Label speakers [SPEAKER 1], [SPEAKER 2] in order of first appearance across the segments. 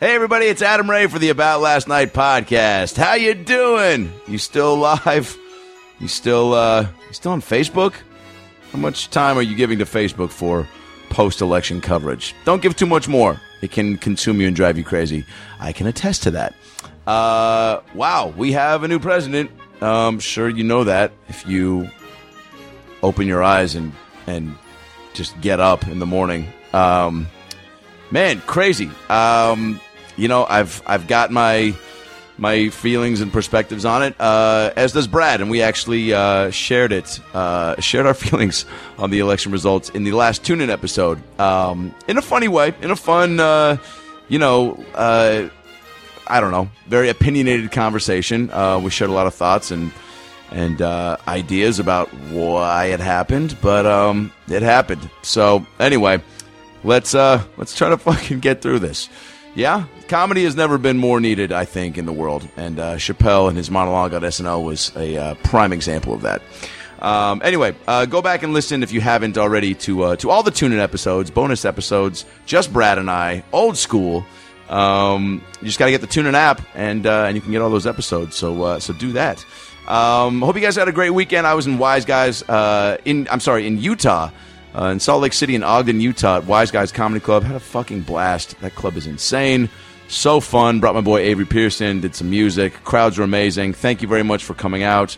[SPEAKER 1] Hey everybody, it's Adam Ray for the About Last Night podcast. How you doing? You still live? You still uh you still on Facebook? How much time are you giving to Facebook for post-election coverage? Don't give too much more. It can consume you and drive you crazy. I can attest to that. Uh wow, we have a new president. Um sure you know that if you open your eyes and and just get up in the morning. Um man, crazy. Um, you know, I've I've got my my feelings and perspectives on it, uh, as does Brad, and we actually uh, shared it, uh, shared our feelings on the election results in the last tune-in episode, um, in a funny way, in a fun, uh, you know. Uh, I don't know, very opinionated conversation. Uh, we shared a lot of thoughts and and uh, ideas about why it happened, but um, it happened. So anyway, let's uh, let's try to fucking get through this. Yeah, comedy has never been more needed, I think, in the world. And uh, Chappelle and his monologue on SNL was a uh, prime example of that. Um, anyway, uh, go back and listen if you haven't already to uh, to all the tune-in episodes, bonus episodes, just Brad and I, old school. Um, you just got to get the TuneIn app, and uh, and you can get all those episodes. So uh, so do that. Um, hope you guys had a great weekend. I was in Wise Guys uh, in I'm sorry in Utah, uh, in Salt Lake City in Ogden, Utah. At Wise Guys Comedy Club had a fucking blast. That club is insane. So fun. Brought my boy Avery Pearson. Did some music. Crowds were amazing. Thank you very much for coming out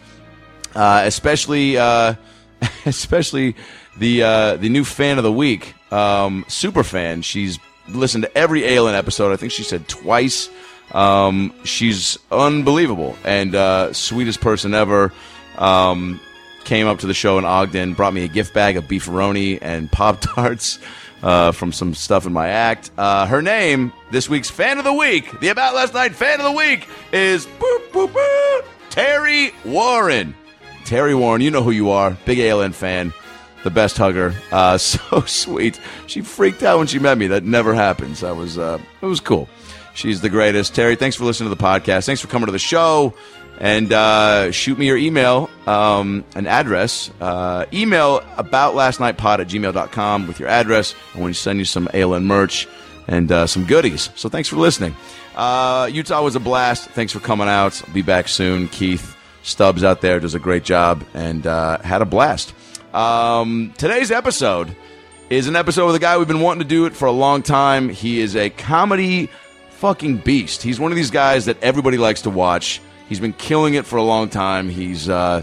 [SPEAKER 1] uh, especially uh, especially the uh, the new fan of the week, um, super fan. She's listened to every Alien episode. I think she said twice. Um, she's unbelievable and uh, sweetest person ever. Um, came up to the show in Ogden, brought me a gift bag of beefaroni and pop tarts. Uh, from some stuff in my act. Uh, her name, this week's fan of the week, the About Last Night fan of the week, is boop, boop, boop, Terry Warren. Terry Warren, you know who you are. Big ALN fan, the best hugger. Uh, so sweet. She freaked out when she met me. That never happens. That was uh, it was cool. She's the greatest. Terry, thanks for listening to the podcast. Thanks for coming to the show. And uh, shoot me your email, um, an address. Uh, email about last night pod at gmail.com with your address. And when you send you some ALN merch, and uh, some goodies. So thanks for listening. Uh, Utah was a blast. Thanks for coming out. I'll be back soon. Keith Stubbs out there does a great job and uh, had a blast. Um, today's episode is an episode with a guy we've been wanting to do it for a long time. He is a comedy fucking beast. He's one of these guys that everybody likes to watch. He's been killing it for a long time. He's uh,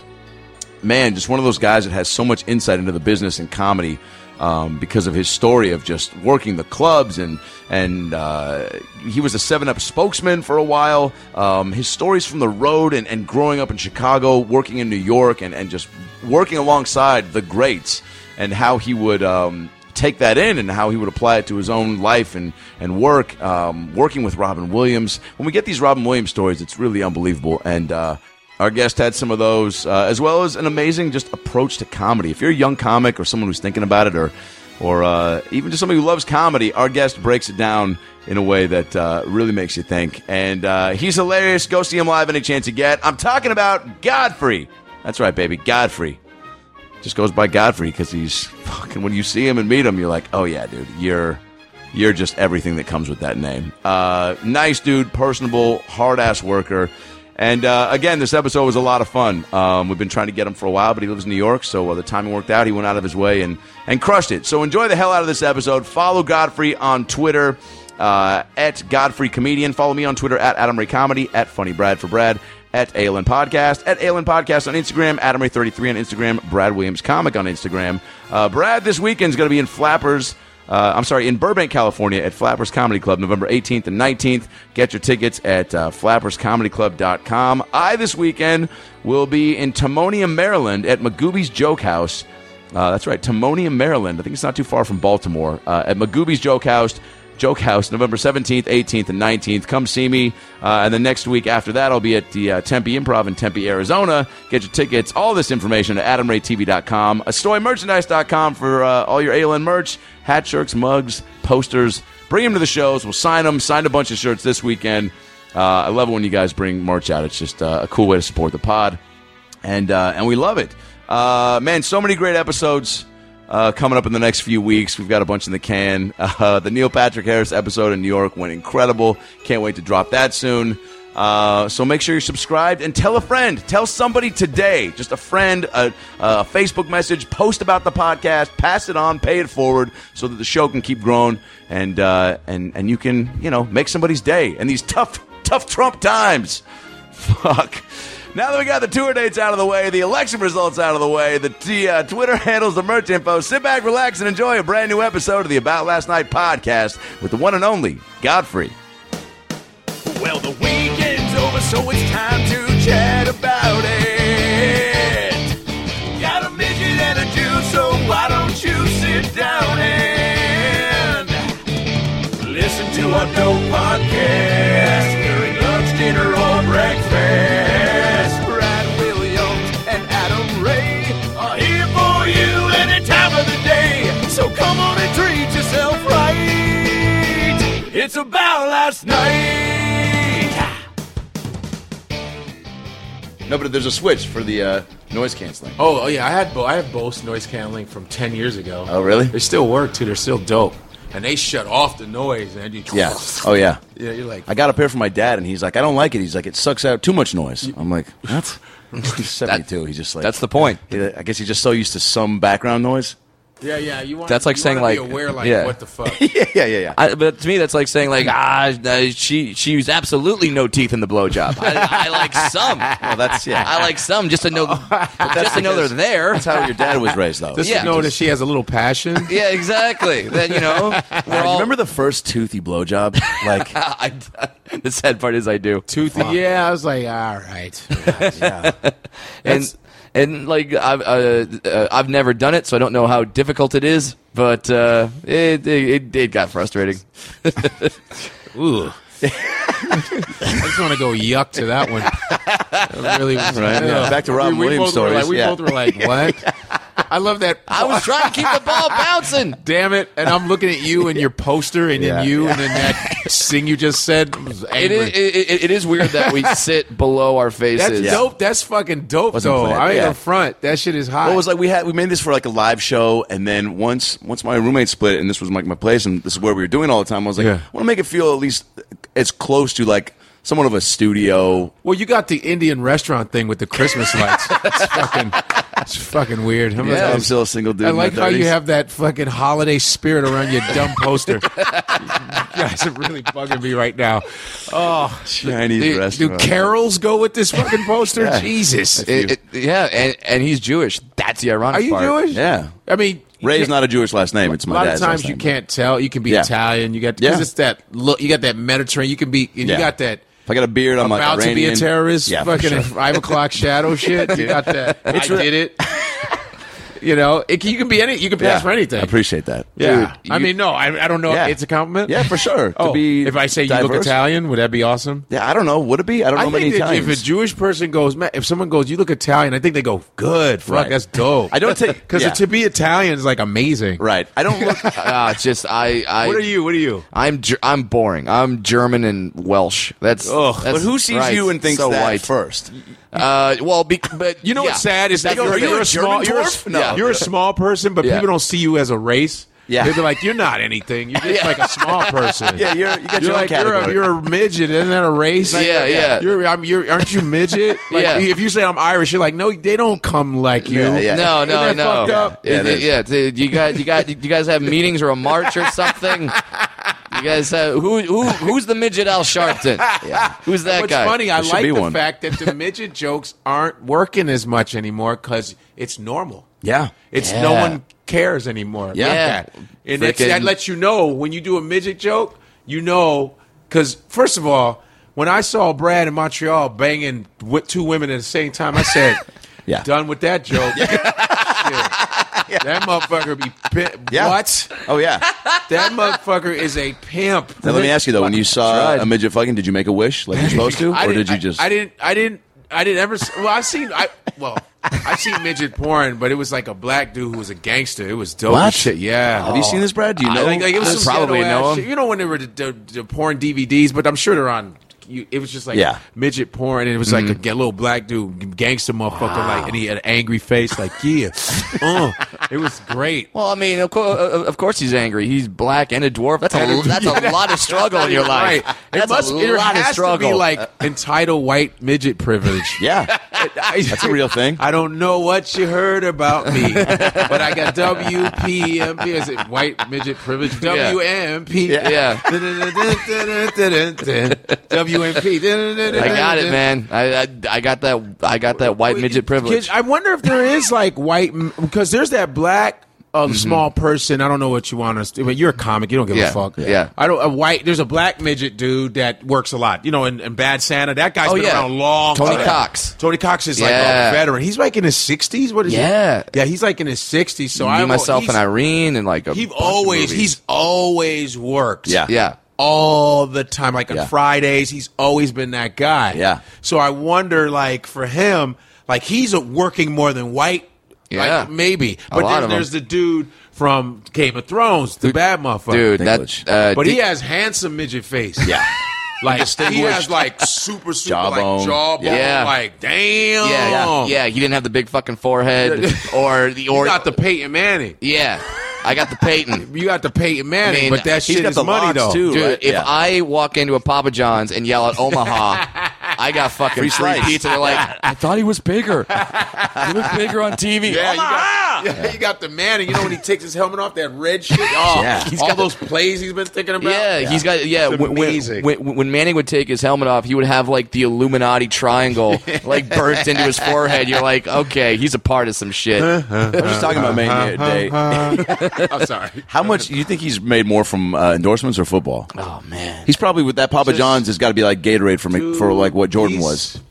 [SPEAKER 1] man, just one of those guys that has so much insight into the business and comedy um, because of his story of just working the clubs and and uh, he was a Seven Up spokesman for a while. Um, his stories from the road and, and growing up in Chicago, working in New York, and and just working alongside the greats and how he would. Um, Take that in and how he would apply it to his own life and and work, um, working with Robin Williams. When we get these Robin Williams stories, it's really unbelievable. And uh, our guest had some of those, uh, as well as an amazing just approach to comedy. If you're a young comic or someone who's thinking about it, or or uh, even just somebody who loves comedy, our guest breaks it down in a way that uh, really makes you think. And uh, he's hilarious. Go see him live any chance you get. I'm talking about Godfrey. That's right, baby, Godfrey. Just goes by Godfrey because he's fucking. When you see him and meet him, you're like, oh yeah, dude, you're you're just everything that comes with that name. Uh, nice dude, personable, hard ass worker. And uh, again, this episode was a lot of fun. Um, we've been trying to get him for a while, but he lives in New York, so uh, the timing worked out. He went out of his way and and crushed it. So enjoy the hell out of this episode. Follow Godfrey on Twitter uh, at Godfrey Comedian. Follow me on Twitter at Adam Ray Comedy at Funny Brad for Brad at Aylin Podcast, at Aylin Podcast on Instagram, Adam Ray33 on Instagram, Brad Williams Comic on Instagram. Uh, Brad this weekend's going to be in Flappers. Uh, I'm sorry, in Burbank, California, at Flappers Comedy Club, November 18th and 19th. Get your tickets at uh, flapperscomedyclub.com. I, this weekend, will be in Timonium, Maryland, at Magooby's Joke House. Uh, that's right, Timonium, Maryland. I think it's not too far from Baltimore. Uh, at Magooby's Joke House, Joke House, November 17th, 18th, and 19th. Come see me. Uh, and the next week after that, I'll be at the uh, Tempe Improv in Tempe, Arizona. Get your tickets, all this information at adamraytv.com, astoymerchandise.com for uh, all your ALN merch, hat, shirts, mugs, posters. Bring them to the shows. We'll sign them. Signed a bunch of shirts this weekend. Uh, I love it when you guys bring merch out. It's just uh, a cool way to support the pod and uh, and we love it. Uh, man, so many great episodes. uh, coming up in the next few weeks. We've got a bunch in the can. Uh, the Neil Patrick Harris episode in New York went incredible. Can't wait to drop that soon. Uh, so make sure you're subscribed and tell a friend. Tell somebody today, just a friend, a, a Facebook message, post about the podcast, pass it on, pay it forward, so that the show can keep growing and uh, and and you can you know make somebody's day in these tough tough Trump times. Fuck. Now that we got the tour dates out of the way, the election results out of the way, the t- uh, Twitter handles, the merch info, sit back, relax, and enjoy a brand new episode of the About Last Night podcast with the one and only Godfrey. Well, the weekend's over, so it's time to chat about it. Got a midget and a Jew, so why don't you sit down and listen to our dope podcast during lunch, dinner, or breakfast? Brad Williams and Adam Ray are here for you any time of the day, so come on and treat yourself right. It's about last night. No, but there's a switch for the uh, noise canceling.
[SPEAKER 2] Oh, oh, yeah, I had Bo- I have Bose noise canceling from ten years ago.
[SPEAKER 1] Oh, really?
[SPEAKER 2] They still work too. They're still dope, and they shut off the noise. And you,
[SPEAKER 1] Yeah. Oh, yeah.
[SPEAKER 2] yeah, you're like,
[SPEAKER 1] I got a pair from my dad, and he's like, I don't like it. He's like, it sucks out too much noise. I'm like, what? He's 72. he's just like,
[SPEAKER 3] That's the point.
[SPEAKER 1] He- I guess he's just so used to some background noise.
[SPEAKER 2] yeah, yeah. You want
[SPEAKER 3] That's like
[SPEAKER 2] you
[SPEAKER 3] saying,
[SPEAKER 2] wanna
[SPEAKER 3] like,
[SPEAKER 2] be aware like
[SPEAKER 1] yeah.
[SPEAKER 2] what the fuck.
[SPEAKER 1] yeah, yeah, yeah, yeah.
[SPEAKER 3] I, but to me, that's like saying like ah, uh, she she used absolutely no teeth in the blowjob. I, I like some.
[SPEAKER 1] Well, that's yeah.
[SPEAKER 3] I like some just to know just to know they're there.
[SPEAKER 1] That's how your dad was raised, though.
[SPEAKER 2] Just
[SPEAKER 3] Yeah.
[SPEAKER 2] to know that she has a little passion.
[SPEAKER 3] Yeah, exactly. Then you know we're
[SPEAKER 1] God, you
[SPEAKER 3] all.
[SPEAKER 1] remember the first toothy blowjob? Like,
[SPEAKER 3] I, the sad part is I do,
[SPEAKER 2] Toothy. Yeah, I was like, all right.
[SPEAKER 3] and and like I've uh, uh, I've never done it, so I don't know how difficult it is. But uh, it, it it got frustrating.
[SPEAKER 2] Ooh. I just want to go yuck to that one. That really was-
[SPEAKER 1] Right, yeah. Back to Robin
[SPEAKER 2] we, we
[SPEAKER 1] Williams
[SPEAKER 2] both were
[SPEAKER 1] stories,
[SPEAKER 2] Like, we
[SPEAKER 1] yeah.
[SPEAKER 2] both were like, what? I love that.
[SPEAKER 3] I was trying to keep the ball bouncing.
[SPEAKER 2] Damn it! And I'm looking at you and your poster, and
[SPEAKER 1] Yeah.
[SPEAKER 2] then you, and then that thing you just said. I was
[SPEAKER 3] It
[SPEAKER 2] angry.
[SPEAKER 3] is, it, it, it is weird that we sit below our faces.
[SPEAKER 2] That's dope. That's fucking dope,
[SPEAKER 1] Wasn't
[SPEAKER 2] though.
[SPEAKER 1] planned,
[SPEAKER 2] I ain't
[SPEAKER 1] yeah.
[SPEAKER 2] in front. That shit is hot.
[SPEAKER 1] Well, it was like we had we made this for like a live show, and then once once my roommate split, and this was like my place, and this is where we were doing all the time. I was like,
[SPEAKER 2] Yeah.
[SPEAKER 1] I want to make it feel at least as close to like somewhat of a studio.
[SPEAKER 2] well, you got the Indian restaurant thing with the Christmas lights. it's fucking, it's fucking weird. I'm
[SPEAKER 1] Yeah, I'm still a single dude.
[SPEAKER 2] I
[SPEAKER 1] in my
[SPEAKER 2] like how
[SPEAKER 1] 30s.
[SPEAKER 2] you have that fucking holiday spirit around your dumb poster. you guys are really bugging me right now. Oh,
[SPEAKER 1] Chinese
[SPEAKER 2] do, do
[SPEAKER 1] restaurant.
[SPEAKER 2] carols go with this fucking poster?
[SPEAKER 1] Yeah.
[SPEAKER 2] Jesus,
[SPEAKER 3] It- it- yeah, and, and he's Jewish. That's the ironic
[SPEAKER 2] are you
[SPEAKER 3] part.
[SPEAKER 2] Jewish?
[SPEAKER 1] Yeah.
[SPEAKER 2] I mean, you
[SPEAKER 1] Ray's
[SPEAKER 2] can't-
[SPEAKER 1] not a Jewish last name. It's my
[SPEAKER 2] a lot
[SPEAKER 1] dad's
[SPEAKER 2] of times
[SPEAKER 1] last
[SPEAKER 2] you
[SPEAKER 1] name.
[SPEAKER 2] can't tell. You can be
[SPEAKER 1] Yeah.
[SPEAKER 2] Italian. You got because
[SPEAKER 1] Yeah.
[SPEAKER 2] it's that look. You got that Mediterranean. You can be. And
[SPEAKER 1] Yeah.
[SPEAKER 2] You got that.
[SPEAKER 1] If I got a beard, I'm
[SPEAKER 2] about
[SPEAKER 1] like
[SPEAKER 2] to be a
[SPEAKER 1] Iranian.
[SPEAKER 2] terrorist.
[SPEAKER 1] Yeah, for
[SPEAKER 2] fucking
[SPEAKER 1] sure.
[SPEAKER 2] five o'clock shadow shit. You got that? I did it. you know, it, can- you can be any. You can
[SPEAKER 1] Yeah.
[SPEAKER 2] pass for anything.
[SPEAKER 1] I appreciate that.
[SPEAKER 2] yeah,
[SPEAKER 3] Dude,
[SPEAKER 2] I
[SPEAKER 3] you-
[SPEAKER 2] mean, no, I, I don't know. if
[SPEAKER 1] Yeah.
[SPEAKER 2] It's a compliment.
[SPEAKER 1] Yeah, for sure.
[SPEAKER 2] Oh,
[SPEAKER 1] to be
[SPEAKER 2] if I say you look
[SPEAKER 1] diverse.
[SPEAKER 2] Italian, would that be awesome?
[SPEAKER 1] Yeah, I don't know. Would it be? I don't know
[SPEAKER 2] I
[SPEAKER 1] many
[SPEAKER 2] think that if
[SPEAKER 1] Italians.
[SPEAKER 2] a Jewish person goes, man, if someone goes, you look Italian, I think they go, good, fuck,
[SPEAKER 1] Right.
[SPEAKER 2] that's dope.
[SPEAKER 1] I don't take
[SPEAKER 2] because
[SPEAKER 1] yeah.
[SPEAKER 2] to be Italian is like amazing.
[SPEAKER 1] right. I don't look.
[SPEAKER 3] Ah, it's just I. I
[SPEAKER 2] What are you? What are you?
[SPEAKER 3] I'm Ger- I'm boring. I'm German and Welsh. That's,
[SPEAKER 2] Ugh.
[SPEAKER 3] that's
[SPEAKER 1] but who sees
[SPEAKER 3] right,
[SPEAKER 1] you and thinks
[SPEAKER 3] so
[SPEAKER 1] that
[SPEAKER 3] white.
[SPEAKER 1] first?
[SPEAKER 3] Uh, well, be, but
[SPEAKER 2] You know
[SPEAKER 3] yeah.
[SPEAKER 2] what's sad is that
[SPEAKER 1] They go,
[SPEAKER 2] you're,
[SPEAKER 1] "Are you
[SPEAKER 2] you're
[SPEAKER 1] a
[SPEAKER 2] a
[SPEAKER 1] German
[SPEAKER 2] small, you're a,
[SPEAKER 1] dwarf?"
[SPEAKER 2] s-
[SPEAKER 1] No.
[SPEAKER 2] you're a small person, but
[SPEAKER 3] Yeah.
[SPEAKER 2] people don't see you as a race.
[SPEAKER 1] Yeah.
[SPEAKER 2] they're like, you're not anything. You're just like a small person.
[SPEAKER 1] Yeah, you're, you got
[SPEAKER 2] You're
[SPEAKER 1] your
[SPEAKER 2] like
[SPEAKER 1] own
[SPEAKER 2] you're a,
[SPEAKER 1] category.
[SPEAKER 2] you're a midget, isn't that a race?
[SPEAKER 3] Yeah, yeah.
[SPEAKER 2] You're, I'm, you're, aren't you midget? Like,
[SPEAKER 3] Yeah.
[SPEAKER 2] If you say I'm Irish, you're like, no, they don't come like you.
[SPEAKER 1] Yeah, yeah.
[SPEAKER 3] No, no,
[SPEAKER 2] Isn't that
[SPEAKER 3] no.
[SPEAKER 2] fucked up?
[SPEAKER 3] Yeah,
[SPEAKER 1] Yeah, it
[SPEAKER 3] they-
[SPEAKER 1] is.
[SPEAKER 3] yeah, dude, you guys, you guys, you guys have meetings or a march or something. You guys, have, who, who, who's the midget Al Sharpton? Who's that
[SPEAKER 2] What's
[SPEAKER 3] guy?
[SPEAKER 2] funny, I
[SPEAKER 1] There should
[SPEAKER 2] like
[SPEAKER 1] be
[SPEAKER 2] the
[SPEAKER 1] one.
[SPEAKER 2] fact that the midget jokes aren't working as much anymore because it's normal.
[SPEAKER 1] yeah.
[SPEAKER 2] It's no
[SPEAKER 3] Yeah.
[SPEAKER 2] one cares anymore. about
[SPEAKER 3] Yeah.
[SPEAKER 2] that. and that's, that
[SPEAKER 3] Frickin-
[SPEAKER 2] lets you know when you do a midget joke, you know, because first of all, when I saw Brad in Montreal banging with two women at the same time, I said,
[SPEAKER 1] Yeah.
[SPEAKER 2] done with that joke." Shit. That motherfucker be pimp.
[SPEAKER 1] Yeah.
[SPEAKER 2] What?
[SPEAKER 1] Oh yeah.
[SPEAKER 2] That motherfucker is a pimp.
[SPEAKER 1] Now let me ask you though: When you saw
[SPEAKER 3] Tried.
[SPEAKER 1] a midget fucking, did you make a wish like you're supposed to,
[SPEAKER 2] I
[SPEAKER 1] or
[SPEAKER 2] didn't-
[SPEAKER 1] did you just?
[SPEAKER 2] I, I didn't. I didn't. I didn't ever. s- Well, I've seen. I well, I've seen midget porn, but it was like a black dude who was a gangster. It was dope. as
[SPEAKER 1] What?
[SPEAKER 2] Shit, yeah.
[SPEAKER 1] Have you seen this, Brad? Do you
[SPEAKER 2] Oh. I
[SPEAKER 1] know?
[SPEAKER 2] think, like, it was some
[SPEAKER 3] probably
[SPEAKER 2] ghetto-ass
[SPEAKER 3] know him.
[SPEAKER 2] shit. You know when they were the, the, the porn DVDs, but I'm sure they're on you, it was just like
[SPEAKER 1] Yeah.
[SPEAKER 2] midget porn, and it was like
[SPEAKER 3] Mm-hmm.
[SPEAKER 2] a get- little black dude, gangster motherfucker, like, and he had an angry face, like yeah, uh, it was great.
[SPEAKER 3] Well, I mean, of, co- uh, of course he's angry. He's black and a dwarf. That's a, that's a lot of struggle in your life.
[SPEAKER 2] Right.
[SPEAKER 3] That's
[SPEAKER 2] it must,
[SPEAKER 3] a
[SPEAKER 2] it
[SPEAKER 3] lot
[SPEAKER 2] has
[SPEAKER 3] of struggle.
[SPEAKER 2] to be like entitled white midget privilege.
[SPEAKER 1] Yeah, that's a real thing.
[SPEAKER 2] I don't know what you heard about me, but I got WPMP. Is it white midget privilege?
[SPEAKER 3] Yeah.
[SPEAKER 2] WMP.
[SPEAKER 3] Yeah.
[SPEAKER 2] WMP.
[SPEAKER 3] I got it, man. I, I I got that. I got that white midget privilege.
[SPEAKER 2] Kids, I wonder if there is like white because there's that black uh, small person. I don't know what you want us. to... But you're a comic. You don't give
[SPEAKER 3] Mm-hmm. Yeah,
[SPEAKER 2] a fuck.
[SPEAKER 3] yeah.
[SPEAKER 2] I don't. A white. There's a black midget dude that works a lot. You know, in, in Bad Santa. That guy's
[SPEAKER 3] Oh,
[SPEAKER 2] been
[SPEAKER 3] yeah.
[SPEAKER 2] around a long.
[SPEAKER 3] Tony
[SPEAKER 2] time.
[SPEAKER 3] Cox.
[SPEAKER 2] Tony Cox is like
[SPEAKER 3] Yeah.
[SPEAKER 2] a veteran. He's like in his sixties. What is
[SPEAKER 3] Yeah.
[SPEAKER 2] he? Yeah. He's like in his sixties. So I
[SPEAKER 3] Me, myself, and Irene, and like a
[SPEAKER 2] He
[SPEAKER 3] bunch of
[SPEAKER 2] always.
[SPEAKER 3] movies.
[SPEAKER 2] He's always worked
[SPEAKER 1] Yeah.
[SPEAKER 3] yeah.
[SPEAKER 2] all the time. Like on
[SPEAKER 1] Yeah.
[SPEAKER 2] Fridays, he's always been that guy.
[SPEAKER 1] Yeah.
[SPEAKER 2] So I wonder, like for him, like he's a working more than white.
[SPEAKER 3] Yeah.
[SPEAKER 2] Like, maybe.
[SPEAKER 3] A
[SPEAKER 2] But
[SPEAKER 3] lot
[SPEAKER 2] then
[SPEAKER 3] of 'em.
[SPEAKER 2] there's the dude from Game of Thrones, the bad motherfucker.
[SPEAKER 3] Dude, that
[SPEAKER 1] Dinklage.
[SPEAKER 3] uh,
[SPEAKER 2] But
[SPEAKER 3] Di-
[SPEAKER 2] he has handsome midget face.
[SPEAKER 1] Yeah,
[SPEAKER 2] Like he has like super super
[SPEAKER 1] Jawbone.
[SPEAKER 2] like jawbone.
[SPEAKER 3] Yeah.
[SPEAKER 2] Like damn.
[SPEAKER 3] yeah, yeah, yeah, he didn't have the big fucking forehead or the
[SPEAKER 2] You
[SPEAKER 3] or
[SPEAKER 2] got the Peyton Manning.
[SPEAKER 3] yeah. I got the Peyton.
[SPEAKER 2] You got the Peyton Manning,
[SPEAKER 3] mean,
[SPEAKER 2] but that
[SPEAKER 1] he's
[SPEAKER 2] shit
[SPEAKER 1] got
[SPEAKER 2] is
[SPEAKER 1] the
[SPEAKER 2] money
[SPEAKER 1] locks,
[SPEAKER 2] though.
[SPEAKER 1] too.
[SPEAKER 3] Dude,
[SPEAKER 1] right?
[SPEAKER 3] if
[SPEAKER 1] Yeah.
[SPEAKER 3] I walk into a Papa John's and yell out Omaha, I got fucking free,
[SPEAKER 1] slice.
[SPEAKER 3] pizza. They're like, I thought he was bigger. He looked bigger on TV.
[SPEAKER 2] Yeah, you
[SPEAKER 3] Omaha!
[SPEAKER 2] got, yeah, you got the man, and you know when he takes his helmet off, that red shit. Oh,
[SPEAKER 1] Yeah.
[SPEAKER 2] all those plays he's been thinking about.
[SPEAKER 3] Yeah, he's got yeah.
[SPEAKER 2] It's
[SPEAKER 3] When, when,
[SPEAKER 2] amazing.
[SPEAKER 3] when- when Manning would take his helmet off, he would have like the Illuminati triangle like burnt into his forehead. You're like, okay, he's a part of some shit.
[SPEAKER 1] I was just talking about Manning the other day.
[SPEAKER 2] I'm sorry.
[SPEAKER 1] How much do you think he's made more from uh, endorsements or football?
[SPEAKER 3] oh man,
[SPEAKER 1] He's probably with that Papa John's has got to be like Gatorade for Mc- for like what Jordan
[SPEAKER 2] He's-
[SPEAKER 1] was.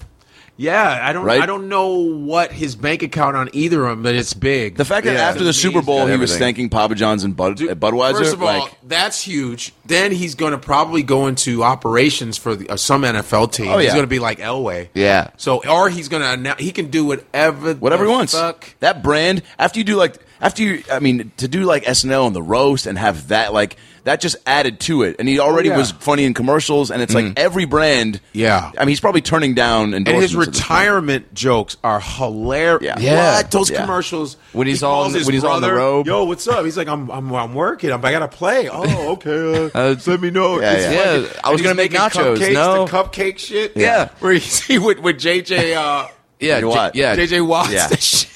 [SPEAKER 2] Yeah, I don't.
[SPEAKER 1] Right?
[SPEAKER 2] I don't know what his bank account on either of them, but it's big.
[SPEAKER 1] The fact that
[SPEAKER 2] Yeah.
[SPEAKER 1] after the Super
[SPEAKER 2] He's
[SPEAKER 1] Bowl
[SPEAKER 2] got
[SPEAKER 1] he was
[SPEAKER 2] everything.
[SPEAKER 1] thanking Papa John's and Bud-
[SPEAKER 2] Dude,
[SPEAKER 1] at Budweiser,
[SPEAKER 2] First of all,
[SPEAKER 1] like
[SPEAKER 2] that's huge. Then he's going to probably go into operations for the, uh, some NFL team.
[SPEAKER 1] Oh,
[SPEAKER 2] He's
[SPEAKER 1] yeah.
[SPEAKER 2] going to be like Elway.
[SPEAKER 3] yeah.
[SPEAKER 2] So, or he's going to announce. He can do whatever.
[SPEAKER 1] whatever
[SPEAKER 2] the
[SPEAKER 1] he wants.
[SPEAKER 2] Fuck.
[SPEAKER 1] That brand after you do like after you, I mean, to do like SNL and the roast and have that like that just added to it. And he already
[SPEAKER 2] Oh, yeah. Mm-hmm.
[SPEAKER 1] was funny in commercials, and it's like every brand.
[SPEAKER 2] Yeah.
[SPEAKER 1] I mean, he's probably turning down endorsements.
[SPEAKER 2] And his
[SPEAKER 1] at this point.
[SPEAKER 2] retirement jokes are hilarious.
[SPEAKER 1] Yeah.
[SPEAKER 3] Yeah.
[SPEAKER 2] What? Those
[SPEAKER 1] Yeah.
[SPEAKER 2] commercials
[SPEAKER 3] When
[SPEAKER 2] he
[SPEAKER 3] he's
[SPEAKER 2] calls
[SPEAKER 3] on-
[SPEAKER 2] his
[SPEAKER 3] when he's on the
[SPEAKER 2] brother,
[SPEAKER 3] road.
[SPEAKER 2] Yo, what's up? He's like, I'm I'm, I'm working. I'm, I got to play. Oh, okay. Uh,
[SPEAKER 3] Uh,
[SPEAKER 2] just let me know.
[SPEAKER 1] yeah,
[SPEAKER 2] It's
[SPEAKER 1] yeah.
[SPEAKER 3] Yeah,
[SPEAKER 2] fucking-
[SPEAKER 3] I was
[SPEAKER 2] and
[SPEAKER 3] gonna
[SPEAKER 2] he's
[SPEAKER 3] make
[SPEAKER 2] making
[SPEAKER 3] nachos.
[SPEAKER 2] Cupcakes,
[SPEAKER 3] No.
[SPEAKER 2] the cupcake shit.
[SPEAKER 1] Yeah.
[SPEAKER 2] where he's he with with JJ. Uh,
[SPEAKER 3] Yeah,
[SPEAKER 1] You know
[SPEAKER 3] J-
[SPEAKER 1] what?
[SPEAKER 3] yeah,
[SPEAKER 2] JJ Watts.
[SPEAKER 1] Yeah.
[SPEAKER 2] that shit.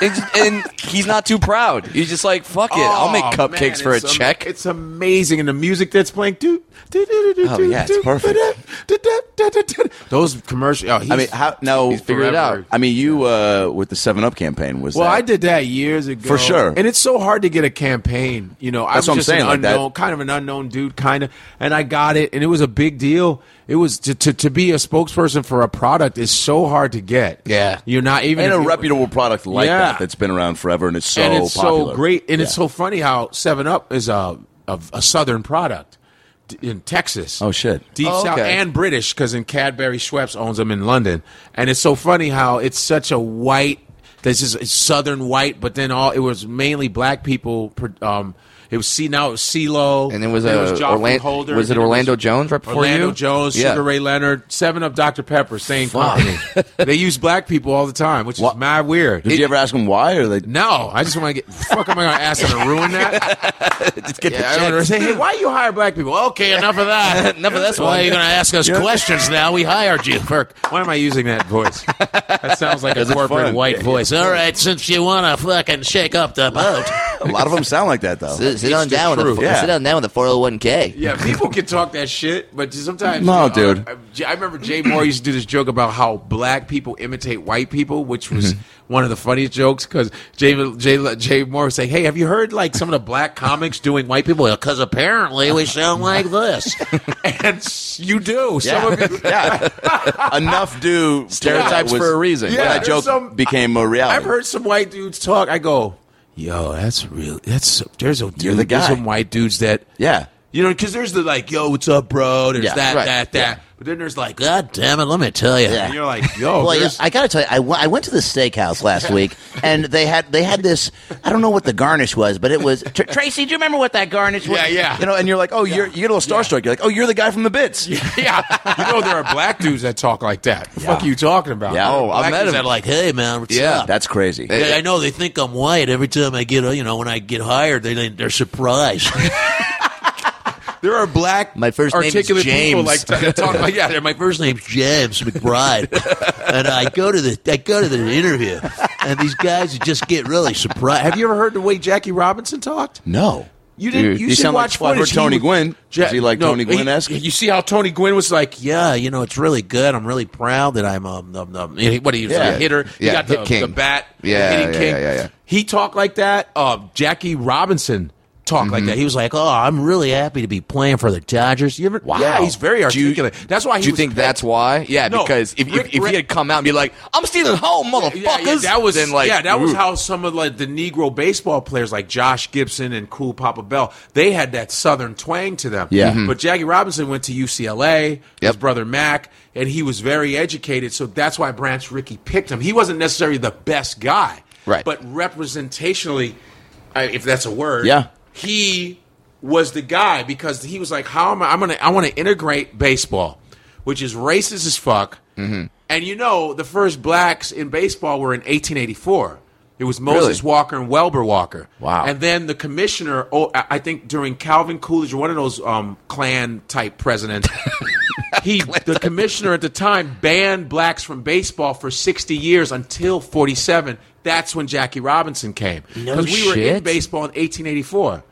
[SPEAKER 3] and, and he's not too proud. He's just like, fuck it, I'll make
[SPEAKER 2] Oh,
[SPEAKER 3] cupcakes
[SPEAKER 2] man,
[SPEAKER 3] for a
[SPEAKER 2] it's am-
[SPEAKER 3] check.
[SPEAKER 2] It's amazing, and the music that's playing. Do, do, do, do,
[SPEAKER 1] Oh,
[SPEAKER 2] do,
[SPEAKER 1] yeah, it's
[SPEAKER 2] do,
[SPEAKER 1] perfect.
[SPEAKER 2] da, da, da, da, da, da. Those commercials. Oh, he's,
[SPEAKER 1] I mean, how no?
[SPEAKER 3] He's figured it out.
[SPEAKER 1] I mean, you uh, with the Seven Up campaign was
[SPEAKER 2] Well,
[SPEAKER 1] that-
[SPEAKER 2] I did that years ago
[SPEAKER 1] For sure.
[SPEAKER 2] and it's so hard to get a campaign. You know,
[SPEAKER 1] That's
[SPEAKER 2] I'm
[SPEAKER 1] what I'm
[SPEAKER 2] just
[SPEAKER 1] saying,
[SPEAKER 2] an
[SPEAKER 1] like that-
[SPEAKER 2] unknown, kind of an unknown dude, kind of, and I got it, and it was a big deal. It was to to, to be a spokesperson for a product is so hard to get.
[SPEAKER 3] Yeah.
[SPEAKER 2] you're not even
[SPEAKER 1] and a
[SPEAKER 2] if you-
[SPEAKER 1] reputable product like
[SPEAKER 2] Yeah.
[SPEAKER 1] that that's been around forever and it's so
[SPEAKER 2] and it's
[SPEAKER 1] popular.
[SPEAKER 2] so great, and it's
[SPEAKER 1] Yeah.
[SPEAKER 2] so funny how Seven Up is a a, a southern product d- in Texas.
[SPEAKER 1] Oh, shit.
[SPEAKER 2] Deep
[SPEAKER 3] Oh,
[SPEAKER 2] South
[SPEAKER 3] okay.
[SPEAKER 2] and British because in Cadbury Schweppes owns them in London, and it's so funny how it's such a white. This is it's southern white, but then all it was mainly black people. pr- Um, it was see now it was CeeLo,
[SPEAKER 3] And it was
[SPEAKER 2] then
[SPEAKER 3] a
[SPEAKER 2] Joplin
[SPEAKER 3] Orlando.
[SPEAKER 2] Holder,
[SPEAKER 3] Was it
[SPEAKER 2] then
[SPEAKER 3] Orlando Jones right before you?
[SPEAKER 2] Orlando Jones,
[SPEAKER 3] Yeah.
[SPEAKER 2] Sugar Ray Leonard, Seven Up, Dr Pepper, same
[SPEAKER 1] Fuck.
[SPEAKER 2] company. they use black people all the time, which is
[SPEAKER 1] What?
[SPEAKER 2] mad weird.
[SPEAKER 1] Did you ever ask them why or they
[SPEAKER 2] No, I just want to get. fuck, am I going to ask them to ruin that?
[SPEAKER 1] just get
[SPEAKER 2] I
[SPEAKER 1] the
[SPEAKER 2] want
[SPEAKER 1] checks?
[SPEAKER 2] to say, hey, why you hire black people? Okay, enough of that.
[SPEAKER 3] Enough of this
[SPEAKER 2] Why are
[SPEAKER 3] one.
[SPEAKER 2] you going to ask us questions now? We hired you, Kirk. Why am I using that voice? That sounds like a corporate
[SPEAKER 1] fun.
[SPEAKER 2] white voice. All right, since you want to fucking shake up the boat.
[SPEAKER 1] A lot of them sound like that though.
[SPEAKER 3] Sit, sit
[SPEAKER 2] It's
[SPEAKER 3] on
[SPEAKER 2] the
[SPEAKER 3] down with
[SPEAKER 2] truth.
[SPEAKER 3] the
[SPEAKER 1] Yeah.
[SPEAKER 3] sit on down with the four hundred one k.
[SPEAKER 2] Yeah, people can talk that shit, but sometimes
[SPEAKER 1] No,
[SPEAKER 2] uh,
[SPEAKER 1] dude.
[SPEAKER 2] I, I remember Jay Moore used to do this joke about how black people imitate white people, which was
[SPEAKER 1] Mm-hmm.
[SPEAKER 2] one of the funniest jokes because Jay, Jay Jay Moore would say, "Hey, have you heard like some of the black comics doing white people? Because apparently we sound like this, and s- you do. Some of you,
[SPEAKER 1] yeah. Enough do
[SPEAKER 3] Stereotypes
[SPEAKER 1] was-
[SPEAKER 3] for a reason.
[SPEAKER 1] when
[SPEAKER 2] Yeah,
[SPEAKER 1] that
[SPEAKER 2] there's
[SPEAKER 1] joke
[SPEAKER 2] some-
[SPEAKER 1] became a reality.
[SPEAKER 2] I've heard some white dudes talk. I go, "Yo, that's real. That's there's a dude,
[SPEAKER 1] You're the
[SPEAKER 2] There's
[SPEAKER 1] guy.
[SPEAKER 2] some white dudes that
[SPEAKER 1] Yeah.
[SPEAKER 2] You know, because there's the like, yo, what's up, bro? There's
[SPEAKER 1] Yeah,
[SPEAKER 2] that,
[SPEAKER 3] right,
[SPEAKER 2] that, that.
[SPEAKER 3] yeah.
[SPEAKER 2] But But then there's like, God damn it, let me tell you.
[SPEAKER 4] Yeah.
[SPEAKER 2] And you're like, yo,
[SPEAKER 4] Well, yeah,
[SPEAKER 2] Oh, there's-
[SPEAKER 4] I gotta tell you, I went- I went to the steakhouse last week, and they had they had this. I don't know what the garnish was, but it was Tr- Tracy. Do you remember what that garnish was?
[SPEAKER 2] yeah, yeah.
[SPEAKER 1] You know, and you're like, oh, you're you get a little starstruck. You're like, oh, you're the guy from the bits.
[SPEAKER 2] yeah. You know, there are black dudes that talk like that. The fuck are you talking about?
[SPEAKER 4] Yeah.
[SPEAKER 1] Oh, I
[SPEAKER 2] black
[SPEAKER 1] met
[SPEAKER 2] dudes
[SPEAKER 1] him.
[SPEAKER 2] that are like, hey, man, what's
[SPEAKER 3] Yeah.
[SPEAKER 2] up?
[SPEAKER 1] That's crazy.
[SPEAKER 4] I know they think I'm white every time I get, uh, you know, when I get hired, they they're surprised.
[SPEAKER 2] There are black
[SPEAKER 4] My first name is
[SPEAKER 2] articulate people
[SPEAKER 4] James.
[SPEAKER 2] like that talk like, yeah, they're my first name.
[SPEAKER 4] name's James McBride, and I go to the I go to the interview, and these guys just get really surprised.
[SPEAKER 2] Have you ever heard the way Jackie Robinson talked?
[SPEAKER 1] No.
[SPEAKER 2] You didn't.
[SPEAKER 1] Dude,
[SPEAKER 2] you
[SPEAKER 1] you
[SPEAKER 2] should
[SPEAKER 1] sound like
[SPEAKER 2] watch
[SPEAKER 1] Squidward
[SPEAKER 2] footage.
[SPEAKER 1] Tony
[SPEAKER 2] would-
[SPEAKER 1] Gwynn.
[SPEAKER 2] Ja-
[SPEAKER 1] Is he like Tony Gwynn-esque?
[SPEAKER 2] You see how Tony Gwynn was like,
[SPEAKER 4] yeah, you know, it's really good. I'm really proud that I'm um, um, um
[SPEAKER 2] Yeah, what he was
[SPEAKER 1] Yeah.
[SPEAKER 2] a hitter. He
[SPEAKER 1] Yeah,
[SPEAKER 2] got the,
[SPEAKER 1] hit king.
[SPEAKER 2] the bat. the
[SPEAKER 1] Yeah,
[SPEAKER 2] hitting
[SPEAKER 1] yeah,
[SPEAKER 2] king.
[SPEAKER 1] yeah, yeah.
[SPEAKER 2] He talked like that. Um, Jackie Robinson talked
[SPEAKER 1] Mm-hmm.
[SPEAKER 2] like that. He was like,
[SPEAKER 4] like, oh, I'm really happy to be playing for the Dodgers. You ever?
[SPEAKER 2] "Wow, he's very
[SPEAKER 3] Do you-
[SPEAKER 2] articulate." that's why he
[SPEAKER 3] Do you
[SPEAKER 2] was-
[SPEAKER 3] think that's why? Yeah,
[SPEAKER 2] No,
[SPEAKER 3] because if, if,
[SPEAKER 2] Rick-
[SPEAKER 3] if he
[SPEAKER 2] Rick-
[SPEAKER 3] had come out and be like, "I'm stealing home, motherfuckers,"
[SPEAKER 2] Yeah, yeah, that was
[SPEAKER 3] then like
[SPEAKER 2] yeah, that was
[SPEAKER 3] ooh.
[SPEAKER 2] how some of like the Negro baseball players like Josh Gibson and Cool Papa Bell they had that Southern twang to them.
[SPEAKER 1] Yeah. Mhm.
[SPEAKER 2] but Jackie Robinson went to UCLA. His
[SPEAKER 1] Yep.
[SPEAKER 2] brother Mac, and he was very educated, so that's why Branch Rickey picked him. He wasn't necessarily the best guy,
[SPEAKER 1] Right.
[SPEAKER 2] But representationally, I- if that's a word,
[SPEAKER 1] Yeah.
[SPEAKER 2] he was the guy because he was like, "How am I? I'm gonna I want to integrate baseball, which is racist as fuck." And you know, the first blacks in baseball were in 1884. It was Moses
[SPEAKER 1] Really?
[SPEAKER 2] Walker and Welber Walker.
[SPEAKER 1] Wow.
[SPEAKER 2] And then the commissioner, oh, I I think during Calvin Coolidge, one of those um, Klan type presidents, he, the commissioner at the time, banned blacks from baseball for 60 years until 47. That's when Jackie Robinson came.
[SPEAKER 4] No
[SPEAKER 2] Because we were in
[SPEAKER 4] shit.
[SPEAKER 2] baseball in 1884.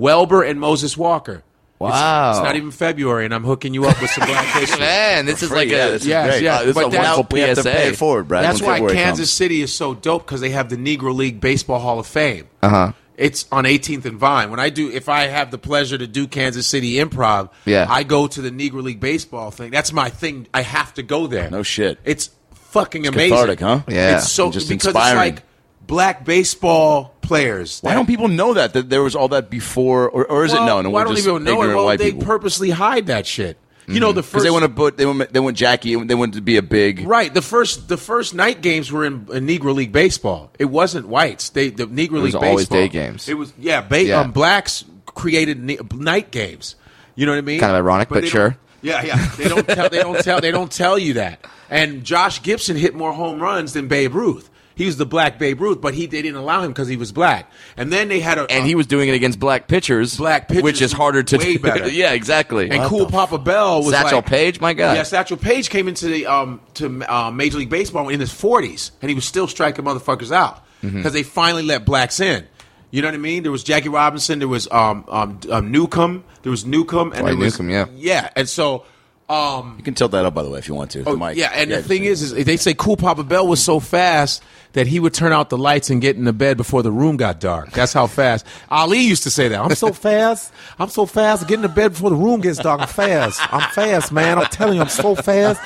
[SPEAKER 2] Welber and Moses Walker.
[SPEAKER 3] Wow.
[SPEAKER 2] It's, it's not even February, and I'm hooking you up with some black history.
[SPEAKER 3] Man, this is like
[SPEAKER 1] yeah,
[SPEAKER 3] a
[SPEAKER 1] this is
[SPEAKER 2] yes,
[SPEAKER 1] great.
[SPEAKER 2] yes,
[SPEAKER 1] Uh, this is
[SPEAKER 2] but
[SPEAKER 1] a
[SPEAKER 2] that-
[SPEAKER 1] wonderful
[SPEAKER 3] we have
[SPEAKER 1] PSA.
[SPEAKER 3] to pay it
[SPEAKER 1] forward, Brad.
[SPEAKER 2] That's
[SPEAKER 1] when
[SPEAKER 2] why
[SPEAKER 1] February
[SPEAKER 2] Kansas
[SPEAKER 1] comes.
[SPEAKER 2] City is so dope because they have the Negro League Baseball Hall of Fame. Uh
[SPEAKER 1] Uh-huh.
[SPEAKER 2] huh. It's on 18th and Vine. When I do, if I have the pleasure to do Kansas City Improv,
[SPEAKER 1] Yeah.
[SPEAKER 2] I go to the Negro League Baseball thing. That's my thing. I have to go there.
[SPEAKER 1] No shit.
[SPEAKER 2] It's fucking amazing.
[SPEAKER 1] cathartic, huh?
[SPEAKER 2] Yeah.
[SPEAKER 1] Yeah.
[SPEAKER 2] It's so
[SPEAKER 1] Just
[SPEAKER 2] because
[SPEAKER 1] inspiring.
[SPEAKER 2] it's like black baseball players.
[SPEAKER 1] Why don't people know that that there was all that before, or, or is it known?
[SPEAKER 2] Well,
[SPEAKER 1] And
[SPEAKER 2] I
[SPEAKER 1] we're
[SPEAKER 2] don't
[SPEAKER 1] just
[SPEAKER 2] even know
[SPEAKER 1] ignorant
[SPEAKER 2] it. Well,
[SPEAKER 1] white
[SPEAKER 2] they
[SPEAKER 1] people.
[SPEAKER 2] purposely hide that shit. You know the first
[SPEAKER 1] Because they want to put they want they want Jackie they want to be a big
[SPEAKER 2] Right. The first the first night games were in, in Negro League baseball. It wasn't whites. They the Negro
[SPEAKER 3] was
[SPEAKER 2] League
[SPEAKER 3] always
[SPEAKER 2] baseball.
[SPEAKER 3] day games.
[SPEAKER 2] It was yeah. Ba-
[SPEAKER 3] Yeah.
[SPEAKER 2] Um, blacks created ni- night games. You know what I mean?
[SPEAKER 3] Kind of ironic, but
[SPEAKER 2] they
[SPEAKER 3] sure.
[SPEAKER 2] don't- Yeah, yeah. They don't tell. They don't tell. They don't tell you that. And Josh Gibson hit more home runs than Babe Ruth. He was the black Babe Ruth, but he they didn't allow him because he was black. And then they had a
[SPEAKER 3] and he was doing it against black pitchers,
[SPEAKER 2] Black pitchers
[SPEAKER 3] which is harder to
[SPEAKER 2] way
[SPEAKER 3] do.
[SPEAKER 2] better.
[SPEAKER 3] yeah, exactly.
[SPEAKER 2] and cool Papa Bell was
[SPEAKER 3] Satchel
[SPEAKER 2] like,
[SPEAKER 3] Paige, my God.
[SPEAKER 2] Yeah, Satchel Paige came into the um to uh, Major League Baseball in his forties, and he was still striking motherfuckers out
[SPEAKER 1] Mm-hmm.
[SPEAKER 2] because they finally let blacks in. You know what I mean? There was Jackie Robinson, there was um um, um Newcomb, there was Newcomb, and
[SPEAKER 1] Dwight
[SPEAKER 2] there was
[SPEAKER 1] Newcomb, yeah.
[SPEAKER 2] yeah, and so. Um,
[SPEAKER 1] You can tilt that up by the way if you want to. the mic.
[SPEAKER 2] Oh, yeah, and the
[SPEAKER 1] just-
[SPEAKER 2] thing is, is they say Cool Papa Bell was so fast that he would turn out the lights and get in the bed before the room got dark. That's how fast Ali used to say that. I'm so fast. I'm so fast. Get in the bed before the room gets dark. I'm fast. I'm fast, man. I'm telling you, I'm so fast.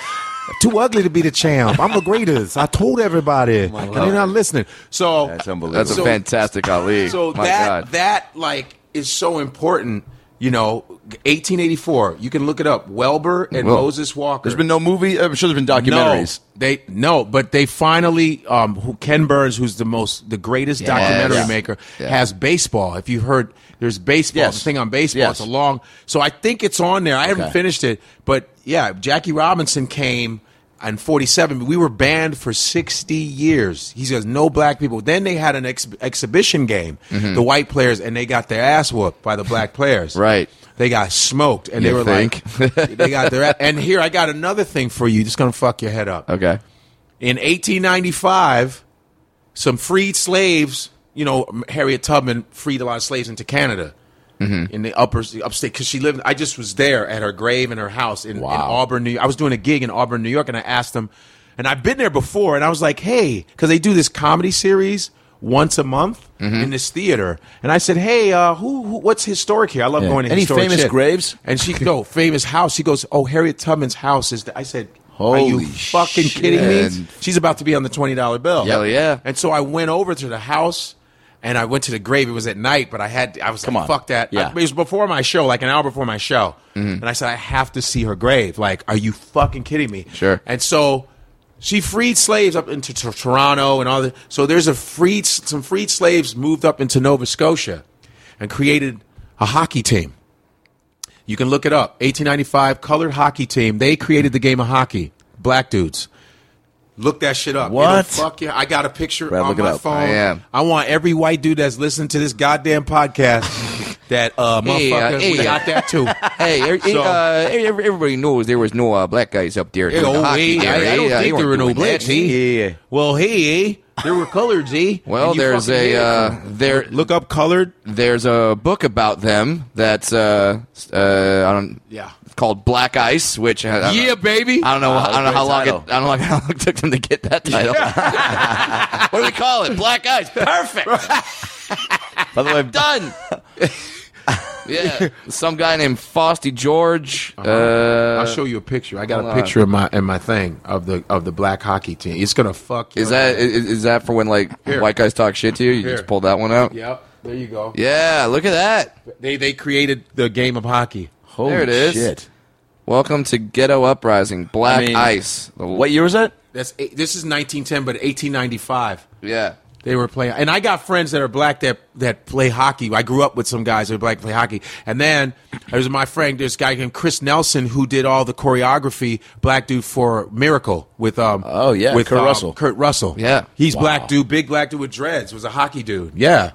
[SPEAKER 2] Too ugly to be the champ. I'm the greatest. I told everybody, and they're not listening. So
[SPEAKER 1] that's unbelievable.
[SPEAKER 3] That's a
[SPEAKER 2] So-
[SPEAKER 3] fantastic Ali.
[SPEAKER 2] so
[SPEAKER 3] my
[SPEAKER 2] that
[SPEAKER 3] God.
[SPEAKER 2] that like is so important. You know, 1884. You can look it up. Welber and
[SPEAKER 1] Well,
[SPEAKER 2] Moses Walker.
[SPEAKER 1] There's been no movie. uh, I'm sure there's been documentaries.
[SPEAKER 2] No, they no, but they finally um, who Ken Burns, who's the most the greatest documentary maker,
[SPEAKER 1] Yeah.
[SPEAKER 2] has baseball. If you've heard, there's baseball.
[SPEAKER 1] Yes.
[SPEAKER 2] The thing on baseball,
[SPEAKER 1] Yes.
[SPEAKER 2] it's a long. So I think it's on there. I haven't
[SPEAKER 1] Okay.
[SPEAKER 2] finished it, but yeah, Jackie Robinson came in '47. We were banned for 60 years. He says no black people. Then they had an ex- exhibition game,
[SPEAKER 1] Mm-hmm.
[SPEAKER 2] the white players, and they got their ass whooped by the black players.
[SPEAKER 3] Right.
[SPEAKER 2] They got smoked, and
[SPEAKER 3] You
[SPEAKER 2] they were
[SPEAKER 3] think?
[SPEAKER 2] like, they got their. And here I got another thing for you. Just gonna fuck your head up.
[SPEAKER 3] okay.
[SPEAKER 2] In 1895, some freed slaves, you know, Harriet Tubman freed a lot of slaves into Canada
[SPEAKER 1] Mm-hmm.
[SPEAKER 2] in the upper upstate because she lived. I just was there at her grave in her house in, in Auburn, New. I was doing a gig in Auburn, New York, and I asked them, and I've been there before, and I was like, hey, because they do this comedy series once a month
[SPEAKER 1] Mm-hmm.
[SPEAKER 2] in this theater, and I said, hey, uh, who, who what's historic here? I love
[SPEAKER 1] Yeah.
[SPEAKER 2] going to
[SPEAKER 1] Any
[SPEAKER 2] historic
[SPEAKER 1] famous
[SPEAKER 2] shit.
[SPEAKER 1] graves?
[SPEAKER 2] And she no famous house. She goes, oh, Harriet Tubman's house is. The, I said. Are you
[SPEAKER 1] Holy
[SPEAKER 2] fucking
[SPEAKER 1] shit.
[SPEAKER 2] kidding me? She's about to be on the twenty dollar bill.
[SPEAKER 3] Hell yeah.
[SPEAKER 2] And so I went over to the house. and I went to the grave. It was at night, but I had I was
[SPEAKER 1] Come
[SPEAKER 2] like,
[SPEAKER 1] on.
[SPEAKER 2] fuck that.
[SPEAKER 1] Yeah. Mm-hmm.
[SPEAKER 2] I- it was before my show, like an hour before my show, and I said I have to see her grave. Like, are you fucking kidding me?
[SPEAKER 3] Sure.
[SPEAKER 2] And so she freed slaves up into Tor- Toronto and all that. So there's a freed some freed slaves moved up into Nova Scotia and created a hockey team. You can look it up. 1895 colored hockey team. They created the game of hockey. Black dudes. Look that shit up.
[SPEAKER 1] What?
[SPEAKER 2] It'll Fuck yeah! I got a picture
[SPEAKER 1] Brad,
[SPEAKER 2] on
[SPEAKER 1] look it
[SPEAKER 2] my
[SPEAKER 1] up.
[SPEAKER 2] phone.
[SPEAKER 3] I am.
[SPEAKER 2] I want every white dude that's listening to this goddamn podcast that uh,
[SPEAKER 3] Hey, uh,
[SPEAKER 2] motherfucker, we
[SPEAKER 3] hey.
[SPEAKER 2] got that too.
[SPEAKER 3] Hey, er,
[SPEAKER 2] So-
[SPEAKER 3] uh, every- everybody knows there was no uh, black guys up there.
[SPEAKER 2] Hey,
[SPEAKER 3] doing the
[SPEAKER 2] oh,
[SPEAKER 3] hockey
[SPEAKER 2] hey,
[SPEAKER 3] there,
[SPEAKER 2] I, I
[SPEAKER 3] eh?
[SPEAKER 2] don't
[SPEAKER 3] Uh, they
[SPEAKER 2] think there were
[SPEAKER 3] weren't
[SPEAKER 2] no
[SPEAKER 3] doing
[SPEAKER 2] blacks.
[SPEAKER 3] that.
[SPEAKER 2] eh?
[SPEAKER 1] Yeah.
[SPEAKER 2] Well, hey, eh? there were coloreds. eh?
[SPEAKER 3] Well,
[SPEAKER 2] And you
[SPEAKER 3] there's
[SPEAKER 2] fucking
[SPEAKER 3] a
[SPEAKER 2] did.
[SPEAKER 3] uh, there.
[SPEAKER 2] look up colored.
[SPEAKER 3] There's a book about them that's uh, s- uh, I don't
[SPEAKER 2] Yeah.
[SPEAKER 3] called Black Ice, which uh, I, I don't know-
[SPEAKER 2] Yeah, baby.
[SPEAKER 3] I don't know. I don't know
[SPEAKER 1] Ah, great
[SPEAKER 3] how long
[SPEAKER 1] title.
[SPEAKER 3] it. I don't know how long it took them to get that title. what do we call it? Black Ice. Perfect.
[SPEAKER 1] By the way,
[SPEAKER 3] Done. yeah. Some guy named Fosty George.
[SPEAKER 2] Uh-huh.
[SPEAKER 3] Uh,
[SPEAKER 2] I'll show you a picture. I got
[SPEAKER 3] hold
[SPEAKER 2] a
[SPEAKER 3] on.
[SPEAKER 2] picture of my in my thing of the of the black hockey team. It's gonna fuck. you
[SPEAKER 3] Is
[SPEAKER 2] up.
[SPEAKER 3] that is, is that for when like
[SPEAKER 2] Here.
[SPEAKER 3] white guys talk shit to you? You
[SPEAKER 2] Here.
[SPEAKER 3] just pull that one out.
[SPEAKER 2] Yep. There you go.
[SPEAKER 3] Yeah, look at that.
[SPEAKER 2] They they created the game of hockey.
[SPEAKER 1] holy
[SPEAKER 3] there it is.
[SPEAKER 1] shit.
[SPEAKER 3] Welcome to Ghetto Uprising, Black
[SPEAKER 1] I mean,
[SPEAKER 3] Ice. The-
[SPEAKER 1] What year was that?
[SPEAKER 2] That's eight- this is 1910, but 1895
[SPEAKER 3] Yeah.
[SPEAKER 2] they were playing. And I got friends that are black that that play hockey. I grew up with some guys that are black play hockey. And then there was my friend, this guy named Chris Nelson, who did all the choreography, black dude for Miracle with um
[SPEAKER 1] Oh, yeah,
[SPEAKER 2] with
[SPEAKER 1] Kurt
[SPEAKER 2] um,
[SPEAKER 1] Russell.
[SPEAKER 2] Kurt Russell
[SPEAKER 3] Yeah.
[SPEAKER 2] he's black dude, big black dude with dreads was a hockey dude yeah.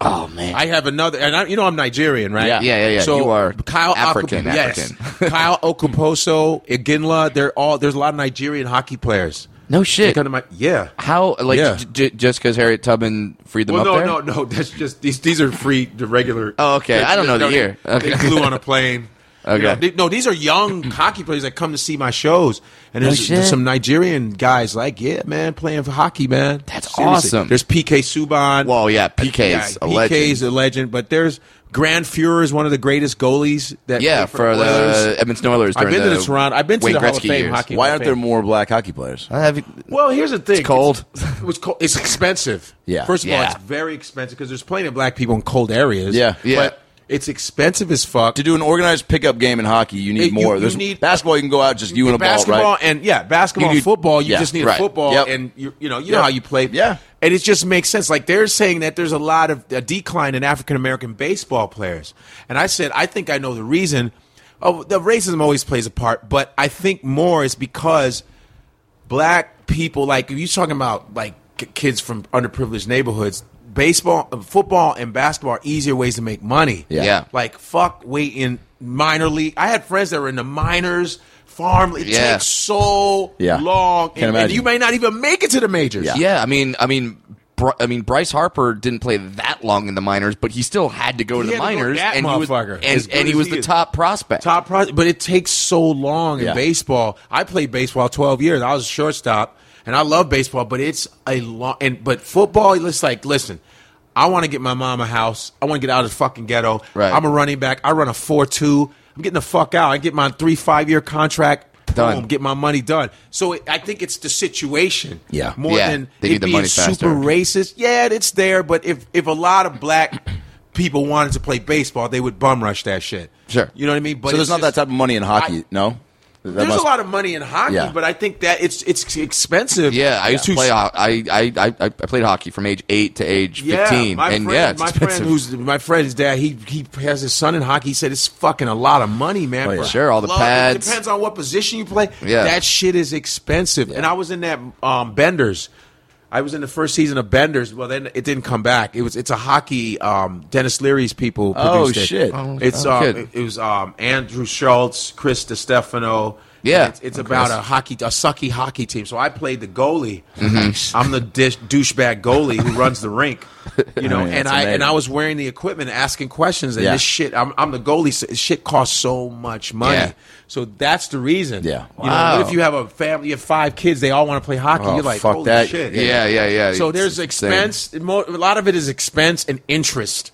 [SPEAKER 4] Oh man.
[SPEAKER 2] I have another, and I, you know I'm Nigerian, right?
[SPEAKER 1] Yeah.
[SPEAKER 3] Yeah, yeah, yeah.
[SPEAKER 2] So
[SPEAKER 3] You are
[SPEAKER 2] Kyle
[SPEAKER 3] African,
[SPEAKER 2] Okapo-
[SPEAKER 3] African.
[SPEAKER 2] Yes, Kyle Okuposo, Iginla. They're all there's a lot of Nigerian hockey players.
[SPEAKER 3] No
[SPEAKER 2] They
[SPEAKER 3] shit.
[SPEAKER 2] come to my yeah.
[SPEAKER 3] How like
[SPEAKER 2] Yeah.
[SPEAKER 3] j- j- just because Harriet Tubman freed them
[SPEAKER 2] Well,
[SPEAKER 3] up
[SPEAKER 2] no,
[SPEAKER 3] there?
[SPEAKER 2] no, no. That's just these. These are free, the regular.
[SPEAKER 3] Oh, okay. I don't know the
[SPEAKER 2] they-
[SPEAKER 3] year. Okay.
[SPEAKER 2] They flew on a plane. You
[SPEAKER 3] Okay.
[SPEAKER 2] know, they- no, these are young hockey players that come to see my shows, and there's,
[SPEAKER 3] shit.
[SPEAKER 2] there's some Nigerian guys like, yeah, man, playing for hockey, man.
[SPEAKER 3] That's
[SPEAKER 2] Seriously.
[SPEAKER 3] awesome.
[SPEAKER 2] There's PK Subban.
[SPEAKER 3] Well, yeah, PK is a legend.
[SPEAKER 2] PK is a legend, but there's Grand Fuhrer is one of the greatest goalies. That
[SPEAKER 3] Yeah,
[SPEAKER 2] played
[SPEAKER 3] for
[SPEAKER 2] Oilers.
[SPEAKER 3] the Edmonton Oilers.
[SPEAKER 2] I've
[SPEAKER 3] during
[SPEAKER 2] been to the Toronto. I've been to
[SPEAKER 3] Wayne
[SPEAKER 2] the Hall of
[SPEAKER 3] Gretzky
[SPEAKER 2] Fame
[SPEAKER 3] years.
[SPEAKER 2] hockey.
[SPEAKER 1] Why
[SPEAKER 2] Hall of
[SPEAKER 1] aren't there
[SPEAKER 2] Fame.
[SPEAKER 1] more black hockey players?
[SPEAKER 3] I have-
[SPEAKER 2] Well, here's the thing.
[SPEAKER 3] cold.
[SPEAKER 2] It's, it was cold. It's expensive.
[SPEAKER 1] Yeah.
[SPEAKER 2] First of all,
[SPEAKER 3] Yeah.
[SPEAKER 2] it's very expensive because there's plenty of black people in cold areas.
[SPEAKER 1] Yeah.
[SPEAKER 3] Yeah.
[SPEAKER 2] But it's expensive as fuck.
[SPEAKER 1] To do an organized pickup game in hockey, you need
[SPEAKER 2] It- you-
[SPEAKER 1] more.
[SPEAKER 2] you
[SPEAKER 1] There's
[SPEAKER 2] need-
[SPEAKER 1] basketball. You can go out just you and a
[SPEAKER 2] basketball
[SPEAKER 1] ball, right?
[SPEAKER 2] and yeah,
[SPEAKER 1] You
[SPEAKER 2] basketball and
[SPEAKER 1] need-
[SPEAKER 2] football. You
[SPEAKER 1] yeah,
[SPEAKER 2] just need
[SPEAKER 1] right.
[SPEAKER 2] a football,
[SPEAKER 1] Yep.
[SPEAKER 2] and you, you know you
[SPEAKER 1] Yep.
[SPEAKER 2] know how you play.
[SPEAKER 1] Yeah.
[SPEAKER 2] and it just makes sense. Like they're saying that there's a lot of a decline in African American baseball players, and I said I think I know the reason. Oh, the racism always plays a part, but I think more is because black people like if you're talking about like k- kids from underprivileged neighborhoods baseball uh, football and basketball are easier ways to make money
[SPEAKER 1] Yeah.
[SPEAKER 3] Yeah.
[SPEAKER 2] like fuck waiting minor league i had friends that were in the minors farm league. it
[SPEAKER 3] Yeah.
[SPEAKER 2] takes so
[SPEAKER 1] Yeah.
[SPEAKER 2] long
[SPEAKER 1] Can't
[SPEAKER 2] and, and
[SPEAKER 1] imagine.
[SPEAKER 2] you may not even make it to the majors
[SPEAKER 1] Yeah.
[SPEAKER 3] Yeah, I mean, I mean, Br- I mean, Bryce Harper didn't play that long in the minors, but he still had to go to
[SPEAKER 2] He
[SPEAKER 3] the
[SPEAKER 2] had to go
[SPEAKER 3] minors,
[SPEAKER 2] that
[SPEAKER 3] and he was,
[SPEAKER 2] motherfucker.
[SPEAKER 3] and,
[SPEAKER 2] As good
[SPEAKER 3] and he
[SPEAKER 2] as
[SPEAKER 3] was
[SPEAKER 2] he
[SPEAKER 3] the
[SPEAKER 2] is.
[SPEAKER 3] top prospect.
[SPEAKER 2] top pro- but it takes so long in
[SPEAKER 1] Yeah.
[SPEAKER 2] baseball. I played baseball 12 years. I was a shortstop and I love baseball, but it's a long and but football it's like listen, I want to get my mom a house. I want to get out of the fucking ghetto.
[SPEAKER 3] Right.
[SPEAKER 2] I'm a running back. I run a 4-2. I'm getting the fuck out. I get my 3-5 year contract.
[SPEAKER 3] Done.
[SPEAKER 2] Boom, get my money done. So it, I think it's the situation.
[SPEAKER 1] Yeah.
[SPEAKER 2] More
[SPEAKER 3] Yeah.
[SPEAKER 2] than
[SPEAKER 3] They
[SPEAKER 2] it
[SPEAKER 3] need the
[SPEAKER 2] being
[SPEAKER 3] money faster.
[SPEAKER 2] super racist. Yeah, it's there, but if if a lot of black people wanted to play baseball, they would bum rush that shit.
[SPEAKER 3] Sure.
[SPEAKER 2] You know what I mean? But
[SPEAKER 1] so there's
[SPEAKER 2] it's
[SPEAKER 1] not that
[SPEAKER 2] just-
[SPEAKER 1] type of money in hockey.
[SPEAKER 2] I-
[SPEAKER 1] no, That
[SPEAKER 2] There's
[SPEAKER 1] must-
[SPEAKER 2] a lot of money in hockey,
[SPEAKER 1] Yeah.
[SPEAKER 2] but I think that it's it's expensive.
[SPEAKER 3] yeah, I used to play. ho- I, I I I played hockey from age eight to age
[SPEAKER 2] Yeah,
[SPEAKER 3] fifteen,
[SPEAKER 2] my
[SPEAKER 3] and
[SPEAKER 2] friend,
[SPEAKER 3] yeah, it's
[SPEAKER 2] my
[SPEAKER 3] expensive.
[SPEAKER 2] friend who's my friend's dad, he he has his son in hockey. He said it's fucking a lot of money, man.
[SPEAKER 1] Oh, yeah.
[SPEAKER 2] for
[SPEAKER 3] Sure, all the
[SPEAKER 2] glove. It
[SPEAKER 3] pads.
[SPEAKER 2] depends on what position you play.
[SPEAKER 3] Yeah.
[SPEAKER 2] that shit is expensive. And I was in that um, Benders. I was in the first season of Benders. Well, then it didn't come back. It was it's a hockey. Um, Dennis Leary's people.
[SPEAKER 1] Oh,
[SPEAKER 2] Produced it.
[SPEAKER 1] shit.
[SPEAKER 3] Oh,
[SPEAKER 2] It's
[SPEAKER 3] oh,
[SPEAKER 2] um,
[SPEAKER 3] good.
[SPEAKER 2] it, it was um, Andrew Schultz, Chris DiStefano.
[SPEAKER 3] Yeah.
[SPEAKER 2] And it's, it's about a hockey, a sucky hockey team. So I played the goalie.
[SPEAKER 1] Mm-hmm.
[SPEAKER 2] I'm the dish, douchebag goalie who runs the rink. You know,
[SPEAKER 1] I mean,
[SPEAKER 2] and
[SPEAKER 1] that's
[SPEAKER 2] I
[SPEAKER 1] amazing.
[SPEAKER 2] and I was wearing the equipment, asking questions, and
[SPEAKER 1] Yeah.
[SPEAKER 2] this shit. I'm, I'm the goalie. So this shit costs so much money.
[SPEAKER 3] Yeah.
[SPEAKER 2] So that's the reason.
[SPEAKER 1] Yeah.
[SPEAKER 2] You know,
[SPEAKER 3] Wow.
[SPEAKER 2] what if you have a family, you have five kids, they all want to play hockey.
[SPEAKER 1] Oh,
[SPEAKER 2] You're like,
[SPEAKER 1] fuck
[SPEAKER 2] holy
[SPEAKER 1] that.
[SPEAKER 2] shit.
[SPEAKER 3] yeah, yeah, yeah.
[SPEAKER 2] So
[SPEAKER 3] It's
[SPEAKER 2] there's
[SPEAKER 3] insane.
[SPEAKER 2] expense. Mo- a lot of it is expense and interest.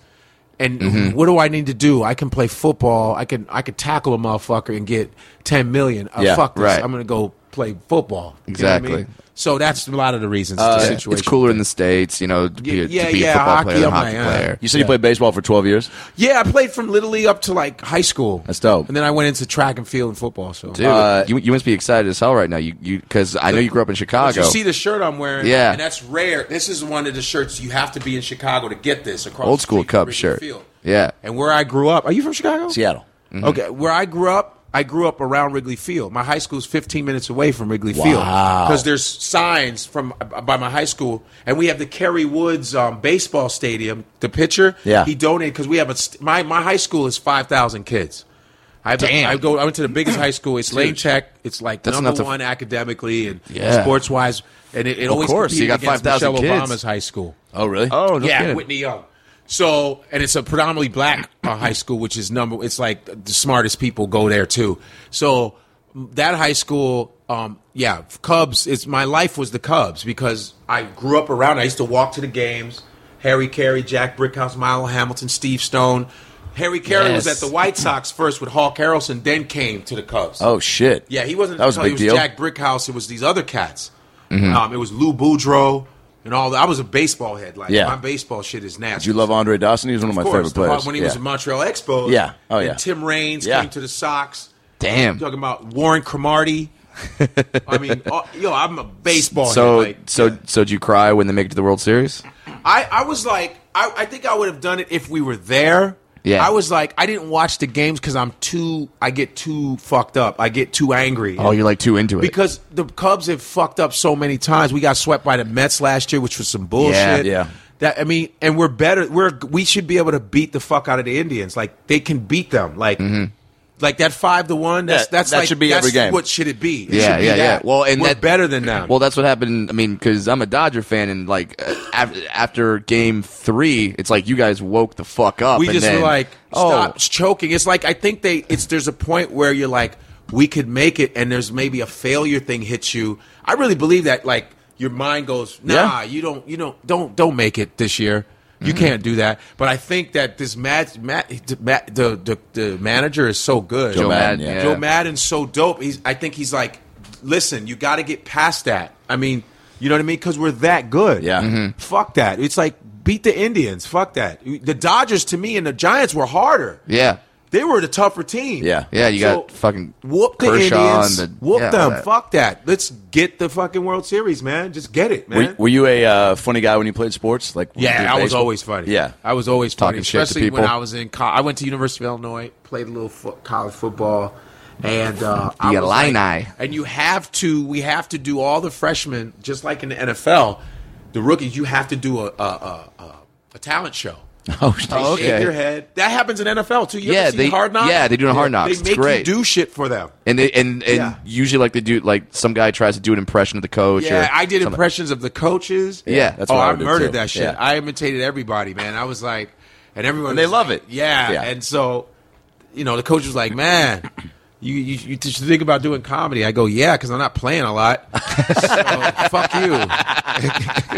[SPEAKER 2] And
[SPEAKER 3] Mm-hmm.
[SPEAKER 2] what do I need to do? I can play football. I can I can tackle a motherfucker and get ten million. Oh,
[SPEAKER 1] Yeah,
[SPEAKER 2] fuck this.
[SPEAKER 3] right.
[SPEAKER 2] I'm gonna go play football. You know what I mean?
[SPEAKER 3] Exactly.
[SPEAKER 2] So that's a lot of the reasons. the
[SPEAKER 3] Uh,
[SPEAKER 2] situation.
[SPEAKER 3] it's cooler in the states, you know, to be, a-
[SPEAKER 2] Yeah,
[SPEAKER 3] to be
[SPEAKER 2] yeah,
[SPEAKER 3] a football
[SPEAKER 2] hockey,
[SPEAKER 3] player than a
[SPEAKER 2] oh my
[SPEAKER 3] hockey
[SPEAKER 2] God.
[SPEAKER 3] player.
[SPEAKER 1] You said you played baseball for 12 years?
[SPEAKER 2] Yeah, I played from Little League up to like high school.
[SPEAKER 1] That's dope.
[SPEAKER 2] And then I went into track and field and football. So
[SPEAKER 3] Dude,
[SPEAKER 1] Uh,
[SPEAKER 3] you, you must be excited as hell right now. You you because I know you grew up in
[SPEAKER 2] But
[SPEAKER 3] Chicago.
[SPEAKER 2] you see the shirt I'm wearing,
[SPEAKER 3] Yeah.
[SPEAKER 2] and that's rare. This is one of the shirts you have to be in Chicago to get this. Across
[SPEAKER 3] Old
[SPEAKER 2] the
[SPEAKER 3] school
[SPEAKER 2] street from
[SPEAKER 3] Cubs
[SPEAKER 2] Wrigley
[SPEAKER 3] shirt.
[SPEAKER 2] Field.
[SPEAKER 3] Yeah.
[SPEAKER 2] And where I grew up, are you from Chicago?
[SPEAKER 4] Seattle.
[SPEAKER 2] Mm-hmm. Okay, where I grew up, I grew up around Wrigley Field. My high school's 15 minutes away from Wrigley Field
[SPEAKER 4] Wow.
[SPEAKER 2] because there's signs from uh, by my high school, and we have the Kerry Woods um, baseball stadium. The pitcher,
[SPEAKER 4] Yeah.
[SPEAKER 2] he donated because we have a st- my my high school is 5,000 kids. I, Damn. I go. I went to the biggest high school. It's Lane Check. It's like
[SPEAKER 3] That's enough
[SPEAKER 2] number
[SPEAKER 3] to-
[SPEAKER 2] one academically and
[SPEAKER 3] Yeah.
[SPEAKER 2] sports wise, and it, it always
[SPEAKER 3] course, you
[SPEAKER 2] competed
[SPEAKER 3] got
[SPEAKER 2] against
[SPEAKER 3] 5,000
[SPEAKER 2] Michelle
[SPEAKER 3] kids.
[SPEAKER 2] Obama's high school
[SPEAKER 1] Oh, really?
[SPEAKER 3] Oh no
[SPEAKER 2] yeah,
[SPEAKER 3] kidding.
[SPEAKER 2] Whitney Young. So, and it's a predominantly black uh, high school, which is number. It's like the smartest people go there too. So that high school, um, yeah, Cubs. It's my life was the Cubs because I grew up around. it. I used to walk to the games. Harry Carey, Jack Brickhouse, Milo Hamilton, Steve Stone. Harry Carey was
[SPEAKER 3] Yes.
[SPEAKER 2] at the White Sox first with Hawk Harrelson, then came to the Cubs.
[SPEAKER 1] Oh, shit.
[SPEAKER 2] Yeah, he wasn't.
[SPEAKER 1] That was a
[SPEAKER 2] no, he
[SPEAKER 1] big deal. Mm-hmm.
[SPEAKER 2] Jack Brickhouse. It was these other cats. Um, it was Lou Boudreau and all that. I was a baseball head. Like
[SPEAKER 1] Yeah.
[SPEAKER 2] my baseball shit is nasty.
[SPEAKER 1] Did you love Andre Dawson? He was one of my
[SPEAKER 2] Of course,
[SPEAKER 1] favorite
[SPEAKER 2] the-
[SPEAKER 1] players.
[SPEAKER 2] when he
[SPEAKER 1] yeah.
[SPEAKER 2] was in Montreal Expos.
[SPEAKER 1] Yeah. Oh,
[SPEAKER 2] and
[SPEAKER 1] yeah.
[SPEAKER 2] Tim Raines
[SPEAKER 1] Yeah.
[SPEAKER 2] came to the Sox.
[SPEAKER 3] Damn.
[SPEAKER 2] I'm talking about Warren Cromartie. I mean, oh, yo, I'm a baseball.
[SPEAKER 3] So
[SPEAKER 2] head, like,
[SPEAKER 3] so so did you cry when they make it to the World Series?
[SPEAKER 2] I, I was like, I, I think I would have done it if we were there.
[SPEAKER 3] Yeah.
[SPEAKER 2] I was like, I didn't watch the games because I'm too. I get too fucked up. I get too angry.
[SPEAKER 3] Oh, you're like too into it.
[SPEAKER 2] Because the Cubs have fucked up so many times. We got swept by the Mets last year, which was some bullshit.
[SPEAKER 1] yeah.
[SPEAKER 2] That I mean, and we're better. We're we should be able to beat the fuck out of the Indians. Like they can beat them. Like like that five to one. That's
[SPEAKER 1] Yeah,
[SPEAKER 2] that's
[SPEAKER 1] Mm-hmm. that
[SPEAKER 2] like,
[SPEAKER 1] should be
[SPEAKER 2] that's
[SPEAKER 1] every game.
[SPEAKER 2] What should it be? It
[SPEAKER 3] Yeah,
[SPEAKER 2] should be
[SPEAKER 3] yeah,
[SPEAKER 2] that.
[SPEAKER 3] yeah. Well, and
[SPEAKER 2] we're
[SPEAKER 3] that-
[SPEAKER 2] better than them.
[SPEAKER 3] Well, that's what happened. I mean, because I'm a Dodger fan, and like uh, af- after Game Three, it's like you guys woke the fuck up.
[SPEAKER 2] we
[SPEAKER 3] and
[SPEAKER 2] just
[SPEAKER 3] then-
[SPEAKER 2] were like
[SPEAKER 3] oh,
[SPEAKER 2] stop choking. It's like I think they. It's there's a point where you're like we could make it, and there's maybe a failure thing hits you. I really believe that like your mind goes nah,
[SPEAKER 1] Yeah.
[SPEAKER 2] you don't you don't don't don't make it this year.
[SPEAKER 3] Mm-hmm.
[SPEAKER 2] You can't do that. But I think that this Matt, Matt, the, Matt- the, the the manager is so good.
[SPEAKER 3] Joe Madden,
[SPEAKER 1] Madden,
[SPEAKER 3] yeah.
[SPEAKER 2] Joe Madden's so dope. He's I think he's like, listen, you got to get past that. I mean, you know what I mean? Because we're that good.
[SPEAKER 1] Yeah.
[SPEAKER 3] Mm-hmm.
[SPEAKER 1] Mhm.
[SPEAKER 2] Fuck that. It's like beat the Indians. Fuck that. The Dodgers to me and the Giants were harder.
[SPEAKER 3] Yeah,
[SPEAKER 2] They were the tougher team.
[SPEAKER 1] Yeah.
[SPEAKER 3] yeah. You
[SPEAKER 2] So,
[SPEAKER 3] got fucking
[SPEAKER 2] Whoop the
[SPEAKER 3] Kershaw
[SPEAKER 2] Indians.
[SPEAKER 3] and the-
[SPEAKER 2] whoop
[SPEAKER 3] yeah,
[SPEAKER 2] them.
[SPEAKER 3] that-
[SPEAKER 2] Fuck that. Let's get the fucking World Series, man. Just get it, man.
[SPEAKER 1] Were, were you a uh, funny guy when you played sports? Like when you did
[SPEAKER 2] Yeah, I was
[SPEAKER 1] baseball?
[SPEAKER 2] always funny.
[SPEAKER 1] Yeah,
[SPEAKER 2] I was always funny,
[SPEAKER 3] Talking shit to
[SPEAKER 2] especially when
[SPEAKER 3] people.
[SPEAKER 2] I was in. Co- I went to University of Illinois, played a little fo- college football, and uh, I
[SPEAKER 3] The
[SPEAKER 2] was like-
[SPEAKER 3] Illini.
[SPEAKER 2] and you have to. We have to do all the freshmen, just like in the NFL, the rookies. You have to do a a, a, a, a talent show.
[SPEAKER 1] Oh, shit.
[SPEAKER 2] They shake
[SPEAKER 3] okay.
[SPEAKER 2] your head. That happens in NFL too. You
[SPEAKER 3] Yeah,
[SPEAKER 2] ever seen
[SPEAKER 3] they-
[SPEAKER 2] hard knocks.
[SPEAKER 3] yeah, they do it on Hard Knocks.
[SPEAKER 2] They
[SPEAKER 3] It's
[SPEAKER 2] make
[SPEAKER 3] great.
[SPEAKER 2] you do shit for them.
[SPEAKER 3] And they, and and
[SPEAKER 2] Yeah.
[SPEAKER 3] usually like they do like some guy tries to do an impression of the coach.
[SPEAKER 2] Yeah,
[SPEAKER 3] or
[SPEAKER 2] I did
[SPEAKER 3] something.
[SPEAKER 2] impressions of the coaches.
[SPEAKER 3] Yeah, that's
[SPEAKER 2] oh,
[SPEAKER 1] what I
[SPEAKER 2] I,
[SPEAKER 1] would do,
[SPEAKER 2] murdered
[SPEAKER 1] too.
[SPEAKER 2] that shit.
[SPEAKER 1] Yeah.
[SPEAKER 2] I imitated everybody, man. I was like, and everyone
[SPEAKER 1] And they
[SPEAKER 2] was
[SPEAKER 1] love
[SPEAKER 2] like-
[SPEAKER 1] it.
[SPEAKER 2] Yeah.
[SPEAKER 1] Yeah.
[SPEAKER 2] and so you know, the coach was like, man. You, you, you just think about doing comedy. I go, yeah, because I'm not playing a lot. so fuck you.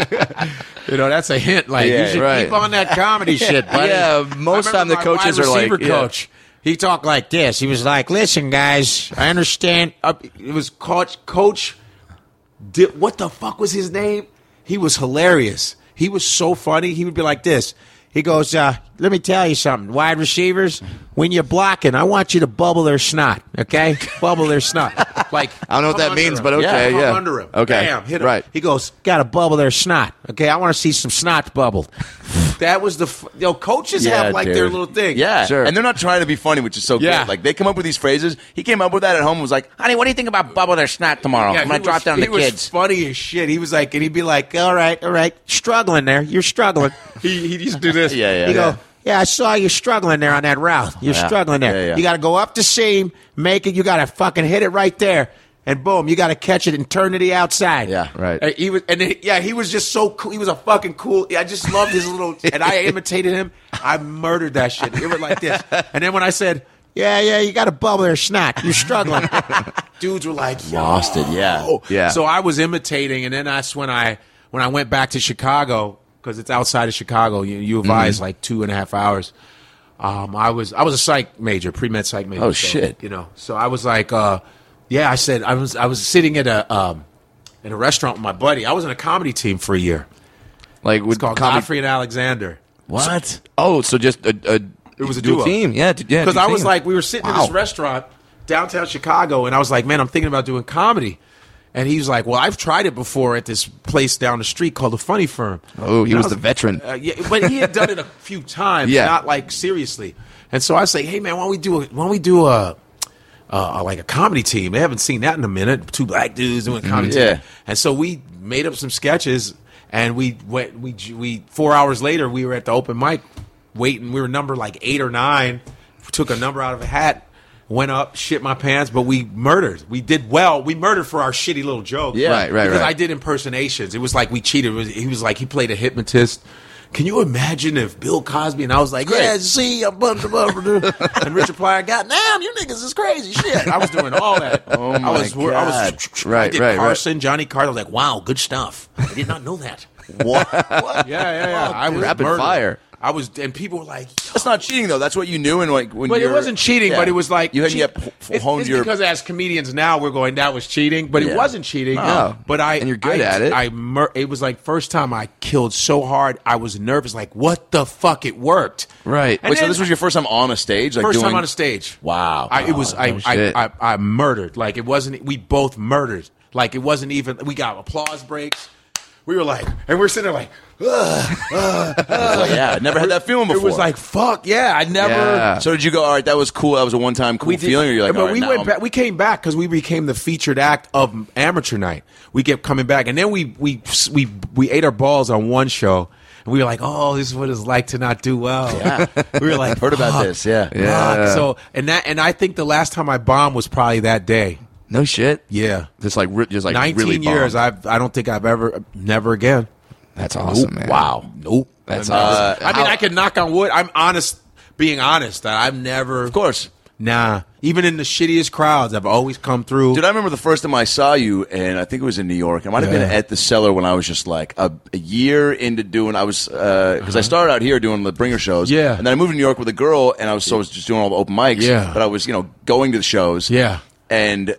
[SPEAKER 2] you know, that's a hint. Like,
[SPEAKER 1] Yeah,
[SPEAKER 2] you should
[SPEAKER 3] right.
[SPEAKER 2] keep on that comedy shit, buddy.
[SPEAKER 3] Yeah, most
[SPEAKER 2] I remember
[SPEAKER 3] time the
[SPEAKER 2] my
[SPEAKER 3] coaches
[SPEAKER 2] wide
[SPEAKER 3] are like,
[SPEAKER 2] receiver
[SPEAKER 3] yeah.
[SPEAKER 2] coach he talked like this. He was like, "Listen, guys, I understand." Uh, it was Coach Coach. Di- what the fuck was his name? He was hilarious. He was so funny. He would be like this. He goes, uh, "Let me tell you something, wide receivers. When you're blocking, I want you to bubble their snot. Okay, bubble their snot. Like
[SPEAKER 3] I don't know
[SPEAKER 2] come
[SPEAKER 3] what that
[SPEAKER 2] under
[SPEAKER 3] means,
[SPEAKER 2] him.
[SPEAKER 3] but okay,
[SPEAKER 2] come
[SPEAKER 3] yeah.
[SPEAKER 2] under him.
[SPEAKER 3] Okay,
[SPEAKER 2] Bam, hit him.
[SPEAKER 3] right.
[SPEAKER 2] He goes, "Got to bubble their snot. Okay, I want to see some snot bubbled." that was the f- yo. Coaches
[SPEAKER 1] Yeah,
[SPEAKER 2] have like their
[SPEAKER 1] dude.
[SPEAKER 2] little thing.
[SPEAKER 1] Yeah,
[SPEAKER 3] Sure.
[SPEAKER 1] And they're not trying to be funny, which is so
[SPEAKER 2] Yeah.
[SPEAKER 1] good. Like they come up with these phrases. He came up with that at home. and Was like, honey, what do you think about bubble their snot tomorrow?
[SPEAKER 2] Yeah,
[SPEAKER 1] I'm gonna
[SPEAKER 2] he
[SPEAKER 1] drop
[SPEAKER 2] was-
[SPEAKER 1] down the
[SPEAKER 2] he was
[SPEAKER 1] kids.
[SPEAKER 2] funny as shit. He was like, and he'd be like, "All right, all right, struggling there. You're struggling." he he used to do this.
[SPEAKER 1] Yeah, yeah,
[SPEAKER 2] He
[SPEAKER 1] yeah.
[SPEAKER 2] go. Yeah, I saw you struggling there on that route. You're
[SPEAKER 1] Yeah.
[SPEAKER 2] struggling there.
[SPEAKER 1] Yeah, yeah.
[SPEAKER 2] You got to go up the seam, make it. You got to fucking hit it right there, and boom, you got to catch it and turn to the outside.
[SPEAKER 1] Yeah,
[SPEAKER 3] right.
[SPEAKER 2] And he was, and then, yeah, he was just so cool. He was a fucking cool. I just loved his little. and I imitated him. I murdered that shit. It was like this. And then when I said, "Yeah, yeah, you got to bubble or snack. You're struggling." Dudes were like, "Yo,
[SPEAKER 1] Lost it. Yeah.
[SPEAKER 3] Yeah.
[SPEAKER 2] Oh, so I was imitating, and then that's when I when I went back to Chicago because it's outside of Chicago. You, U
[SPEAKER 1] Mm-hmm.
[SPEAKER 2] of I is like two and a half hours. Um, I was I was a psych major, pre med psych major.
[SPEAKER 1] Oh,
[SPEAKER 2] so,
[SPEAKER 1] shit.
[SPEAKER 2] You know, so I was like, uh, Yeah, I said I was I was sitting at a um, at a restaurant with my buddy. I was in a comedy team for a year.
[SPEAKER 3] Like with
[SPEAKER 2] It's called
[SPEAKER 3] comedy.
[SPEAKER 2] Godfrey and Alexander.
[SPEAKER 4] What?
[SPEAKER 3] Oh, so just a, a it
[SPEAKER 2] was a duo.
[SPEAKER 3] team. Yeah, d- yeah.
[SPEAKER 2] Because
[SPEAKER 3] dual
[SPEAKER 2] I was
[SPEAKER 3] team.
[SPEAKER 2] like, we were sitting in this
[SPEAKER 3] Wow.
[SPEAKER 2] restaurant downtown Chicago, and I was like, man, I'm thinking about doing comedy. And he's like, well, I've tried it before at this place down the street called the Funny Firm.
[SPEAKER 3] Oh, he
[SPEAKER 2] And I
[SPEAKER 3] was the veteran.
[SPEAKER 2] Uh, yeah, but he had done it a few times,
[SPEAKER 3] Yeah.
[SPEAKER 2] not like seriously. And so I say, hey man, why don't we do a, why don't we do a uh, like a comedy team? They haven't seen that in a minute. Two black dudes doing a comedy
[SPEAKER 1] Yeah.
[SPEAKER 2] team. And so we made up some sketches, and we went we we four hours later we were at the open mic waiting. We were number like eight or nine. Took a number out of a hat. Went up, shit my pants, but we murdered. We did well. We murdered for our shitty little joke.
[SPEAKER 1] Yeah.
[SPEAKER 3] Right, right,
[SPEAKER 2] Because
[SPEAKER 3] right.
[SPEAKER 2] I did impersonations. It was like we cheated. It was- He was like he played a hypnotist. Can you imagine if Bill Cosby and I was like, yeah, see, I'm bum, bum, bum, bum." and Richard Pryor, goddamn, you niggas is crazy shit. I was doing all that. Oh I
[SPEAKER 1] my
[SPEAKER 2] was, I was,
[SPEAKER 3] God. Right,
[SPEAKER 2] I did
[SPEAKER 3] right, right.
[SPEAKER 2] Carson, Johnny Carter. I was like, wow, good stuff. I did not know that.
[SPEAKER 4] What?
[SPEAKER 2] Yeah,
[SPEAKER 4] what?
[SPEAKER 2] yeah, yeah. I was
[SPEAKER 3] Rapid
[SPEAKER 2] murdered.
[SPEAKER 3] fire.
[SPEAKER 2] I was, and people were like,
[SPEAKER 1] That's not cheating though. That's what you knew and like when.
[SPEAKER 2] but it
[SPEAKER 1] you're-
[SPEAKER 2] wasn't cheating.
[SPEAKER 1] Yeah.
[SPEAKER 2] But it was like
[SPEAKER 1] you hadn't
[SPEAKER 2] cheat-
[SPEAKER 1] yet p-
[SPEAKER 2] It's-
[SPEAKER 1] honed
[SPEAKER 2] it's
[SPEAKER 1] your.
[SPEAKER 2] because as comedians now we're going that was cheating, but
[SPEAKER 1] Yeah.
[SPEAKER 2] it wasn't cheating.
[SPEAKER 3] No.
[SPEAKER 2] But I
[SPEAKER 3] And you're good
[SPEAKER 2] I-
[SPEAKER 3] at it.
[SPEAKER 2] I mur- it was like first time I killed so hard I was nervous. Like what the fuck? It worked.
[SPEAKER 3] Right.
[SPEAKER 2] And
[SPEAKER 1] Wait, so
[SPEAKER 2] then-
[SPEAKER 1] this was your first time on a stage, like
[SPEAKER 2] first
[SPEAKER 1] doing.
[SPEAKER 2] time on a stage.
[SPEAKER 1] Wow. Oh,
[SPEAKER 2] I, it was I,
[SPEAKER 3] no
[SPEAKER 2] I,
[SPEAKER 3] shit.
[SPEAKER 2] I, I murdered. Like it wasn't. We both murdered. Like it wasn't even. We got applause breaks. We were like, and we're sitting there like.
[SPEAKER 1] Well, Oh, yeah, I never had that feeling before.
[SPEAKER 2] It was like fuck yeah! I never.
[SPEAKER 3] Yeah.
[SPEAKER 1] So did you go? All right, that was cool. That was a one-time cool feeling. Or you're like,
[SPEAKER 2] but
[SPEAKER 1] all right,
[SPEAKER 2] we
[SPEAKER 1] now
[SPEAKER 2] went
[SPEAKER 1] I'm-
[SPEAKER 2] back. We came back because we became the featured act of amateur night. We kept coming back, and then we we we we ate our balls on one show, and we were like, "Oh, this is what it's like to not do well." we were like,
[SPEAKER 4] Heard about
[SPEAKER 2] "Fuck,
[SPEAKER 4] this, yeah.
[SPEAKER 2] fuck."
[SPEAKER 3] Yeah.
[SPEAKER 2] So and that and I think the last time I bombed was probably that day.
[SPEAKER 3] no shit.
[SPEAKER 2] Yeah.
[SPEAKER 3] Just like re- just like
[SPEAKER 2] Nineteen
[SPEAKER 3] really
[SPEAKER 2] years.
[SPEAKER 3] bombed.
[SPEAKER 2] I've I don't think I've ever never again.
[SPEAKER 3] That's awesome, man.
[SPEAKER 2] Wow. Nope.
[SPEAKER 3] That's
[SPEAKER 2] I've never-
[SPEAKER 3] awesome.
[SPEAKER 2] I mean,
[SPEAKER 3] How-
[SPEAKER 2] I can knock on wood. I'm honest. Being honest, I've never.
[SPEAKER 1] Of course.
[SPEAKER 2] Nah. Even in the shittiest crowds, I've always come through.
[SPEAKER 1] Dude, I remember the first time I saw you, and I think it was in New York. It might have been
[SPEAKER 2] Yeah.
[SPEAKER 1] at the cellar when I was just like a, a year into doing. I was because I started out here doing the bringer shows,
[SPEAKER 2] Uh-huh. Yeah.
[SPEAKER 1] and then I moved to New York with a girl, and I was so I was just doing all the open mics,
[SPEAKER 2] Yeah.
[SPEAKER 1] But I was you know going to the shows,
[SPEAKER 2] Yeah.
[SPEAKER 1] And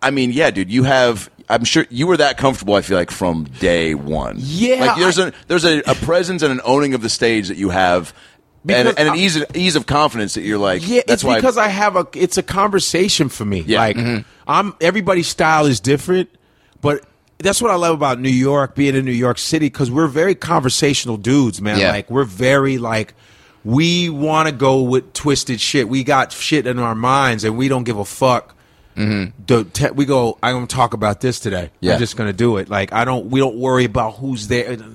[SPEAKER 1] I mean, yeah, dude, you have. I'm sure you were that comfortable. I feel like from day one,
[SPEAKER 2] Yeah,
[SPEAKER 1] Like there's a there's a, a presence and an owning of the stage that you have, and,
[SPEAKER 2] Because
[SPEAKER 1] and an
[SPEAKER 2] I-
[SPEAKER 1] ease of, ease of confidence that you're like,
[SPEAKER 2] Yeah,
[SPEAKER 1] that's
[SPEAKER 2] it's
[SPEAKER 1] why.
[SPEAKER 2] because I have a. It's a conversation for me.
[SPEAKER 1] Yeah. Mm-hmm.
[SPEAKER 2] Like I'm. Everybody's style is different, but that's what I love about New York, being in New York City, because we're very conversational dudes, man.
[SPEAKER 3] Yeah.
[SPEAKER 2] Like we're very like. We want to go with twisted shit. We got shit in our minds, and we don't give a fuck. The te- we go. I'm gonna talk about this today.
[SPEAKER 1] Mm-hmm. Yeah.
[SPEAKER 2] I'm just gonna do it. Like I don't. We don't worry about who's there. Uh,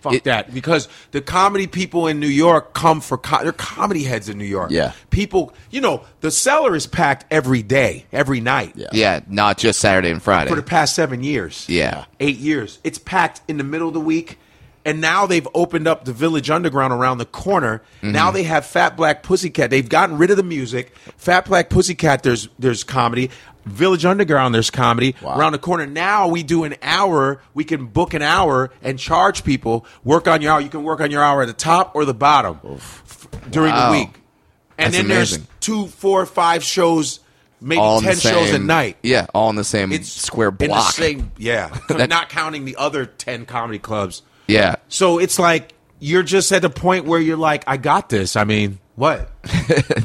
[SPEAKER 2] Fuck that. Because the comedy people in New York come for. Co- they're comedy heads in New York.
[SPEAKER 1] Yeah.
[SPEAKER 2] People, you know, the cellar is packed every day, every night
[SPEAKER 3] Yeah, not just Saturday and Friday.
[SPEAKER 2] for the past seven years.
[SPEAKER 3] Yeah.
[SPEAKER 2] Eight years. It's packed in the middle of the week. And now they've opened up the Village Underground around the corner.
[SPEAKER 3] Mm-hmm.
[SPEAKER 2] Now they have Fat Black Pussycat. They've gotten rid of the music. Fat Black Pussycat, there's there's comedy. Village Underground, there's comedy. Around the corner. Now we do an hour. We can book an hour and charge people. Work on your hour. You can work on your hour at the top or the bottom f- during
[SPEAKER 3] Wow.
[SPEAKER 2] the week. And
[SPEAKER 3] That's
[SPEAKER 2] then
[SPEAKER 3] amazing.
[SPEAKER 2] there's two, four, five shows, maybe
[SPEAKER 3] all in
[SPEAKER 2] ten
[SPEAKER 3] the
[SPEAKER 2] shows a
[SPEAKER 3] same-
[SPEAKER 2] night
[SPEAKER 3] Yeah, all in the same square
[SPEAKER 2] in the
[SPEAKER 3] block.
[SPEAKER 2] same, yeah, not counting the other ten comedy clubs.
[SPEAKER 3] yeah.
[SPEAKER 2] So it's like you're just at the point where you're like, I got this. I mean, what?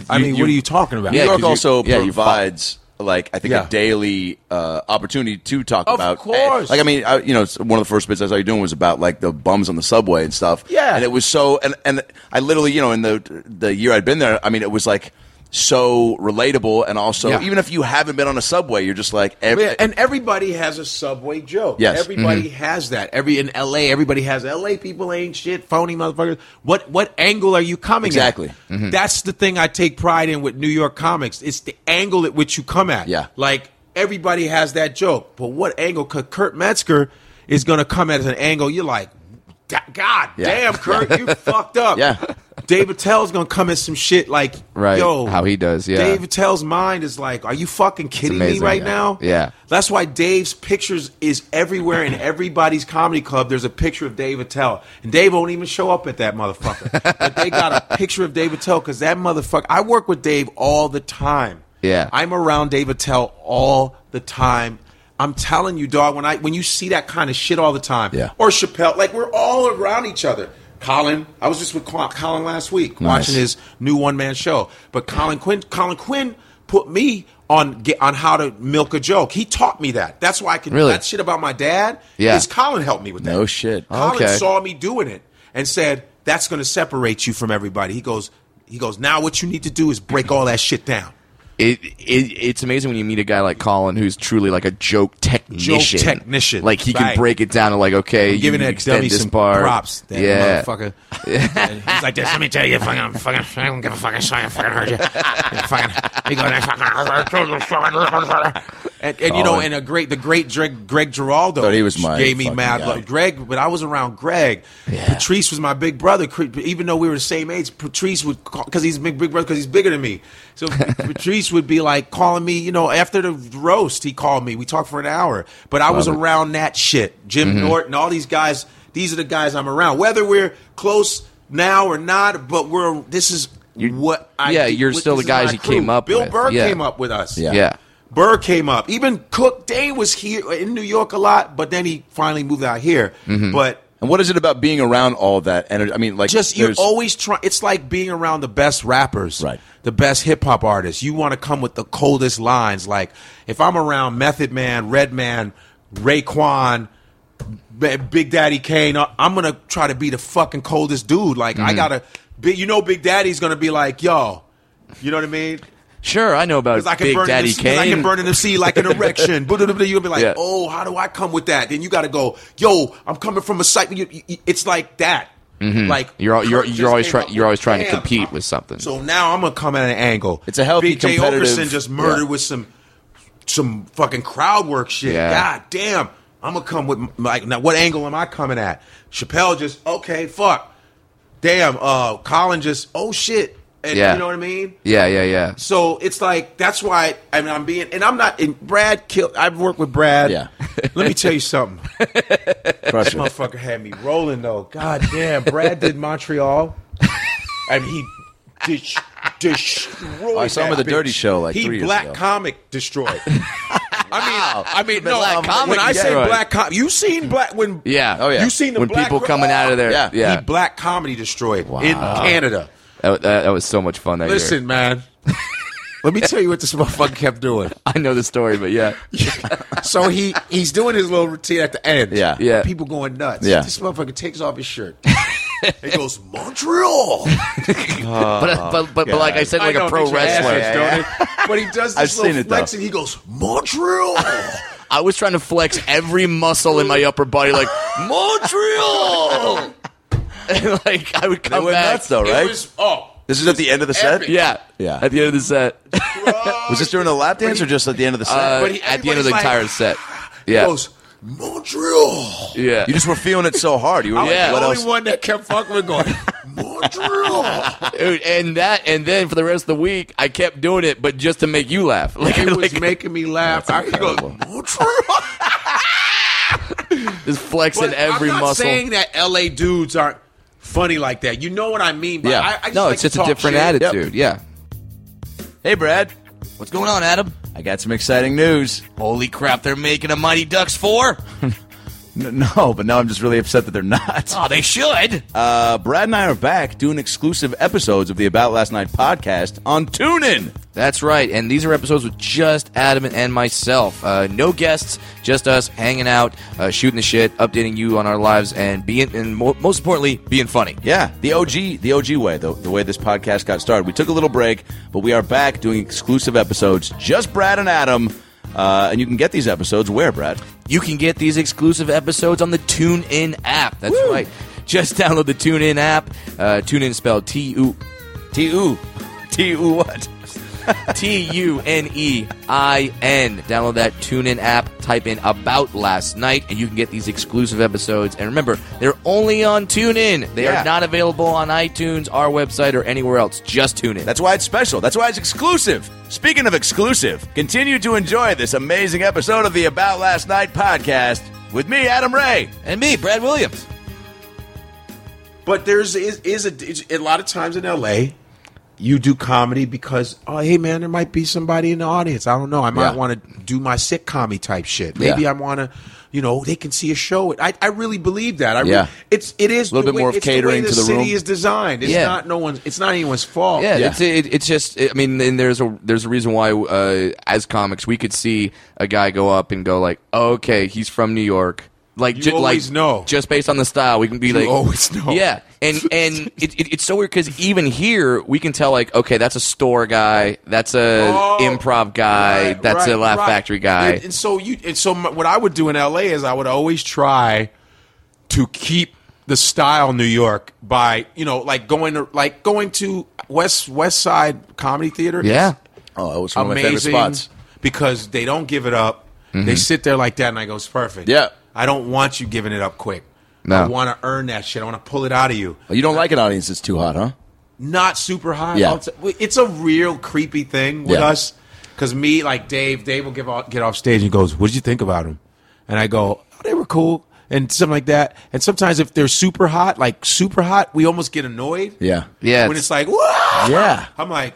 [SPEAKER 2] I mean, what are you talking about?
[SPEAKER 3] Yeah,
[SPEAKER 1] New
[SPEAKER 3] 'cause
[SPEAKER 1] York
[SPEAKER 3] you-
[SPEAKER 1] also
[SPEAKER 3] yeah, you
[SPEAKER 1] provides like I think
[SPEAKER 2] Yeah.
[SPEAKER 1] a daily uh, opportunity to talk
[SPEAKER 2] Of
[SPEAKER 1] about. eh,
[SPEAKER 2] course.
[SPEAKER 1] Like I mean, I, you know, it's one of the first bits I saw you doing was about like the bums on the subway and stuff.
[SPEAKER 2] Yeah.
[SPEAKER 1] and it was so and and I literally you know in the the year I'd been there, I mean it was like so relatable and also
[SPEAKER 2] Yeah.
[SPEAKER 1] even if you haven't been on a subway, you're just like ev-
[SPEAKER 2] Yeah, and everybody has a subway joke.
[SPEAKER 1] Yes. Mm-hmm.
[SPEAKER 2] everybody has that. Every in L.A., everybody has L.A. people ain't shit, phony motherfuckers. What what angle are you coming at?
[SPEAKER 1] Exactly. Mm-hmm.
[SPEAKER 2] That's the thing I take pride in with New York comics. It's the angle at which you come at.
[SPEAKER 1] Yeah.
[SPEAKER 2] like everybody has that joke, but what angle? Could Kurt Metzger is going to come at an angle. You're like, "G- God
[SPEAKER 1] Yeah.
[SPEAKER 2] damn, Kurt, you fucked up.
[SPEAKER 1] Yeah.
[SPEAKER 2] Dave Attell's gonna come at some shit like,
[SPEAKER 3] Right,
[SPEAKER 2] yo,
[SPEAKER 3] how he does, yeah.
[SPEAKER 2] Dave Attell's mind is like, are you fucking kidding? kidding
[SPEAKER 3] amazing.
[SPEAKER 2] me right
[SPEAKER 3] Yeah.
[SPEAKER 2] now?
[SPEAKER 3] Yeah.
[SPEAKER 2] That's why Dave's pictures is everywhere in everybody's comedy club. There's a picture of Dave Attell. And Dave won't even show up at that motherfucker. but they got a picture of Dave Attell because that motherfucker, I work with Dave all the time.
[SPEAKER 3] Yeah.
[SPEAKER 2] I'm around Dave Attell all the time. I'm telling you, dog. When I when you see that kind of shit all the time,
[SPEAKER 1] Yeah.
[SPEAKER 2] Or Chappelle, like we're all around each other. Colin, I was just with Col- Colin last week watching his new one man show. But Colin Quinn, Colin Quinn put me on get, on how to milk a joke. He taught me that. That's why I can
[SPEAKER 3] Really?
[SPEAKER 2] that shit about my dad.
[SPEAKER 3] Yeah.
[SPEAKER 2] is Colin helped me with that.
[SPEAKER 1] No shit.
[SPEAKER 2] Colin
[SPEAKER 3] Okay.
[SPEAKER 2] saw me doing it and said, "That's going to separate you from everybody." He goes, "He goes. Now what you need to do is break all that shit down."
[SPEAKER 3] it, it it's amazing when you meet a guy like Colin who's truly like a joke technician.
[SPEAKER 2] technician,
[SPEAKER 3] Like he can
[SPEAKER 2] right.
[SPEAKER 3] break it down to like okay,
[SPEAKER 2] giving
[SPEAKER 3] you
[SPEAKER 2] that
[SPEAKER 3] extend
[SPEAKER 2] dummy
[SPEAKER 3] this
[SPEAKER 2] some
[SPEAKER 3] bar.
[SPEAKER 2] props. That
[SPEAKER 3] yeah,
[SPEAKER 2] motherfucker. And he's like this. Let me tell you, fucking, I'm fucking, I don't give a fucking shit. I fucking heard you. I fucking, he goes, I fucking, I told you, fucking. And, and you know, and a great, the great Greg, Greg Giraldo
[SPEAKER 1] Thought he was my
[SPEAKER 2] gave me
[SPEAKER 1] fucking
[SPEAKER 2] mad
[SPEAKER 1] guy.
[SPEAKER 2] love. Greg, but I was around Greg. Patrice was my big brother. Cre- Even though we were the same age, Patrice would because he's big, big brother because he's bigger than me. So Patrice would be like calling me. You know, after the roast, he called me. We talked for an hour, but I was around that shit. Jim
[SPEAKER 3] Mm-hmm.
[SPEAKER 2] Norton, all these guys. These are the guys I'm around. Whether we're close now or not, but we're this is what I
[SPEAKER 3] yeah,
[SPEAKER 2] do-
[SPEAKER 3] you're
[SPEAKER 2] what-
[SPEAKER 3] still
[SPEAKER 2] this
[SPEAKER 3] the
[SPEAKER 2] is my
[SPEAKER 3] guys you
[SPEAKER 2] crew.
[SPEAKER 3] came up
[SPEAKER 2] Bill
[SPEAKER 3] with.
[SPEAKER 2] Burr
[SPEAKER 3] Yeah.
[SPEAKER 2] came up with us.
[SPEAKER 1] Yeah.
[SPEAKER 3] yeah.
[SPEAKER 2] Burr came up. Even Cook Day was here in New York a lot, but then he finally moved out here. But
[SPEAKER 1] And what is it about being around all that energy? I mean, like
[SPEAKER 2] just you're
[SPEAKER 1] there's-
[SPEAKER 2] always trying. It's like being around the best rappers,
[SPEAKER 1] Right.
[SPEAKER 2] The best hip hop artists. You want to come with the coldest lines. Like if I'm around Method Man, Redman, Raekwon, B- Big Daddy Kane, I- I'm gonna try to be the fucking coldest dude. Like I gotta, be, you know, Big Daddy's gonna be like, yo, you know what I mean?
[SPEAKER 3] Sure, I know about
[SPEAKER 2] Because I can
[SPEAKER 3] Big
[SPEAKER 2] burn
[SPEAKER 3] Daddy
[SPEAKER 2] this, 'cause I can
[SPEAKER 3] Kane.
[SPEAKER 2] burn in the sea like an erection. You're gonna be like,
[SPEAKER 3] Yeah.
[SPEAKER 2] oh, how do I come with that? Then you got to go, yo, I'm coming from a site. You, you- it's like that. Like
[SPEAKER 3] Mm-hmm. You're al- you're
[SPEAKER 2] Kurt
[SPEAKER 3] you're
[SPEAKER 2] just
[SPEAKER 3] always
[SPEAKER 2] came
[SPEAKER 3] trying
[SPEAKER 2] up
[SPEAKER 3] you're
[SPEAKER 2] with,
[SPEAKER 3] always trying to
[SPEAKER 2] "Damn,
[SPEAKER 3] compete
[SPEAKER 2] I'm-
[SPEAKER 3] with something.
[SPEAKER 2] So now I'm gonna come at an angle.
[SPEAKER 1] It's a healthy
[SPEAKER 2] Big J
[SPEAKER 1] competitive-
[SPEAKER 2] Okerson just murdered
[SPEAKER 1] yeah.
[SPEAKER 2] with some some fucking crowd work shit.
[SPEAKER 3] Yeah.
[SPEAKER 2] God damn, I'm gonna come with m- like now. What angle am I coming at? Chappelle just okay, fuck. Damn, uh, Colin just oh shit. And
[SPEAKER 3] Yeah.
[SPEAKER 2] you know what I mean?
[SPEAKER 3] yeah, yeah, yeah.
[SPEAKER 2] So it's like that's why I mean I'm being and I'm not and Brad killed I've worked with Brad.
[SPEAKER 1] Yeah.
[SPEAKER 2] Let me tell you something.
[SPEAKER 1] Trust me.
[SPEAKER 2] Motherfucker had me rolling though. God damn, Brad did Montreal. and he dis- destroyed.
[SPEAKER 1] I saw him
[SPEAKER 2] that
[SPEAKER 1] at the Dirty
[SPEAKER 2] bitch.
[SPEAKER 1] Show, like,
[SPEAKER 2] he
[SPEAKER 1] three years
[SPEAKER 2] black
[SPEAKER 1] ago.
[SPEAKER 2] comic destroyed. I mean, I mean, no,
[SPEAKER 1] Black comic
[SPEAKER 2] when I say
[SPEAKER 3] destroyed.
[SPEAKER 2] black comic, you seen black when
[SPEAKER 3] Yeah.
[SPEAKER 1] Oh, yeah.
[SPEAKER 2] you seen the
[SPEAKER 3] when
[SPEAKER 2] black
[SPEAKER 3] people
[SPEAKER 2] girl-
[SPEAKER 3] coming out of there.
[SPEAKER 1] Yeah.
[SPEAKER 3] Yeah,
[SPEAKER 2] he black comedy destroyed in Canada.
[SPEAKER 3] That, that, that was so much fun that year.
[SPEAKER 2] Listen, man. Let me tell you what this motherfucker kept doing.
[SPEAKER 3] I know the story, but yeah,
[SPEAKER 2] So he he's doing his little routine at the end.
[SPEAKER 1] Yeah.
[SPEAKER 3] Yeah.
[SPEAKER 2] People going nuts.
[SPEAKER 1] Yeah.
[SPEAKER 2] This motherfucker takes off his shirt. he goes Montreal.
[SPEAKER 3] but
[SPEAKER 1] Oh,
[SPEAKER 3] but but, but like I said, like
[SPEAKER 2] a
[SPEAKER 3] a pro wrestler.
[SPEAKER 2] But he does
[SPEAKER 1] I've
[SPEAKER 2] this
[SPEAKER 1] seen
[SPEAKER 2] little
[SPEAKER 1] it,
[SPEAKER 2] flex
[SPEAKER 1] though.
[SPEAKER 2] and he goes Montreal.
[SPEAKER 3] I was trying to flex every muscle in my upper body, like Montreal. and like I would
[SPEAKER 1] They
[SPEAKER 3] come
[SPEAKER 1] went
[SPEAKER 3] back.
[SPEAKER 1] nuts, though,
[SPEAKER 2] It
[SPEAKER 1] right?
[SPEAKER 2] was oh.
[SPEAKER 1] this is at the end of the set?
[SPEAKER 2] epic.
[SPEAKER 3] Yeah,
[SPEAKER 1] Yeah.
[SPEAKER 3] At the end of the set,
[SPEAKER 1] Was this during the lap dance or just at the end of the set?
[SPEAKER 3] Uh,
[SPEAKER 2] But he-
[SPEAKER 3] at the end of
[SPEAKER 2] everybody's
[SPEAKER 3] the
[SPEAKER 2] like,
[SPEAKER 1] "Ah,
[SPEAKER 3] entire set.
[SPEAKER 2] He
[SPEAKER 3] Yeah,
[SPEAKER 2] goes Montreal.
[SPEAKER 3] yeah.
[SPEAKER 1] you just were feeling it so hard. You were
[SPEAKER 3] Yeah.
[SPEAKER 1] like, what
[SPEAKER 2] the
[SPEAKER 1] else?
[SPEAKER 2] only one that kept fucking with going Montreal.
[SPEAKER 3] Dude, and that, and then for the rest of the week, I kept doing it, but just to make you laugh. Like,
[SPEAKER 2] It was
[SPEAKER 3] like
[SPEAKER 2] making me laugh. I he goes Montreal.
[SPEAKER 3] just flexing
[SPEAKER 2] But
[SPEAKER 3] every
[SPEAKER 2] I'm not
[SPEAKER 3] muscle.
[SPEAKER 2] saying that LA dudes aren't funny like that. You know what I mean? But
[SPEAKER 3] yeah,
[SPEAKER 2] I, I just
[SPEAKER 3] no,
[SPEAKER 2] like
[SPEAKER 3] it's
[SPEAKER 2] to
[SPEAKER 3] just a
[SPEAKER 2] talk
[SPEAKER 3] different
[SPEAKER 2] shit.
[SPEAKER 3] attitude. Yeah,
[SPEAKER 1] Hey, Brad,
[SPEAKER 3] what's going on, Adam?
[SPEAKER 1] I got some exciting news.
[SPEAKER 3] Holy crap, they're making a Mighty Ducks four.
[SPEAKER 1] N- No, but now I'm just really upset that they're not.
[SPEAKER 3] Oh, they should.
[SPEAKER 1] Uh, Brad and I are back doing exclusive episodes of the About Last Night podcast on TuneIn.
[SPEAKER 3] That's right, and these are episodes with just Adam and myself. Uh, no guests, just us hanging out, uh, shooting the shit, updating you on our lives, and being, and mo- most importantly, being funny.
[SPEAKER 1] Yeah, the OG, the OG way, the, the way this podcast got started. We took a little break, but we are back doing exclusive episodes, just Brad and Adam. Uh, and you can get these episodes where, Brad?
[SPEAKER 3] You can get these exclusive episodes on the TuneIn app. That's right. Just download the TuneIn app. Uh, TuneIn spelled T U
[SPEAKER 1] T U, T U what?
[SPEAKER 3] T U N E I N. Download that TuneIn app. Type in "about last night" and you can get these exclusive episodes. And remember, they're only on TuneIn. They
[SPEAKER 1] Yeah.
[SPEAKER 3] are not available on iTunes, our website, or anywhere else. Just TuneIn.
[SPEAKER 1] That's why it's special. That's why it's exclusive. Speaking of exclusive, continue to enjoy this amazing episode of the About Last Night podcast with me, Adam Ray.
[SPEAKER 3] and me, Brad Williams.
[SPEAKER 2] But there's is, is a, is- a lot of times in LA, you do comedy because oh hey man there might be somebody in the audience i don't know i might
[SPEAKER 1] Yeah.
[SPEAKER 2] want to do my sitcom type shit maybe
[SPEAKER 1] Yeah.
[SPEAKER 2] i want to you know they can see a show i, I really believe that i
[SPEAKER 1] Yeah.
[SPEAKER 2] re- it's it is
[SPEAKER 1] A little
[SPEAKER 2] the
[SPEAKER 1] bit
[SPEAKER 2] way-
[SPEAKER 1] more of
[SPEAKER 2] it's the way
[SPEAKER 1] catering to the
[SPEAKER 2] city
[SPEAKER 1] room.
[SPEAKER 2] is designed it's
[SPEAKER 3] Yeah.
[SPEAKER 2] not no one's it's not anyone's fault
[SPEAKER 3] Yeah,
[SPEAKER 1] Yeah.
[SPEAKER 3] It's, it, it's just. I mean, and there's a there's a reason why uh, as comics we could see a guy go up and go like, oh, okay, he's from New York. Like,
[SPEAKER 2] You
[SPEAKER 3] ju-
[SPEAKER 2] always
[SPEAKER 3] like,
[SPEAKER 2] know.
[SPEAKER 3] just based on the style, we can be like,
[SPEAKER 2] always know.
[SPEAKER 3] Yeah, and and it, it, it's so weird because even here we can tell like, okay, that's a store guy, that's a
[SPEAKER 2] Oh,
[SPEAKER 3] improv guy,
[SPEAKER 2] right,
[SPEAKER 3] that's a
[SPEAKER 2] right,
[SPEAKER 3] Laugh
[SPEAKER 2] right.
[SPEAKER 3] Factory guy.
[SPEAKER 2] And, and so you, and so m- what I would do in LA is I would always try to keep the style New York by you know like going to like going to West West Side Comedy Theater. is
[SPEAKER 3] yeah,
[SPEAKER 1] Oh, it was one of my favorite
[SPEAKER 2] amazing
[SPEAKER 1] spots.
[SPEAKER 2] because they don't give it up.
[SPEAKER 3] Mm-hmm.
[SPEAKER 2] They sit there like that, and I go, "It's perfect."
[SPEAKER 1] Yeah.
[SPEAKER 2] I don't want you giving it up quick.
[SPEAKER 3] No.
[SPEAKER 2] I want to earn that shit. I want to pull it out of you
[SPEAKER 1] You don't like an audience that's too hot, huh?
[SPEAKER 2] not super high.
[SPEAKER 1] Yeah.
[SPEAKER 2] I'll t- it's a real creepy thing with
[SPEAKER 1] Yeah.
[SPEAKER 2] us. Because me, like Dave, Dave will give off, get off stage and goes, "What did you think about him?" And I go, oh, "They were cool." And something like that. And sometimes if they're super hot, like super hot, we almost get annoyed.
[SPEAKER 1] Yeah.
[SPEAKER 3] yeah.
[SPEAKER 2] When it's like, "Whoa!"
[SPEAKER 1] Yeah.
[SPEAKER 2] I'm like,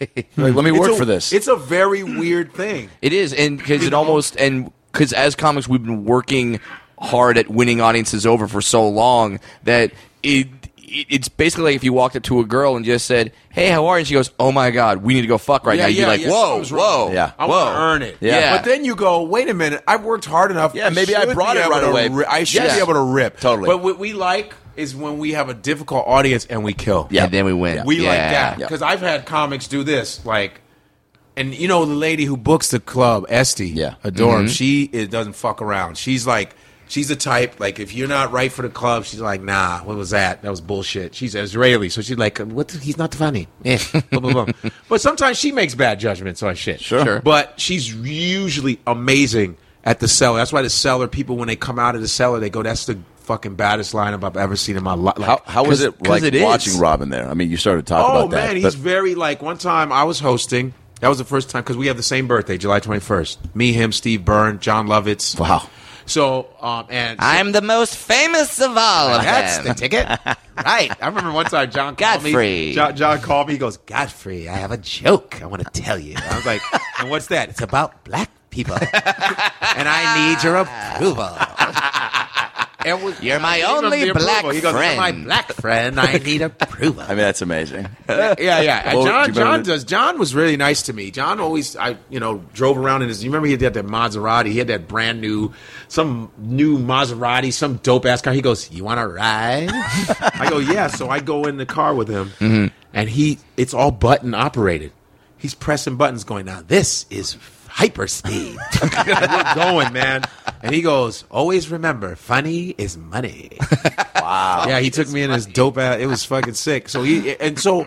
[SPEAKER 1] Like, let me
[SPEAKER 2] it's
[SPEAKER 1] work
[SPEAKER 2] a-
[SPEAKER 1] for this.
[SPEAKER 2] It's a very weird thing.
[SPEAKER 3] It is, and because it almost and because as comics we've been working hard at winning audiences over for so long that it. it- It's basically like if you walked up to a girl and just said, "Hey, how are you?" And she goes, "Oh my god, we need to go fuck right now." You'd be like, "Whoa,
[SPEAKER 2] something's wrong.
[SPEAKER 3] whoa,
[SPEAKER 1] Yeah.
[SPEAKER 2] I
[SPEAKER 3] whoa,
[SPEAKER 2] want to earn it.
[SPEAKER 1] Yeah.
[SPEAKER 3] Yeah.
[SPEAKER 2] But then you go, wait a minute, I worked hard enough.
[SPEAKER 1] Yeah, maybe I
[SPEAKER 2] should
[SPEAKER 1] brought
[SPEAKER 2] be
[SPEAKER 1] it
[SPEAKER 2] able
[SPEAKER 1] right
[SPEAKER 2] to
[SPEAKER 1] away.
[SPEAKER 2] ri- I should
[SPEAKER 1] Yes.
[SPEAKER 2] be able to rip.
[SPEAKER 1] Totally.
[SPEAKER 2] But what we like is when we have a difficult audience and we kill.
[SPEAKER 1] Yeah.
[SPEAKER 3] And then we win.
[SPEAKER 2] We like
[SPEAKER 3] Yeah.
[SPEAKER 2] that.
[SPEAKER 1] Yeah.
[SPEAKER 2] Because I've had comics do this, like and you know the lady who books the club, Esty,
[SPEAKER 1] Yeah. Mm-hmm.
[SPEAKER 2] adore him. She it doesn't fuck around. She's like she's the type like if you're not right for the club, she's like nah, what was that? That was bullshit. She's Israeli, so she's like what? the- He's not funny. Eh, blah, blah, blah. But sometimes she makes bad judgments on shit.
[SPEAKER 1] Sure. Sure.
[SPEAKER 2] but she's usually amazing at the cellar. That's why the cellar people when they come out of the cellar, they go, that's the fucking baddest lineup I've ever seen in my life.
[SPEAKER 1] How, how was
[SPEAKER 3] 'Cause-
[SPEAKER 1] it like
[SPEAKER 3] 'cause it is.
[SPEAKER 1] watching Robin there? I mean, you started talking
[SPEAKER 2] Oh
[SPEAKER 1] about that.
[SPEAKER 2] man, he's
[SPEAKER 1] but-
[SPEAKER 2] very like. One time I was hosting. That was the first time because we have the same birthday, July twenty first. Me, him, Steve Byrne, John Lovitz.
[SPEAKER 1] Wow.
[SPEAKER 2] So um and
[SPEAKER 3] I'm the most famous of all of
[SPEAKER 2] that's
[SPEAKER 3] them.
[SPEAKER 2] the ticket, right? I remember one time John called
[SPEAKER 3] Godfrey.
[SPEAKER 2] me. John, John called me. He goes, Godfrey, I have a joke I want to tell you. I was like, and what's that? It's about black people, and I need your approval. And was-
[SPEAKER 3] You're my
[SPEAKER 2] I gave him
[SPEAKER 3] only
[SPEAKER 2] the
[SPEAKER 3] black
[SPEAKER 2] approval. He goes, "You're my
[SPEAKER 3] friend."
[SPEAKER 2] black friend. I need approval.
[SPEAKER 1] I mean, that's amazing.
[SPEAKER 2] yeah, yeah. And
[SPEAKER 1] Well, do
[SPEAKER 2] John,
[SPEAKER 1] you remember
[SPEAKER 2] John
[SPEAKER 1] the-
[SPEAKER 2] does. John was really nice to me. John always, I you know, drove around in his. You remember he had that Maserati. He had that brand new, some new Maserati, some dope ass car. He goes, "You want to ride?" I go, "Yeah." So I go in the car with him,
[SPEAKER 1] Mm-hmm.
[SPEAKER 2] and he, it's all button operated. He's pressing buttons, going, "Now this is." Hyper speed. we're going, man. And he goes, always remember, funny is money. Yeah, he took me in his dope ass. It was fucking sick. So he and so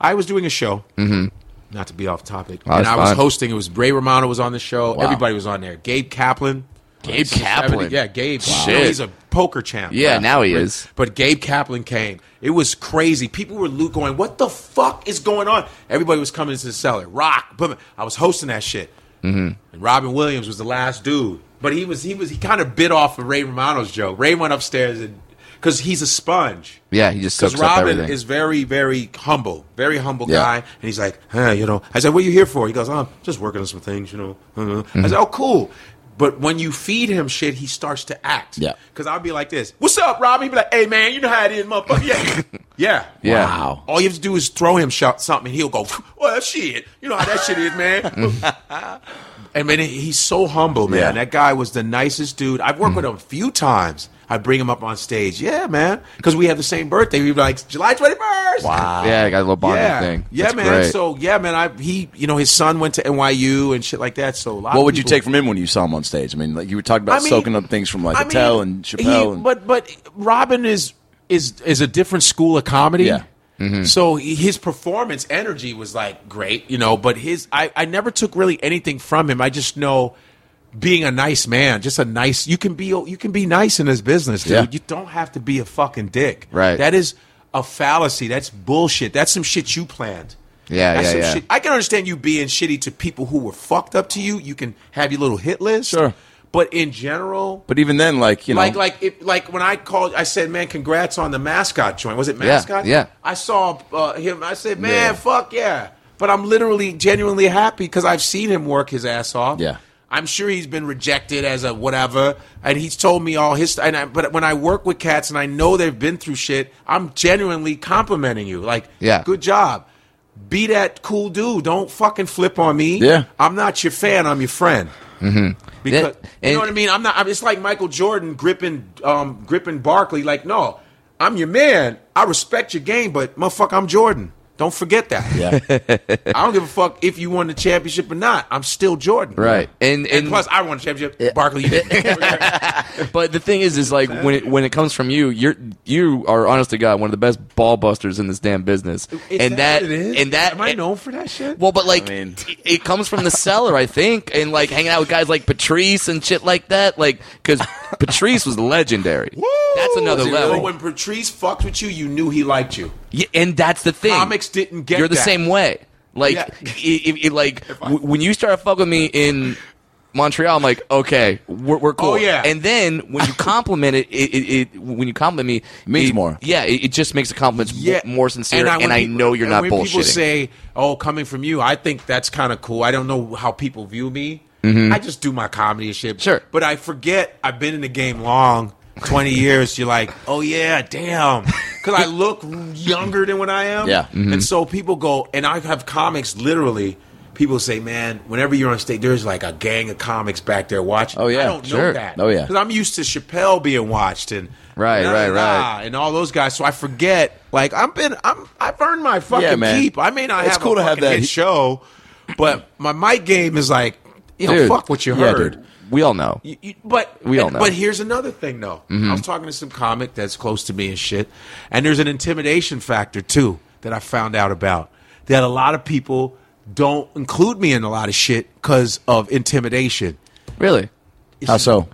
[SPEAKER 2] I was doing a show. Mm-hmm. Not to be off topic, and
[SPEAKER 3] that's
[SPEAKER 2] I was
[SPEAKER 3] fine.
[SPEAKER 2] hosting. It was Ray Romano was on the show. Everybody was on there. Gabe Kaplan.
[SPEAKER 3] Gabe Kaplan.
[SPEAKER 2] Yeah, Gabe.
[SPEAKER 3] Wow.
[SPEAKER 2] You know,
[SPEAKER 3] Shit.
[SPEAKER 2] he's a poker champ.
[SPEAKER 3] Yeah, now he is.
[SPEAKER 2] But Gabe Kaplan came. It was crazy. People were lo- going, "What the fuck is going on?" Everybody was coming to the cellar. Rock. Boom. I was hosting that shit. And Robin Williams was the last dude, but he was he was he kind of bit off of Ray Romano's joke. Ray went upstairs and because he's a sponge.
[SPEAKER 3] Yeah, he just
[SPEAKER 2] Because
[SPEAKER 3] soaks up
[SPEAKER 2] Robin
[SPEAKER 3] everything.
[SPEAKER 2] is very, very humble, very humble
[SPEAKER 1] Yeah.
[SPEAKER 2] guy, and he's like, huh, you know. I said, "What are you here for?" He goes, "I'm just working on some things, you know." Uh-huh.
[SPEAKER 3] Mm-hmm.
[SPEAKER 2] I said, "Oh, cool." But when you feed him shit, he starts to act.
[SPEAKER 1] Yeah.
[SPEAKER 2] Because I'll be like this, "What's up, Robin?" He'd be like, "Hey, man, you know how it is, motherfucker." Yeah, yeah,
[SPEAKER 3] Yeah.
[SPEAKER 1] Wow.
[SPEAKER 2] All you have to do is throw him shot something, and he'll go, "Well, shit, you know how that shit is, man." I mean, he's so humble, man.
[SPEAKER 1] Yeah.
[SPEAKER 2] That guy was the nicest dude. I've worked with him a few times. I bring him up on stage. Yeah, man. Because we have the same birthday. We were like, July 21st. Wow.
[SPEAKER 3] yeah, I got a little bonding
[SPEAKER 2] Yeah.
[SPEAKER 3] thing.
[SPEAKER 2] Yeah,
[SPEAKER 3] That's
[SPEAKER 2] man.
[SPEAKER 3] great.
[SPEAKER 2] So, yeah, man. I He, you know, his son went to NYU and shit like that. So, a lot
[SPEAKER 1] What
[SPEAKER 2] of
[SPEAKER 1] would you
[SPEAKER 2] people-
[SPEAKER 1] take from him when you saw him on stage? I mean, like you were talking about
[SPEAKER 2] I mean-
[SPEAKER 1] soaking up things from like
[SPEAKER 2] I
[SPEAKER 1] Attell
[SPEAKER 2] mean,
[SPEAKER 1] and Chappelle.
[SPEAKER 2] he-
[SPEAKER 1] and,
[SPEAKER 2] but but Robin is is is a different school of comedy. Mm-hmm.
[SPEAKER 1] Yeah.
[SPEAKER 2] So he- his performance energy was like great, you know. But his I I never took really anything from him. I just know being a nice man, just a nice. You can be you can be nice in this business, dude.
[SPEAKER 1] Yeah.
[SPEAKER 2] You don't have to be a fucking dick.
[SPEAKER 3] Right.
[SPEAKER 2] That is a fallacy. That's bullshit. That's some shit you planned.
[SPEAKER 3] Yeah,
[SPEAKER 2] That's
[SPEAKER 3] yeah,
[SPEAKER 2] some
[SPEAKER 3] yeah.
[SPEAKER 2] shit- I can understand you being shitty to people who were fucked up to you. You can have your little hit list.
[SPEAKER 1] Sure.
[SPEAKER 2] But in general,
[SPEAKER 1] But even then, like you know,
[SPEAKER 2] like like it, like when I called, I said, "Man, congrats on the mascot joint." Was it mascot?
[SPEAKER 3] yeah.
[SPEAKER 2] I saw uh, him. I said, "Man,
[SPEAKER 1] Yeah.
[SPEAKER 2] fuck yeah!" But I'm literally genuinely happy because I've seen him work his ass off.
[SPEAKER 1] Yeah.
[SPEAKER 2] I'm sure he's been rejected as a whatever, and he's told me all his. And I, but when I work with cats and I know they've been through shit, I'm genuinely complimenting you. Like,
[SPEAKER 3] Yeah.
[SPEAKER 2] good job. Be that cool dude. Don't fucking flip on me.
[SPEAKER 1] Yeah.
[SPEAKER 2] I'm not your fan. I'm your friend. Because
[SPEAKER 3] That-
[SPEAKER 2] you know
[SPEAKER 3] and-
[SPEAKER 2] what I mean. I'm not. I'm, it's like Michael Jordan gripping, um, gripping Barkley. Like, no, I'm your man. I respect your game, but motherfucker, I'm Jordan. Don't forget that.
[SPEAKER 4] Yeah.
[SPEAKER 2] I don't give a fuck if you won the championship or not. I'm still Jordan.
[SPEAKER 3] Right. And- and-
[SPEAKER 2] plus, I won the championship. Barkley, you didn't.
[SPEAKER 3] But the thing is, is like when it, when it comes from you, you're you are honest to God one of the best ball busters in this damn business,
[SPEAKER 2] Is
[SPEAKER 3] and that,
[SPEAKER 2] what it is?
[SPEAKER 3] and that
[SPEAKER 2] am I known for that shit?
[SPEAKER 3] Well, but like
[SPEAKER 1] I mean-
[SPEAKER 3] it- it comes from the seller, I think, and like hanging out with guys like Patrice and shit like that, like because Patrice was legendary. That's another
[SPEAKER 1] Was he
[SPEAKER 3] level.
[SPEAKER 1] really?
[SPEAKER 2] But when Patrice fucked with you, you knew he liked you.
[SPEAKER 3] Yeah, and that's the thing.
[SPEAKER 2] Comics didn't get
[SPEAKER 3] You're the
[SPEAKER 2] that.
[SPEAKER 3] same way. Like,
[SPEAKER 2] Yeah.
[SPEAKER 3] it, it, like w- when you start to fuck with me in Montreal, I'm like, okay, we're, we're cool.
[SPEAKER 2] Oh, yeah.
[SPEAKER 3] And then when you compliment it, it, it, it when you compliment me,
[SPEAKER 1] Means
[SPEAKER 3] it-
[SPEAKER 1] more.
[SPEAKER 3] Yeah, it, it just makes the compliments w- more sincere. And I,
[SPEAKER 2] when people-
[SPEAKER 3] know you're
[SPEAKER 2] and
[SPEAKER 3] not
[SPEAKER 2] when
[SPEAKER 3] bullshitting.
[SPEAKER 2] People say, "Oh, coming from you," I think that's kind of cool. I don't know how people view me. I just do my comedy and shit.
[SPEAKER 3] Mm-hmm. Sure.
[SPEAKER 2] but I forget I've been in the game long. 20 years you're like oh yeah damn because i look younger than what i am
[SPEAKER 1] Yeah.
[SPEAKER 3] Mm-hmm.
[SPEAKER 2] and so people go and i have comics literally people say man whenever you're on stage there's like a gang of comics back there watching
[SPEAKER 1] Oh, yeah,
[SPEAKER 2] i don't know
[SPEAKER 1] sure.
[SPEAKER 2] that
[SPEAKER 1] Oh, yeah.
[SPEAKER 2] because i'm used to chappelle being watched and
[SPEAKER 3] Right, right, right.
[SPEAKER 2] and all those guys. So I forget. Like I've been, I'm, I've earned my fucking
[SPEAKER 1] Yeah, man.
[SPEAKER 2] keep. I may not
[SPEAKER 1] It's
[SPEAKER 2] have
[SPEAKER 1] cool
[SPEAKER 2] a
[SPEAKER 1] to have
[SPEAKER 2] fucking
[SPEAKER 1] that-
[SPEAKER 2] hit show, but my mic game is like, you know,
[SPEAKER 3] Dude.
[SPEAKER 2] fuck what you
[SPEAKER 1] Yeah,
[SPEAKER 2] heard.
[SPEAKER 1] dude.
[SPEAKER 3] we all know.
[SPEAKER 2] You- you- but
[SPEAKER 3] We all
[SPEAKER 2] and-
[SPEAKER 3] know.
[SPEAKER 2] But here's another thing, though.
[SPEAKER 1] Mm-hmm.
[SPEAKER 2] I was talking to some comic that's close to me and shit, and there's an intimidation factor too that I found out about that a lot of people don't include me in a lot of shit because of intimidation.
[SPEAKER 3] Really?
[SPEAKER 1] how so?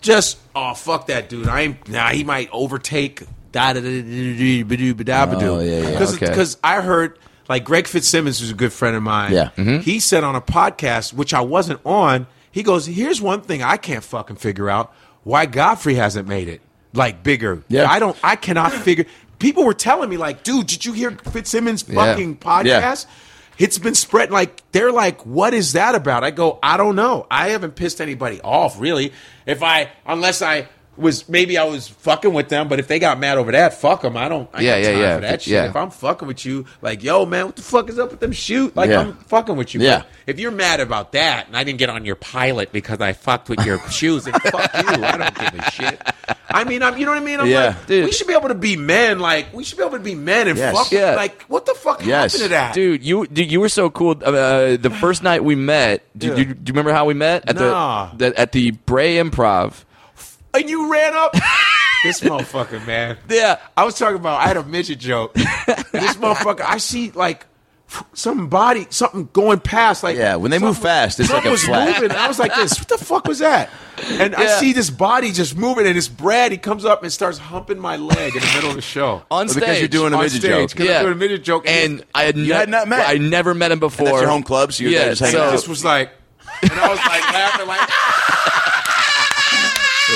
[SPEAKER 2] just oh fuck that dude. I ain't nah. He might overtake da da da da da da da da
[SPEAKER 1] Oh, yeah, yeah,
[SPEAKER 2] Because
[SPEAKER 3] okay.
[SPEAKER 2] because I heard like Greg Fitzsimmons, who's a good friend of mine.
[SPEAKER 1] Yeah. mm-hmm.
[SPEAKER 2] he said on a podcast which I wasn't on. He goes, "Here's one thing I can't fucking figure out: why Godfrey hasn't made it like bigger.
[SPEAKER 1] Yeah.
[SPEAKER 2] I don't. I cannot figure." People were telling me like, "Dude, did you hear Fitzsimmons'
[SPEAKER 3] Yeah.
[SPEAKER 2] fucking podcast?" It's been spread like they're like, what is that about? I go, I don't know. I haven't pissed anybody off really. If I, unless I was maybe I was fucking with them, but if they got mad over that, fuck them. I don't. I yeah,
[SPEAKER 3] Yeah, yeah,
[SPEAKER 2] yeah,
[SPEAKER 3] yeah.
[SPEAKER 2] For that shit.
[SPEAKER 3] Yeah.
[SPEAKER 2] If I'm fucking with you, like, yo, man, what the fuck is up with them shoot? Like,
[SPEAKER 1] Yeah.
[SPEAKER 2] I'm fucking with you.
[SPEAKER 1] Yeah.
[SPEAKER 2] But If you're mad about that, and I didn't get on your pilot because I fucked with your shoes, and fuck you, I don't give a shit. I mean, I'm, you know what I mean? I'm
[SPEAKER 1] Yeah.
[SPEAKER 2] like, we should be able to be men. Like, we should be able to be men and
[SPEAKER 1] Yes.
[SPEAKER 2] fuck.
[SPEAKER 3] Yeah.
[SPEAKER 2] Like, what the fuck
[SPEAKER 1] Yes.
[SPEAKER 2] happened to that?
[SPEAKER 3] Dude, you dude, you were so cool. Uh, the first night we met, do, do, do you remember how we met at
[SPEAKER 2] Nah.
[SPEAKER 3] the, the at the Bray Improv?
[SPEAKER 2] and you ran up. this motherfucker, man.
[SPEAKER 3] Yeah.
[SPEAKER 2] I was talking about. I had a midget joke. this motherfucker. I see like f- some body, something going past. Like
[SPEAKER 1] Yeah, when they move
[SPEAKER 2] something-
[SPEAKER 1] fast, it's like
[SPEAKER 2] something
[SPEAKER 1] a
[SPEAKER 2] was
[SPEAKER 1] flash.
[SPEAKER 2] moving. I was like, this. What the fuck was that? And I
[SPEAKER 3] Yeah.
[SPEAKER 2] see this body just moving, and it's Brad. He comes up and starts humping my leg in the middle of the show.
[SPEAKER 3] On stage.
[SPEAKER 1] Because you're doing a
[SPEAKER 2] On
[SPEAKER 1] midget
[SPEAKER 2] stage,
[SPEAKER 1] joke.
[SPEAKER 2] 'cause I'm doing a midget joke,
[SPEAKER 3] And I had,
[SPEAKER 1] You had not met.
[SPEAKER 3] I never met him before.
[SPEAKER 1] your home club, so you were
[SPEAKER 3] yeah,
[SPEAKER 1] there just hanging
[SPEAKER 3] so-
[SPEAKER 1] out.
[SPEAKER 2] This was like, and I was like laughing, like.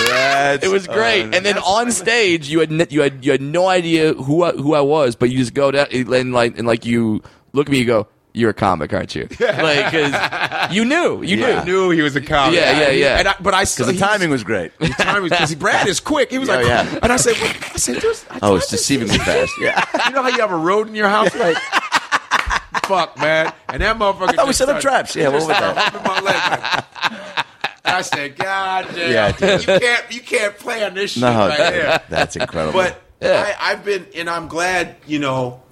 [SPEAKER 1] That's-
[SPEAKER 3] It was
[SPEAKER 1] Oh,
[SPEAKER 3] great. and then on stage, you had n- you had you had no idea who I, who I was, but you just go down and like and like you look at me, you go, "You're a comic, aren't you?" like 'cause you knew, you
[SPEAKER 1] Yeah.
[SPEAKER 2] I
[SPEAKER 3] knew.
[SPEAKER 2] knew he was a comic.
[SPEAKER 3] Yeah, yeah, yeah.
[SPEAKER 2] And I, but I because
[SPEAKER 1] the timing was great.
[SPEAKER 2] The timing because Brad is quick. He was
[SPEAKER 1] Yeah,
[SPEAKER 2] like,
[SPEAKER 1] yeah.
[SPEAKER 2] and I said, well, I said, "Dude, I
[SPEAKER 1] Oh,
[SPEAKER 2] tried
[SPEAKER 1] it's
[SPEAKER 2] this
[SPEAKER 1] deceivingly fast. Yeah.
[SPEAKER 2] you know how you have a road in your house? Like, fuck, man. And that motherfucker.
[SPEAKER 1] thought we
[SPEAKER 2] just
[SPEAKER 1] set up
[SPEAKER 2] started-
[SPEAKER 1] traps. Yeah,
[SPEAKER 2] he
[SPEAKER 1] what
[SPEAKER 2] just
[SPEAKER 1] was
[SPEAKER 2] started
[SPEAKER 1] that?
[SPEAKER 2] rubbing my leg, like- I said, God damn.
[SPEAKER 1] Yeah, dude.
[SPEAKER 2] you can't you can't play on this shit
[SPEAKER 1] No,
[SPEAKER 2] right here.
[SPEAKER 1] that's incredible.
[SPEAKER 2] But I, I've been, and I'm glad, you know.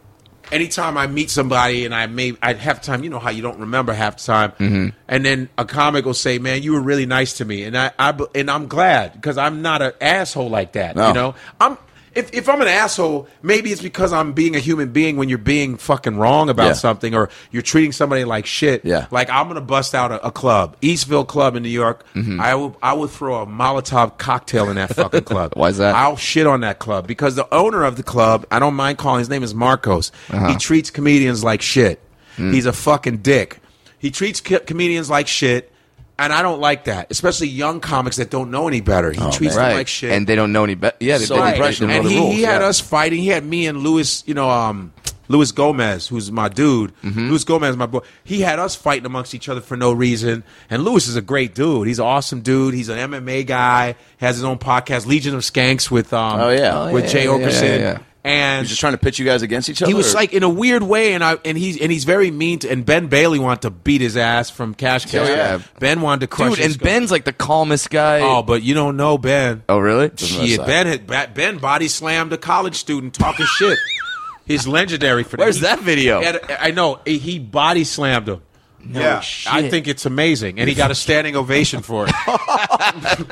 [SPEAKER 2] Anytime I meet somebody and I may I half time, you know how you don't remember half the time,
[SPEAKER 1] Mm-hmm.
[SPEAKER 2] and then a comic will say, "Man, you were really nice to me," and I, I b- and I'm glad because I'm not an asshole like that.
[SPEAKER 1] No.
[SPEAKER 2] You know, I'm if if I'm an asshole, maybe it's because I'm being a human being when you're being fucking wrong about
[SPEAKER 1] Yeah.
[SPEAKER 2] something or you're treating somebody like shit.
[SPEAKER 1] Yeah.
[SPEAKER 2] Like I'm gonna bust out a, a club, Eastville Club in New York.
[SPEAKER 1] Mm-hmm.
[SPEAKER 2] I will I would throw a Molotov cocktail in that fucking club.
[SPEAKER 3] Why is that?
[SPEAKER 2] I'll shit on that club because the owner of the club, I don't mind calling his name is Marcos.
[SPEAKER 3] Uh-huh.
[SPEAKER 2] He treats
[SPEAKER 3] Hmm.
[SPEAKER 2] comedians like shit. He's a fucking dick. He treats co- comedians like shit. And I don't like that, especially young comics that don't know any better. He treats
[SPEAKER 3] Oh, right.
[SPEAKER 2] them like shit.
[SPEAKER 3] And they don't know any better. Yeah, they
[SPEAKER 1] So
[SPEAKER 3] they don't-
[SPEAKER 1] impressionable.
[SPEAKER 3] they don't
[SPEAKER 2] And
[SPEAKER 3] know the
[SPEAKER 2] he,
[SPEAKER 3] rules,
[SPEAKER 2] he had
[SPEAKER 3] yeah.
[SPEAKER 2] us fighting. He had me and Luis, you know, um, Luis Gomez, who's my dude. Luis Gomez, my boy. He had us fighting amongst each other for no reason. And Luis is a great dude. He's an awesome dude. He's an MMA guy. Has his own podcast, Legion of Skanks, with um,
[SPEAKER 1] Oh, yeah. Oh,
[SPEAKER 2] with
[SPEAKER 3] yeah,
[SPEAKER 2] Jay
[SPEAKER 3] yeah, yeah,
[SPEAKER 2] Okerson.
[SPEAKER 3] yeah, yeah.
[SPEAKER 2] And
[SPEAKER 1] He's just trying to pitch you guys against each other.
[SPEAKER 2] he was
[SPEAKER 1] or-
[SPEAKER 2] like in a weird way, and I and he's and he's very mean. To, and Ben Bailey wanted to beat his ass from Cash Cash.
[SPEAKER 1] yeah.
[SPEAKER 2] Ben wanted to crush.
[SPEAKER 3] Dude,
[SPEAKER 2] his
[SPEAKER 3] and
[SPEAKER 2] skull.
[SPEAKER 3] Ben's like the calmest guy.
[SPEAKER 2] Oh, but you don't know Ben.
[SPEAKER 3] Oh, really?
[SPEAKER 2] Shit, Ben had ba- Ben body slammed a college student talking shit. He's legendary for that.
[SPEAKER 3] Where's that video?
[SPEAKER 2] He had- I know he body slammed him. yeah, I think it's amazing, and he got a standing ovation for it.
[SPEAKER 1] Oh, yeah, it's the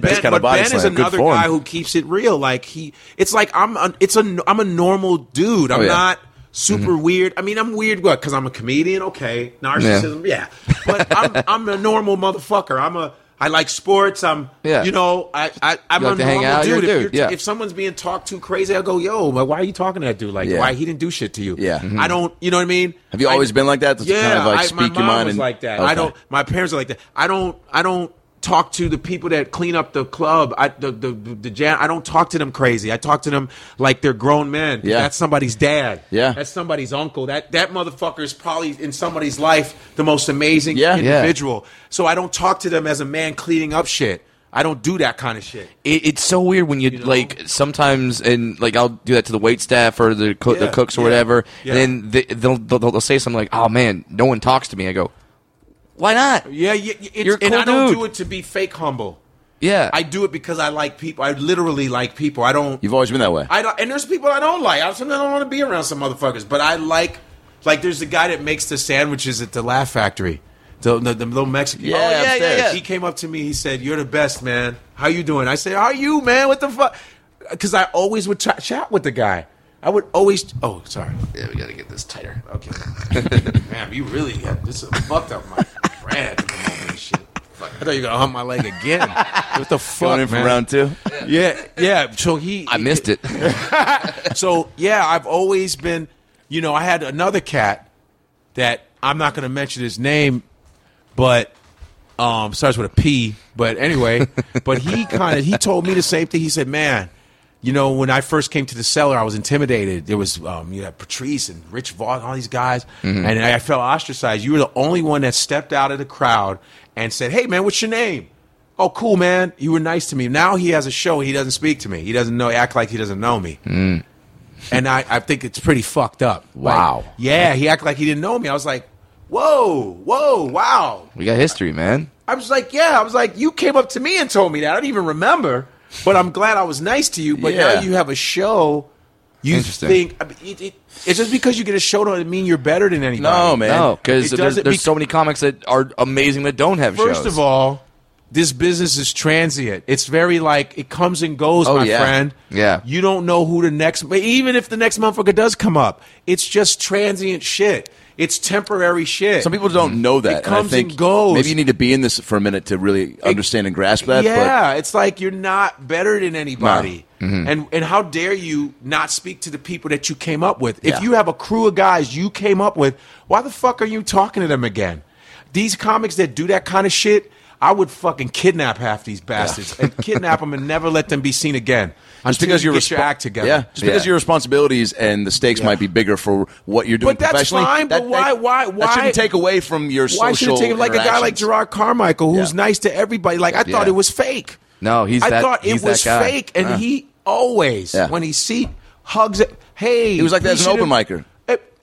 [SPEAKER 1] best kind
[SPEAKER 2] ben, but
[SPEAKER 1] of body
[SPEAKER 2] Ben is
[SPEAKER 1] slam. Good
[SPEAKER 2] another
[SPEAKER 1] form.
[SPEAKER 2] guy who keeps it real. Like he, it's like I'm, a, it's a, I'm a normal dude. I'm
[SPEAKER 1] Oh,
[SPEAKER 3] yeah.
[SPEAKER 2] not super
[SPEAKER 1] Mm-hmm.
[SPEAKER 2] weird. I mean, I'm weird, what? Because I'm a comedian. Okay, narcissism. Yeah, but I'm, I'm a normal motherfucker. I'm a, I like sports. I'm,
[SPEAKER 3] Yeah.
[SPEAKER 2] you know, I, I I'm
[SPEAKER 3] You like
[SPEAKER 2] a
[SPEAKER 3] to hang
[SPEAKER 2] normal
[SPEAKER 3] out, you're a
[SPEAKER 2] dude.
[SPEAKER 3] dude,
[SPEAKER 2] If,
[SPEAKER 3] yeah.
[SPEAKER 2] if someone's being talked to crazy, I'll go, yo, like, why are you talking to that dude? Like,
[SPEAKER 1] Yeah.
[SPEAKER 2] why he didn't do shit to you?
[SPEAKER 1] Yeah. Mhm.
[SPEAKER 2] I don't. You know what I mean?
[SPEAKER 1] Have you
[SPEAKER 2] I-
[SPEAKER 1] always been like that? That's kind of like
[SPEAKER 2] I-
[SPEAKER 1] speak
[SPEAKER 2] my
[SPEAKER 1] your
[SPEAKER 2] mom
[SPEAKER 1] mind
[SPEAKER 2] was
[SPEAKER 1] and-
[SPEAKER 2] like that.
[SPEAKER 1] Okay.
[SPEAKER 2] I don't. My parents are like that. I don't. I don't talk to the people that clean up the club. I the the, the, jam. I don't talk to them crazy. I talk to them like they're grown men.
[SPEAKER 1] Yeah.
[SPEAKER 2] that's somebody's dad.
[SPEAKER 1] Yeah.
[SPEAKER 2] that's somebody's uncle. That that motherfucker is probably in somebody's life the most amazing
[SPEAKER 1] Yeah.
[SPEAKER 3] Yeah.
[SPEAKER 2] individual. So I don't talk to them as a man cleaning up shit. I don't do that kind of shit.
[SPEAKER 3] It, it's so weird when you,
[SPEAKER 2] know?
[SPEAKER 3] like sometimes and like I'll do that to the wait staff or the, co- the
[SPEAKER 2] Yeah,
[SPEAKER 3] cooks or
[SPEAKER 2] yeah,
[SPEAKER 3] whatever,
[SPEAKER 2] yeah.
[SPEAKER 3] and then they, they'll, they'll they'll say something like, "Oh man, no one talks to me." I go, "Why not?"
[SPEAKER 2] Yeah, yeah. It's,
[SPEAKER 3] You're a
[SPEAKER 2] and
[SPEAKER 3] cool
[SPEAKER 2] I don't
[SPEAKER 3] dude.
[SPEAKER 2] do it to be fake humble.
[SPEAKER 3] Yeah,
[SPEAKER 2] I do it because I like people. I literally like people. I don't.
[SPEAKER 1] You've always been that way.
[SPEAKER 2] I don't, and there's people I don't like. I sometimes don't want to be around some motherfuckers, but I like like there's the guy that makes the sandwiches at the Laugh Factory, the the, the little Mexican.
[SPEAKER 1] Yeah, Oh, yeah, yeah, upstairs. yeah.
[SPEAKER 2] He came up to me. He said, "You're the best, man. How you doing?" I said, "How you, man? What the fuck?" Because I always would ch- chat with the guy. I would always. Oh, sorry.
[SPEAKER 3] yeah, we gotta get this tighter.
[SPEAKER 2] Okay. man, you really got this is fucked up my brand. at the moment and shit. Fuck, I thought you were gonna hump my leg again. What the fuck,
[SPEAKER 1] Going in for
[SPEAKER 2] man?
[SPEAKER 1] round two.
[SPEAKER 2] Yeah, yeah. So he,
[SPEAKER 3] I missed it.
[SPEAKER 2] so yeah, I've always been, you know, I had another cat that I'm not going to mention his name, but um, starts with a P. But anyway, but he kind of he told me the same thing. He said, "Man, you know, when I first came to the cellar, I was intimidated. There was um, you had Patrice and Rich Vaughn, all these guys, and I felt ostracized. You were the only one that stepped out of the crowd and said, "Hey, man, what's your name?" Oh, cool, man. You were nice to me. Now he has a show. He doesn't speak to me. He doesn't know. Act like he doesn't know me and I, I think it's pretty fucked up. Like,
[SPEAKER 3] Wow.
[SPEAKER 2] yeah, he acted like he didn't know me. I was like, whoa, whoa, wow.
[SPEAKER 3] We got history, man.
[SPEAKER 2] I was like, yeah. I was like, you came up to me and told me that. I don't even remember, but I'm glad I was nice to you. But
[SPEAKER 1] Yeah.
[SPEAKER 2] now you have a show. You
[SPEAKER 3] Interesting.
[SPEAKER 2] think I mean, it, it, it's just because you get a show doesn't mean you're better than anybody.
[SPEAKER 1] No, man.
[SPEAKER 3] No, because
[SPEAKER 2] It
[SPEAKER 3] there's,
[SPEAKER 2] doesn't
[SPEAKER 3] there's
[SPEAKER 2] bec-
[SPEAKER 3] so many comics that are amazing that don't have shows.
[SPEAKER 2] First of all, this business is transient. It's very like it comes and goes, my
[SPEAKER 1] Oh, yeah.
[SPEAKER 2] friend.
[SPEAKER 3] Yeah.
[SPEAKER 2] You don't know who the next but even if the next motherfucker does come up, it's just transient shit. It's temporary shit.
[SPEAKER 1] Some people don't know that. and I
[SPEAKER 2] comes
[SPEAKER 1] think
[SPEAKER 2] and goes.
[SPEAKER 1] Maybe you need to be in this for a minute to really understand and grasp that.
[SPEAKER 2] yeah, it's like you're not better than anybody.
[SPEAKER 1] Mm-hmm.
[SPEAKER 2] And and how dare you not speak to the people that you came up with?
[SPEAKER 1] Yeah.
[SPEAKER 2] If you have a crew of guys you came up with, why the fuck are you talking to them again? These comics that do that kind of shit, I would fucking kidnap half these bastards and kidnap them and never let them be seen again.
[SPEAKER 1] Just
[SPEAKER 2] until
[SPEAKER 1] because
[SPEAKER 2] you
[SPEAKER 1] your
[SPEAKER 2] get
[SPEAKER 1] respo-
[SPEAKER 2] your act together.
[SPEAKER 1] yeah. Just because
[SPEAKER 3] Yeah.
[SPEAKER 1] your responsibilities and the stakes might be bigger for what you're doing
[SPEAKER 2] But that's
[SPEAKER 1] professionally.
[SPEAKER 2] fine, but why- why-
[SPEAKER 1] That
[SPEAKER 2] why-
[SPEAKER 1] shouldn't take away from your
[SPEAKER 2] Why should
[SPEAKER 1] social
[SPEAKER 2] it take him like a guy like
[SPEAKER 1] interactions.
[SPEAKER 2] Gerard Carmichael, who's
[SPEAKER 1] Yeah.
[SPEAKER 2] nice to everybody? Like I thought
[SPEAKER 3] Yeah.
[SPEAKER 2] it was fake.
[SPEAKER 3] No, he's
[SPEAKER 2] I
[SPEAKER 3] that-
[SPEAKER 2] thought
[SPEAKER 3] he's
[SPEAKER 2] it
[SPEAKER 3] that
[SPEAKER 2] was
[SPEAKER 3] guy.
[SPEAKER 2] fake, and
[SPEAKER 3] Uh.
[SPEAKER 2] he always
[SPEAKER 1] Uh-huh. Yeah.
[SPEAKER 2] when he see hugs. It, hey, he
[SPEAKER 1] was like that as an open micer.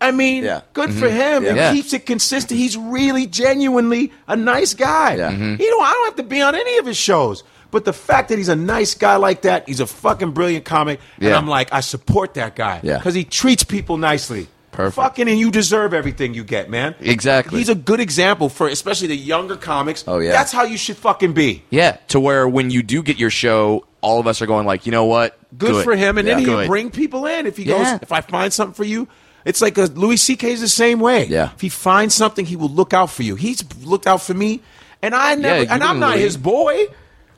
[SPEAKER 2] I mean,
[SPEAKER 1] Yeah. Mm-hmm.
[SPEAKER 2] good for him. It
[SPEAKER 3] Yeah.
[SPEAKER 2] keeps it consistent. He's really genuinely a nice guy.
[SPEAKER 1] Yeah. Mhm.
[SPEAKER 2] You know, I don't have to be on any of his shows. But the fact that he's a nice guy like that, he's a fucking brilliant comic, and
[SPEAKER 3] Yeah.
[SPEAKER 2] I'm like, I support that guy
[SPEAKER 1] Yeah.
[SPEAKER 2] because he treats people nicely.
[SPEAKER 3] Perfect.
[SPEAKER 2] Fucking, and you deserve everything you get, man.
[SPEAKER 3] Exactly.
[SPEAKER 2] He's a good example for especially the younger comics.
[SPEAKER 1] Oh, yeah.
[SPEAKER 2] That's how you should fucking be.
[SPEAKER 3] yeah, to where when you do get your show, all of us are going like, you know what?
[SPEAKER 2] Good, for him, and then
[SPEAKER 3] Yeah.
[SPEAKER 2] he'll
[SPEAKER 3] Good.
[SPEAKER 2] bring people in. If he
[SPEAKER 3] Yeah.
[SPEAKER 2] goes, if I find something for you, it's like a Louis C.K. is the same way.
[SPEAKER 1] Yeah.
[SPEAKER 2] If he finds something, he will look out for you. He's looked out for me, and I never,
[SPEAKER 3] you've
[SPEAKER 2] and I'm
[SPEAKER 3] been
[SPEAKER 2] not
[SPEAKER 3] Louis.
[SPEAKER 2] his boy.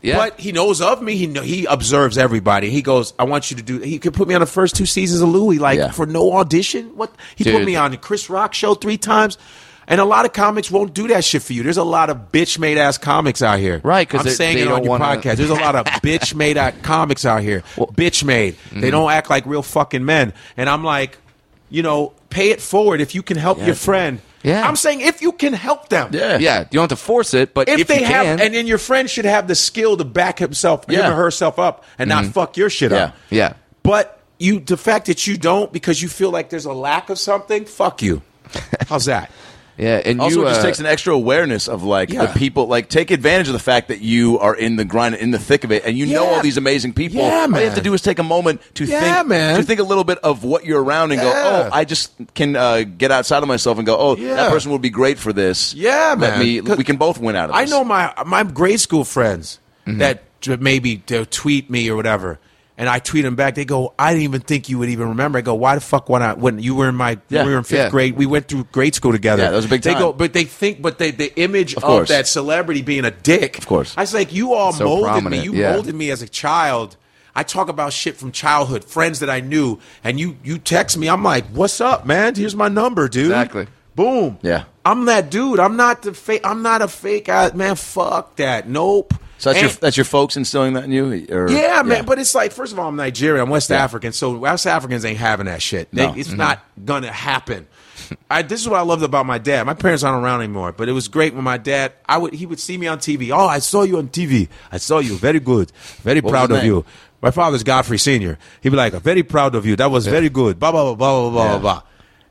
[SPEAKER 3] Yeah.
[SPEAKER 2] But he knows of me. He know, he observes everybody. He goes, "I want you to do." He could put me on the first two seasons of Louis, like
[SPEAKER 1] Yeah.
[SPEAKER 2] for no audition. What he
[SPEAKER 3] Dude.
[SPEAKER 2] put me on the Chris Rock show three times. And a lot of comics won't do that shit for you. There's a lot of bitch made ass comics out here.
[SPEAKER 3] Right, 'cause
[SPEAKER 2] I'm
[SPEAKER 3] they-
[SPEAKER 2] saying
[SPEAKER 3] they
[SPEAKER 2] it on
[SPEAKER 3] don't
[SPEAKER 2] your
[SPEAKER 3] wanna-
[SPEAKER 2] podcast. There's a lot of bitch made out comics out here. bitch made.
[SPEAKER 3] mm.
[SPEAKER 2] They don't act like real fucking men. And I'm like, you know, pay it forward if you can help your friend.
[SPEAKER 3] Yeah.
[SPEAKER 2] I'm saying if you can help them.
[SPEAKER 1] Yeah.
[SPEAKER 3] Yeah, you don't have to force it, but
[SPEAKER 2] If,
[SPEAKER 3] if,
[SPEAKER 2] they
[SPEAKER 3] you
[SPEAKER 2] have,
[SPEAKER 3] can,
[SPEAKER 2] and then your friend should have the skill to back himself,
[SPEAKER 1] Yeah.
[SPEAKER 2] him or herself up, and not fuck your shit up.
[SPEAKER 3] Mm-hmm. yeah,
[SPEAKER 2] But you, the fact that you don't because you feel like there's a lack of something, fuck you. How's that?
[SPEAKER 3] yeah, and
[SPEAKER 1] Also,
[SPEAKER 3] you,
[SPEAKER 1] it just
[SPEAKER 3] uh,
[SPEAKER 1] takes an extra awareness of like
[SPEAKER 2] Yeah.
[SPEAKER 1] the people. Like, take advantage of the fact that you are in the grind, in the thick of it, and you know
[SPEAKER 2] Yeah.
[SPEAKER 1] all these amazing people.
[SPEAKER 2] Yeah,
[SPEAKER 1] all you have
[SPEAKER 2] man.
[SPEAKER 1] to do is take a moment to
[SPEAKER 2] Yeah,
[SPEAKER 1] think,
[SPEAKER 2] man.
[SPEAKER 1] to think a little bit of what you're around, and go,
[SPEAKER 2] Yeah.
[SPEAKER 1] "Oh, I just can uh, get outside of myself and go, oh, that
[SPEAKER 2] Yeah.
[SPEAKER 1] person would be great for this.
[SPEAKER 2] Yeah,
[SPEAKER 1] Let
[SPEAKER 2] man.
[SPEAKER 1] me.
[SPEAKER 2] 'Cause
[SPEAKER 1] We can both win out of
[SPEAKER 2] I
[SPEAKER 1] this.
[SPEAKER 2] know my my grade school friends
[SPEAKER 1] Mm-hmm.
[SPEAKER 2] that j- maybe they'll tweet me or whatever, and I tweet them back. They go, "I didn't even think you would even remember." I go, "Why the fuck when I when you were in my
[SPEAKER 1] Yeah,
[SPEAKER 2] we were in fifth
[SPEAKER 3] yeah.
[SPEAKER 2] grade, we went through grade school together."
[SPEAKER 1] Yeah, that was a big
[SPEAKER 2] They
[SPEAKER 1] time.
[SPEAKER 2] go, but they think, but they the image of,
[SPEAKER 1] course.
[SPEAKER 2] that celebrity being a dick. Of
[SPEAKER 1] course.
[SPEAKER 2] I was like, you all
[SPEAKER 3] So
[SPEAKER 2] molded
[SPEAKER 3] prominent,
[SPEAKER 2] me. You
[SPEAKER 3] yeah.
[SPEAKER 2] molded me as a child. I talk about shit from childhood, friends that I knew, and you you text me. I'm like, "What's up, man? Here's my number, dude."
[SPEAKER 3] Exactly.
[SPEAKER 2] Boom.
[SPEAKER 1] Yeah.
[SPEAKER 2] I'm that dude. I'm not the fake. I'm not a fake out man. Fuck that. Nope.
[SPEAKER 1] So that's your
[SPEAKER 2] And-
[SPEAKER 1] that's your folks instilling that in you. Or,
[SPEAKER 2] yeah, man. But it's like, first of all, I'm Nigerian. I'm West African. So West Africans ain't having that shit. They,
[SPEAKER 1] No. Mm-hmm.
[SPEAKER 2] It's not gonna happen. I, this is what I loved about my dad. My parents aren't around anymore, but it was great when my dad. I would he would see me on TV. Oh, I saw you on TV. I saw you. Very good. Very
[SPEAKER 1] was
[SPEAKER 2] proud
[SPEAKER 1] his
[SPEAKER 2] of
[SPEAKER 1] name?
[SPEAKER 2] you. My father's Godfrey Senior. He'd be like, "Very proud of you. That was very good." Blah blah blah blah blah blah
[SPEAKER 1] Yeah.
[SPEAKER 2] blah.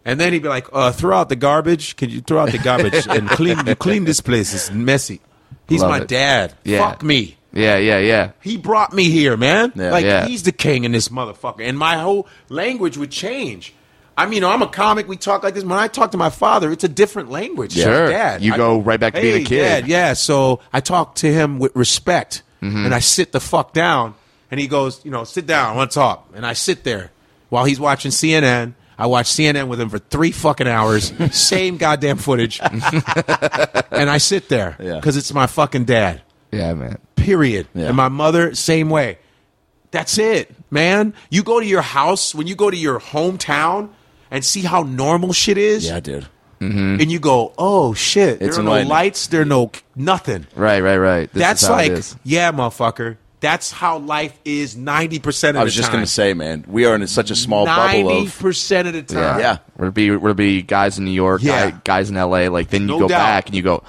[SPEAKER 2] And then he'd be like, uh, "Throw out the garbage. Can you throw out the garbage and clean clean this place? It's messy." He's
[SPEAKER 3] Love
[SPEAKER 2] my
[SPEAKER 3] it.
[SPEAKER 2] dad.
[SPEAKER 3] Yeah.
[SPEAKER 2] Fuck me.
[SPEAKER 3] yeah, yeah, yeah.
[SPEAKER 2] He brought me here, man.
[SPEAKER 1] Yeah.
[SPEAKER 2] like
[SPEAKER 3] Yeah.
[SPEAKER 2] he's the king in this motherfucker, and my whole language would change. I mean, I'm a comic. We talk like this. When I talk to my father, it's a different language.
[SPEAKER 3] Yeah.
[SPEAKER 2] Like
[SPEAKER 3] Sure.
[SPEAKER 2] Dad,
[SPEAKER 3] You
[SPEAKER 2] I-
[SPEAKER 3] go right back to being a
[SPEAKER 2] Hey,
[SPEAKER 3] kid.
[SPEAKER 2] Dad, yeah. So I talk to him with respect,
[SPEAKER 3] Mm-hmm.
[SPEAKER 2] and I sit the fuck down, and he goes, you know, sit down. I want to talk, and I sit there while he's watching CNN. I watched CNN with him for three fucking hours, same goddamn footage, and I sit there
[SPEAKER 1] Yeah.
[SPEAKER 2] because it's my fucking dad
[SPEAKER 3] Yeah, man.
[SPEAKER 2] period.
[SPEAKER 1] Yeah.
[SPEAKER 2] And my mother, same way. That's it, man. You go to your house, when you go to your hometown and see how normal shit is,
[SPEAKER 1] yeah, dude.
[SPEAKER 2] and you go, oh shit,
[SPEAKER 1] It's
[SPEAKER 2] there are no
[SPEAKER 1] enlightening.
[SPEAKER 2] lights, there are no nothing.
[SPEAKER 3] Right, right, right. This
[SPEAKER 2] That's
[SPEAKER 3] is how it
[SPEAKER 2] like,
[SPEAKER 3] is.
[SPEAKER 2] yeah, motherfucker. That's how life is 90% of the time.
[SPEAKER 1] I was just gonna say, man, we are in such a small bubble of
[SPEAKER 2] 90% of the time.
[SPEAKER 1] Yeah.
[SPEAKER 3] We're to be we're to be guys in New York,
[SPEAKER 2] uh, Yeah.
[SPEAKER 3] guy- guys in L.A. Like then you
[SPEAKER 2] No
[SPEAKER 3] go
[SPEAKER 2] doubt.
[SPEAKER 3] back and you go,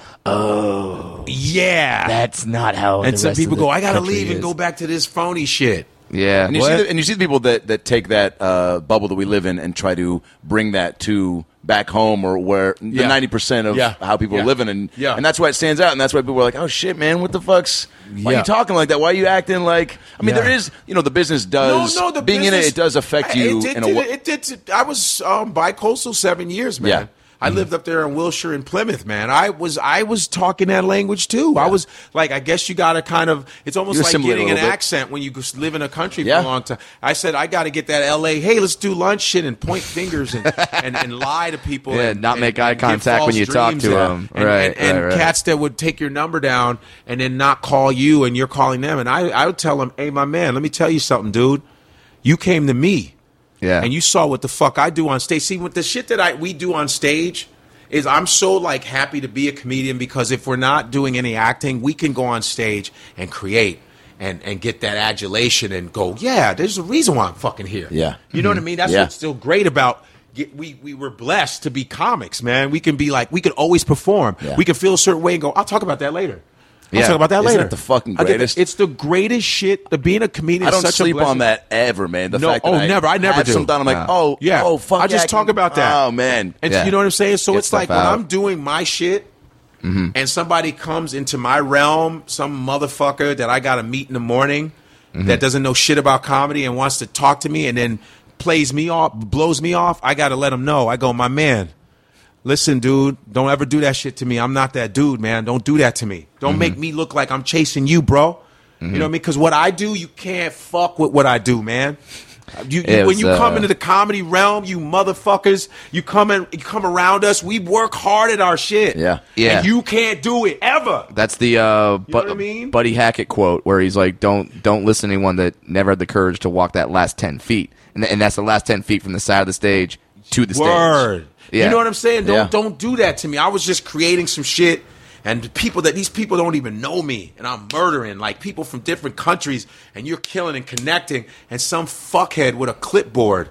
[SPEAKER 2] Yeah.
[SPEAKER 3] that's not how.
[SPEAKER 2] and
[SPEAKER 3] the
[SPEAKER 2] some
[SPEAKER 3] rest of
[SPEAKER 2] people
[SPEAKER 3] the
[SPEAKER 2] go, I got to
[SPEAKER 3] country
[SPEAKER 2] leave and
[SPEAKER 3] is."
[SPEAKER 2] go back to this phony shit.
[SPEAKER 3] Yeah,
[SPEAKER 1] And you, see the, and you see the people that, that take that uh, bubble that we live in and try to bring that to back home or where the
[SPEAKER 2] Yeah.
[SPEAKER 1] ninety percent of
[SPEAKER 2] Yeah.
[SPEAKER 1] how people are
[SPEAKER 2] Yeah.
[SPEAKER 1] living, and
[SPEAKER 2] Yeah.
[SPEAKER 1] and that's why it stands out, and that's why people are like, oh shit, man, what the fuck's? Why are
[SPEAKER 2] Yeah.
[SPEAKER 1] you talking like that? Why are you acting like? I mean,
[SPEAKER 2] Yeah.
[SPEAKER 1] there is, you know, the business does
[SPEAKER 2] No, no, the
[SPEAKER 1] being in
[SPEAKER 2] business-
[SPEAKER 1] it, it does affect you
[SPEAKER 2] It did,
[SPEAKER 1] in a way.
[SPEAKER 2] It did, I was um, bi-coastal seven years, man.
[SPEAKER 1] Yeah. Mm-hmm.
[SPEAKER 2] I lived up there in Wilshire and Plymouth, man. I was I was talking that language too. I was like, I guess you got to kind of. It's almost
[SPEAKER 1] You
[SPEAKER 2] like
[SPEAKER 1] assimilate
[SPEAKER 2] getting
[SPEAKER 1] a
[SPEAKER 2] an
[SPEAKER 1] little bit.
[SPEAKER 2] accent when you just live in a country
[SPEAKER 1] Yeah.
[SPEAKER 2] for a long time. I said I got to get that L.A. Hey, let's do lunch shit and point fingers and, and, and lie to people.
[SPEAKER 3] Yeah,
[SPEAKER 2] and,
[SPEAKER 3] not make eye
[SPEAKER 2] and give
[SPEAKER 3] contact when
[SPEAKER 2] false
[SPEAKER 3] you talk
[SPEAKER 2] dreams
[SPEAKER 3] to
[SPEAKER 2] and-
[SPEAKER 3] 'em.
[SPEAKER 2] and-
[SPEAKER 3] Right,
[SPEAKER 2] and, and
[SPEAKER 3] right, right.
[SPEAKER 2] cats that would take your number down and then not call you, and you're calling them. And I I would tell them, hey, my man, let me tell you something, dude. You came to me
[SPEAKER 3] yeah,
[SPEAKER 2] and you saw what the fuck I do on stage. See, with the shit that I we do on stage is I'm so like happy to be a comedian because if we're not doing any acting, we can go on stage and create and and get that adulation and go, yeah, there's a reason why I'm fucking here.
[SPEAKER 1] Yeah.
[SPEAKER 2] you know what I mean. That's
[SPEAKER 1] Yeah.
[SPEAKER 2] what's still great about. get- We we were blessed to be comics, man. We can be like we can always perform.
[SPEAKER 1] Yeah.
[SPEAKER 2] We can feel a certain way and go. I'll talk about that later. I'll
[SPEAKER 3] Yeah.
[SPEAKER 2] talk about that
[SPEAKER 1] Isn't
[SPEAKER 2] later.
[SPEAKER 1] that the fucking
[SPEAKER 2] I'll get that-
[SPEAKER 1] greatest?
[SPEAKER 2] It's the greatest shit. The being a comedian.
[SPEAKER 1] I
[SPEAKER 2] is
[SPEAKER 1] don't
[SPEAKER 2] such a
[SPEAKER 1] sleep on
[SPEAKER 2] blessing.
[SPEAKER 1] that ever, man. The
[SPEAKER 2] No,
[SPEAKER 1] fact that
[SPEAKER 2] oh,
[SPEAKER 1] I
[SPEAKER 2] never. I never
[SPEAKER 1] have
[SPEAKER 2] do.
[SPEAKER 1] Sometimes I'm like,
[SPEAKER 3] No.
[SPEAKER 1] oh,
[SPEAKER 2] Yeah.
[SPEAKER 1] oh, fuck.
[SPEAKER 2] I just
[SPEAKER 1] yeah,
[SPEAKER 2] talk
[SPEAKER 1] can-
[SPEAKER 2] about that.
[SPEAKER 1] Oh man,
[SPEAKER 2] And
[SPEAKER 3] Yeah.
[SPEAKER 2] you know what I'm saying? So
[SPEAKER 3] Get
[SPEAKER 2] it's like
[SPEAKER 3] stuff
[SPEAKER 2] when
[SPEAKER 3] out. Mm-hmm.
[SPEAKER 2] I'm doing my shit and somebody comes into my realm, some motherfucker that I got to meet in the morning
[SPEAKER 3] Mm-hmm.
[SPEAKER 2] that doesn't know shit about comedy and wants to talk to me and then plays me off, blows me off, I got to let him know. I go, my man, listen, dude, don't ever do that shit to me. I'm not that dude, man. Don't do that to me. Don't
[SPEAKER 3] Mm-hmm.
[SPEAKER 2] make me look like I'm chasing you, bro. You know what I mean? Because what I do, you can't fuck with what I do, man. You, you-
[SPEAKER 3] It was,
[SPEAKER 2] when you come
[SPEAKER 3] uh,
[SPEAKER 2] into the comedy realm, you motherfuckers, you come and you come around us. We work hard at our shit.
[SPEAKER 1] Yeah.
[SPEAKER 3] Yeah.
[SPEAKER 2] And you can't do it ever.
[SPEAKER 3] That's the uh, bu-
[SPEAKER 2] what I mean?
[SPEAKER 3] Buddy Hackett quote where he's like, "Don't don't listen to anyone that never had the courage to walk that last ten feet," and, th- and that's the last ten feet from the side of the stage to the stage.
[SPEAKER 2] Word.
[SPEAKER 3] Yeah.
[SPEAKER 2] You know what I'm saying? Don't
[SPEAKER 1] Yeah.
[SPEAKER 2] don't do that to me. I was just creating some shit and people that these people don't even know me and I'm murdering like people from different countries and you're killing and connecting and some fuckhead with a clipboard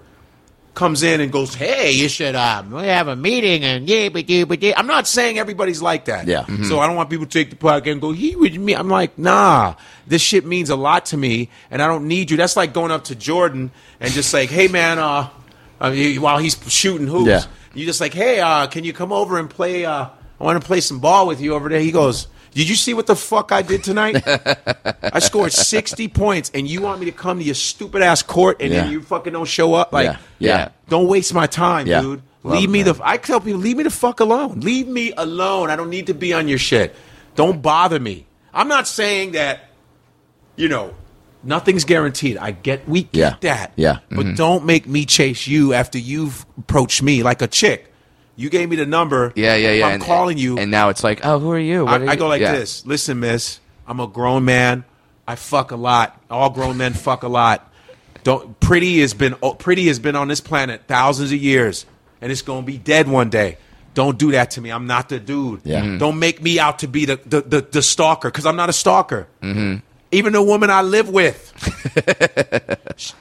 [SPEAKER 2] comes in and goes, "Hey, you should um, we have a meeting and yeah, but yeah, but yeah." I'm not saying everybody's like that.
[SPEAKER 1] Yeah. Mm-hmm.
[SPEAKER 2] So I don't want people to take the podcast and go, "He with me." I'm like, nah, this shit means a lot to me, and I don't need you. That's like going up to Jordan and just like, "Hey, man," uh, I mean, while he's shooting hoops,
[SPEAKER 1] Yeah.
[SPEAKER 2] you just like, "Hey, uh, can you come over and play? Uh, I want to play some ball with you over there." He goes. Did you see what the fuck I did tonight? I scored 60 points and you want me to come to your stupid ass court and
[SPEAKER 1] Yeah.
[SPEAKER 2] then you fucking don't show up? Like,
[SPEAKER 1] Yeah. Yeah.
[SPEAKER 2] don't waste my time,
[SPEAKER 1] Yeah.
[SPEAKER 2] dude.
[SPEAKER 1] Love
[SPEAKER 2] leave me
[SPEAKER 1] that.
[SPEAKER 2] the. I tell people, leave me the fuck alone. Leave me alone. I don't need to be on your shit. Don't bother me. I'm not saying that. You know, nothing's guaranteed. I get we get
[SPEAKER 1] Yeah.
[SPEAKER 2] that.
[SPEAKER 1] Yeah. Mm-hmm.
[SPEAKER 2] But don't make me chase you after you've approached me like a chick. You gave me the number.
[SPEAKER 3] Yeah, yeah, yeah.
[SPEAKER 2] I'm
[SPEAKER 3] and-
[SPEAKER 2] calling you.
[SPEAKER 3] and now it's like, oh, who are you? What
[SPEAKER 2] I,
[SPEAKER 3] are
[SPEAKER 2] I
[SPEAKER 3] you-
[SPEAKER 2] go like
[SPEAKER 3] yeah.
[SPEAKER 2] this. Listen, miss, I'm a grown man. I fuck a lot. All grown men fuck a lot. Don't pretty has been oh, pretty has been on this planet thousands of years, and it's gonna be dead one day. Don't do that to me. I'm not the dude.
[SPEAKER 1] Yeah. Mhm.
[SPEAKER 2] Don't make me out to be the the, the, the stalker because I'm not a stalker. Even the woman I live with,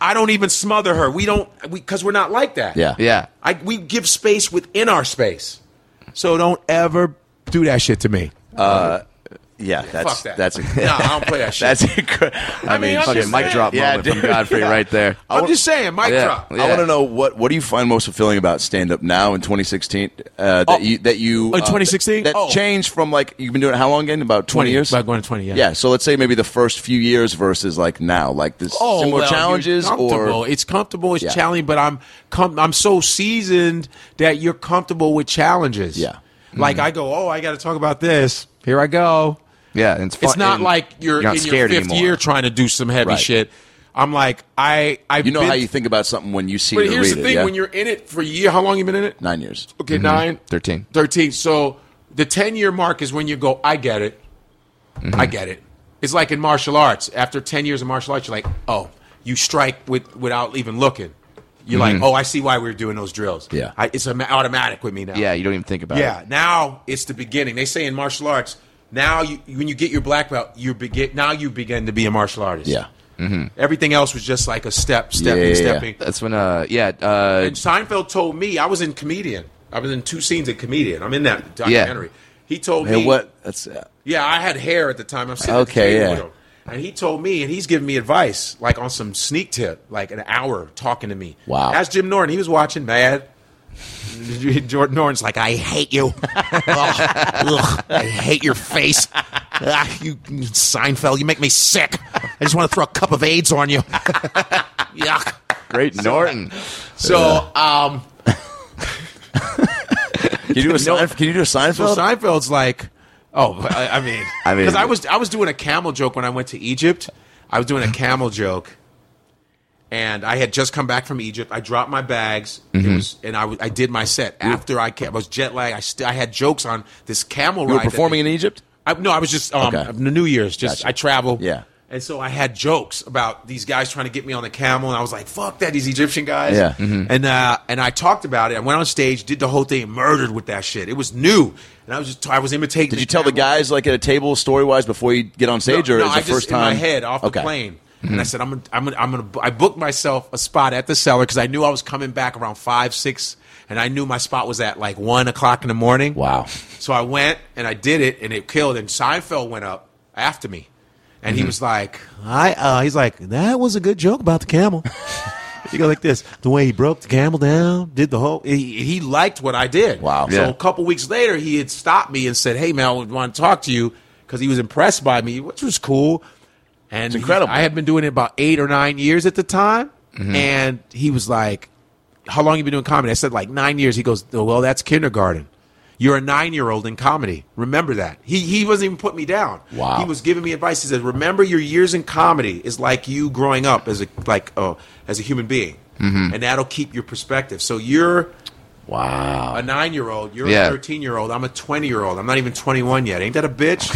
[SPEAKER 2] I don't even smother her. We don't because we, are not like that.
[SPEAKER 1] Yeah.
[SPEAKER 3] Yeah.
[SPEAKER 2] I, we give space within our space. So don't ever do that shit to me.
[SPEAKER 1] Yeah, that's
[SPEAKER 2] Fuck that.
[SPEAKER 1] that's
[SPEAKER 2] no, I don't play that shit.
[SPEAKER 1] that's. incre- I,
[SPEAKER 2] I mean,
[SPEAKER 1] mean,
[SPEAKER 2] I'm
[SPEAKER 1] fucking
[SPEAKER 2] just
[SPEAKER 1] mic
[SPEAKER 2] saying.
[SPEAKER 1] drop
[SPEAKER 3] Yeah,
[SPEAKER 1] moment
[SPEAKER 3] dude.
[SPEAKER 1] from Godfrey right there. I
[SPEAKER 2] I'm
[SPEAKER 1] wa-
[SPEAKER 2] just saying, mic
[SPEAKER 3] Yeah.
[SPEAKER 2] drop.
[SPEAKER 1] I
[SPEAKER 3] Yeah.
[SPEAKER 1] want to know what what do you find most fulfilling about stand up now in 2016 uh, that you that you uh,
[SPEAKER 2] 2016?
[SPEAKER 1] that, that
[SPEAKER 2] Oh.
[SPEAKER 1] changed from like you've been doing it how long again about 20, years
[SPEAKER 2] About going to 20, yeah.
[SPEAKER 1] yeah so let's say maybe the first few years versus like now like this similar
[SPEAKER 2] Oh, well, you're
[SPEAKER 1] challenges
[SPEAKER 2] comfortable.
[SPEAKER 1] or
[SPEAKER 2] it's comfortable, it's
[SPEAKER 1] Yeah.
[SPEAKER 2] challenging, but I'm com- I'm so seasoned that you're comfortable with challenges.
[SPEAKER 1] Yeah.
[SPEAKER 2] like I go, oh, I got to talk about this. Here I go.
[SPEAKER 3] Yeah. and it's fun.
[SPEAKER 2] It's not
[SPEAKER 3] and
[SPEAKER 2] like you're,
[SPEAKER 3] not
[SPEAKER 2] in your
[SPEAKER 3] scared
[SPEAKER 2] fifth
[SPEAKER 3] anymore.
[SPEAKER 2] year trying to do some heavy
[SPEAKER 1] Right.
[SPEAKER 2] shit. I'm like, I I've
[SPEAKER 1] you know
[SPEAKER 2] been-
[SPEAKER 1] how you think about something when you see
[SPEAKER 2] But
[SPEAKER 1] it or
[SPEAKER 2] here's
[SPEAKER 1] read
[SPEAKER 2] the
[SPEAKER 1] it,
[SPEAKER 2] thing:
[SPEAKER 1] yeah?
[SPEAKER 2] when you're in it for a year, how long you been in it?
[SPEAKER 1] nine Mm-hmm. years
[SPEAKER 2] Okay, nine.
[SPEAKER 3] 13.
[SPEAKER 2] 13. So the 10 year mark is when you go, I get it.
[SPEAKER 1] Mm-hmm.
[SPEAKER 2] I get it. It's like in martial arts. After 10 years of martial arts, you're like, oh, you strike with, without even looking. You're like, oh, I see why we were doing those drills.
[SPEAKER 1] Mm-hmm. Yeah.
[SPEAKER 2] I, it's am- automatic with me now.
[SPEAKER 3] Yeah, you don't even think about
[SPEAKER 2] Yeah.
[SPEAKER 3] it.
[SPEAKER 2] Now it's the beginning. They say in martial arts, now you, when you get your black belt, you begin, now you begin to be a martial artist.
[SPEAKER 1] yeah
[SPEAKER 2] Everything else was just like a step, stepping,
[SPEAKER 1] Yeah, yeah, yeah.
[SPEAKER 2] stepping.
[SPEAKER 3] That's when, uh, yeah, uh,
[SPEAKER 2] And Seinfeld told me I was in comedian. I was in two scenes in comedian. I'm in that documentary. He told
[SPEAKER 1] hey
[SPEAKER 2] me
[SPEAKER 1] what that's uh,
[SPEAKER 2] Yeah, I had hair at the time. I'm sitting
[SPEAKER 1] Okay,
[SPEAKER 2] okay, at the table
[SPEAKER 1] yeah.
[SPEAKER 2] with him, and he told me, and he's giving me advice like on some sneak tip, like an hour talking to me.
[SPEAKER 1] Wow.
[SPEAKER 2] That's Jim Norton. He was watching Mad. Jordan Norton's like, I hate you. Ugh, ugh, I hate your face. Ah, you Seinfeld, you make me sick. I just want to throw a cup of AIDS on you. Yuck.
[SPEAKER 3] great Norton.
[SPEAKER 2] uh, So, um,
[SPEAKER 1] can you do a Seinf- can you do a
[SPEAKER 2] So
[SPEAKER 1] Seinfeld
[SPEAKER 2] Seinfeld's like, oh, I, I mean,
[SPEAKER 1] I mean-
[SPEAKER 2] because I was I was doing a camel joke when I went to Egypt. I was doing a camel joke, and I had just come back from Egypt. I dropped my bags,
[SPEAKER 1] Mm-hmm.
[SPEAKER 2] it was, and I, w- I did my set after I came. I was jet lagged. I st- I had jokes on this camel
[SPEAKER 1] you
[SPEAKER 2] ride.
[SPEAKER 1] were
[SPEAKER 2] that
[SPEAKER 1] performing
[SPEAKER 2] they-
[SPEAKER 1] in Egypt
[SPEAKER 2] I, no, I was just um,
[SPEAKER 1] Okay.
[SPEAKER 2] the New Year's. Just
[SPEAKER 1] Gotcha.
[SPEAKER 2] I travel.
[SPEAKER 1] Yeah.
[SPEAKER 2] And so I had jokes about these guys trying to get me on the camel, and I was like, "Fuck that, these Egyptian guys."
[SPEAKER 1] Yeah. Mhm.
[SPEAKER 2] And uh, and I talked about it. I went on stage, did the whole thing, and murdered with that shit. It was new, and I was just I was imitating.
[SPEAKER 1] did you tell the
[SPEAKER 2] camel.
[SPEAKER 1] guys like at a table story wise before you get on stage
[SPEAKER 2] No,
[SPEAKER 1] or
[SPEAKER 2] no,
[SPEAKER 1] is it
[SPEAKER 2] I
[SPEAKER 1] the
[SPEAKER 2] just,
[SPEAKER 1] first time
[SPEAKER 2] in my head off
[SPEAKER 1] Okay. Mm-hmm.
[SPEAKER 2] the plane. And I said, I'm gonna, I'm gonna, I'm gonna, I booked myself a spot at the cellar because I knew I was coming back around five, six, and I knew my spot was at like one o'clock in the morning.
[SPEAKER 1] wow
[SPEAKER 2] So I went and I did it, and it killed. And Seinfeld went up after me, and he was like, Mm-hmm. "I," uh, he's like, "That was a good joke about the camel." you go like this: the way he broke the camel down, did the whole. He, he liked what I did.
[SPEAKER 1] Wow.
[SPEAKER 2] So
[SPEAKER 1] Yeah.
[SPEAKER 2] a couple weeks later, he had stopped me and said, "Hey, man, I want to talk to you," because he was impressed by me, which was cool. And he-
[SPEAKER 1] incredible. Mm-hmm.
[SPEAKER 2] I had been doing it about eight or nine years at the time, and he was like, "How long you been doing comedy?" I said like nine years. He goes, "Oh, "Well, that's kindergarten. You're a nine year old in comedy. Remember that." He he wasn't even putting me down.
[SPEAKER 1] Wow.
[SPEAKER 2] He was giving me advice. He said, "Remember your years in comedy is like you growing up as a like uh, as a human being, and that'll keep your perspective." So you're
[SPEAKER 1] wow
[SPEAKER 2] a nine year old, you're
[SPEAKER 3] Yeah.
[SPEAKER 2] a 13 year old, I'm a 20 year old, I'm not even 21 yet. Ain't that a bitch?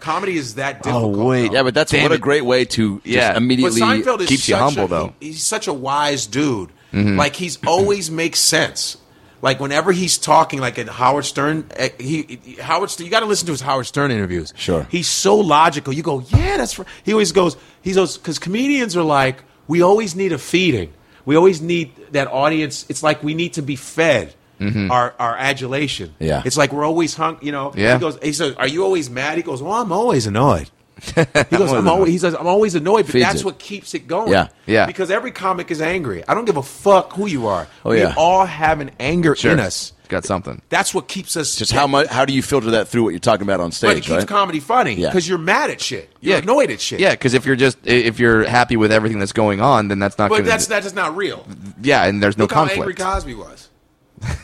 [SPEAKER 2] Comedy is that difficult.
[SPEAKER 3] wait.
[SPEAKER 2] though.
[SPEAKER 1] yeah but that's
[SPEAKER 3] Damn
[SPEAKER 1] what a
[SPEAKER 3] it.
[SPEAKER 1] great way to just
[SPEAKER 3] Yeah. But
[SPEAKER 1] immediately
[SPEAKER 2] But Seinfeld is
[SPEAKER 1] keeps you
[SPEAKER 2] such
[SPEAKER 1] humble
[SPEAKER 2] a,
[SPEAKER 1] though Mm-hmm.
[SPEAKER 2] he- he's such a wise dude. Like he's always makes sense. Like whenever he's talking, like at Howard Stern, eh, he, he- Howard Stern, you got to listen to his Howard Stern interviews.
[SPEAKER 1] Sure.
[SPEAKER 2] he's so logical. You go, yeah, that's. Right. He always goes, he goes, because comedians are like, we always need a feeding. We always need that audience. It's like we need to be fed our our adulation.
[SPEAKER 1] Mm-hmm. Yeah.
[SPEAKER 2] it's like we're always hung. You know.
[SPEAKER 3] Yeah.
[SPEAKER 2] He goes. He says, "Are you always mad?" He goes, "Well, I'm always annoyed." He goes,
[SPEAKER 1] always
[SPEAKER 2] I'm always,
[SPEAKER 1] annoyed.
[SPEAKER 2] he says, I'm always annoyed, but
[SPEAKER 1] Feeds
[SPEAKER 2] that's
[SPEAKER 1] it.
[SPEAKER 2] what keeps it going.
[SPEAKER 1] Yeah,
[SPEAKER 3] yeah.
[SPEAKER 2] Because every comic is angry. I don't give a fuck who you are.
[SPEAKER 1] Oh,
[SPEAKER 2] we
[SPEAKER 1] yeah.
[SPEAKER 2] all have an anger in us.
[SPEAKER 3] Got something.
[SPEAKER 2] That's what keeps us.
[SPEAKER 1] Just how much? How do you filter that through what you're talking about on
[SPEAKER 2] But it
[SPEAKER 1] stage?
[SPEAKER 2] keeps
[SPEAKER 1] right?
[SPEAKER 2] comedy funny
[SPEAKER 1] Yeah.
[SPEAKER 2] because you're mad at shit. You're annoyed at shit.
[SPEAKER 3] Yeah, because if you're just i- if you're happy with everything that's going on, then that's not.
[SPEAKER 2] But
[SPEAKER 3] gonna,
[SPEAKER 2] that's that's just not real.
[SPEAKER 3] yeah, and there's no
[SPEAKER 2] Look how angry
[SPEAKER 3] conflict.
[SPEAKER 2] Cosby was.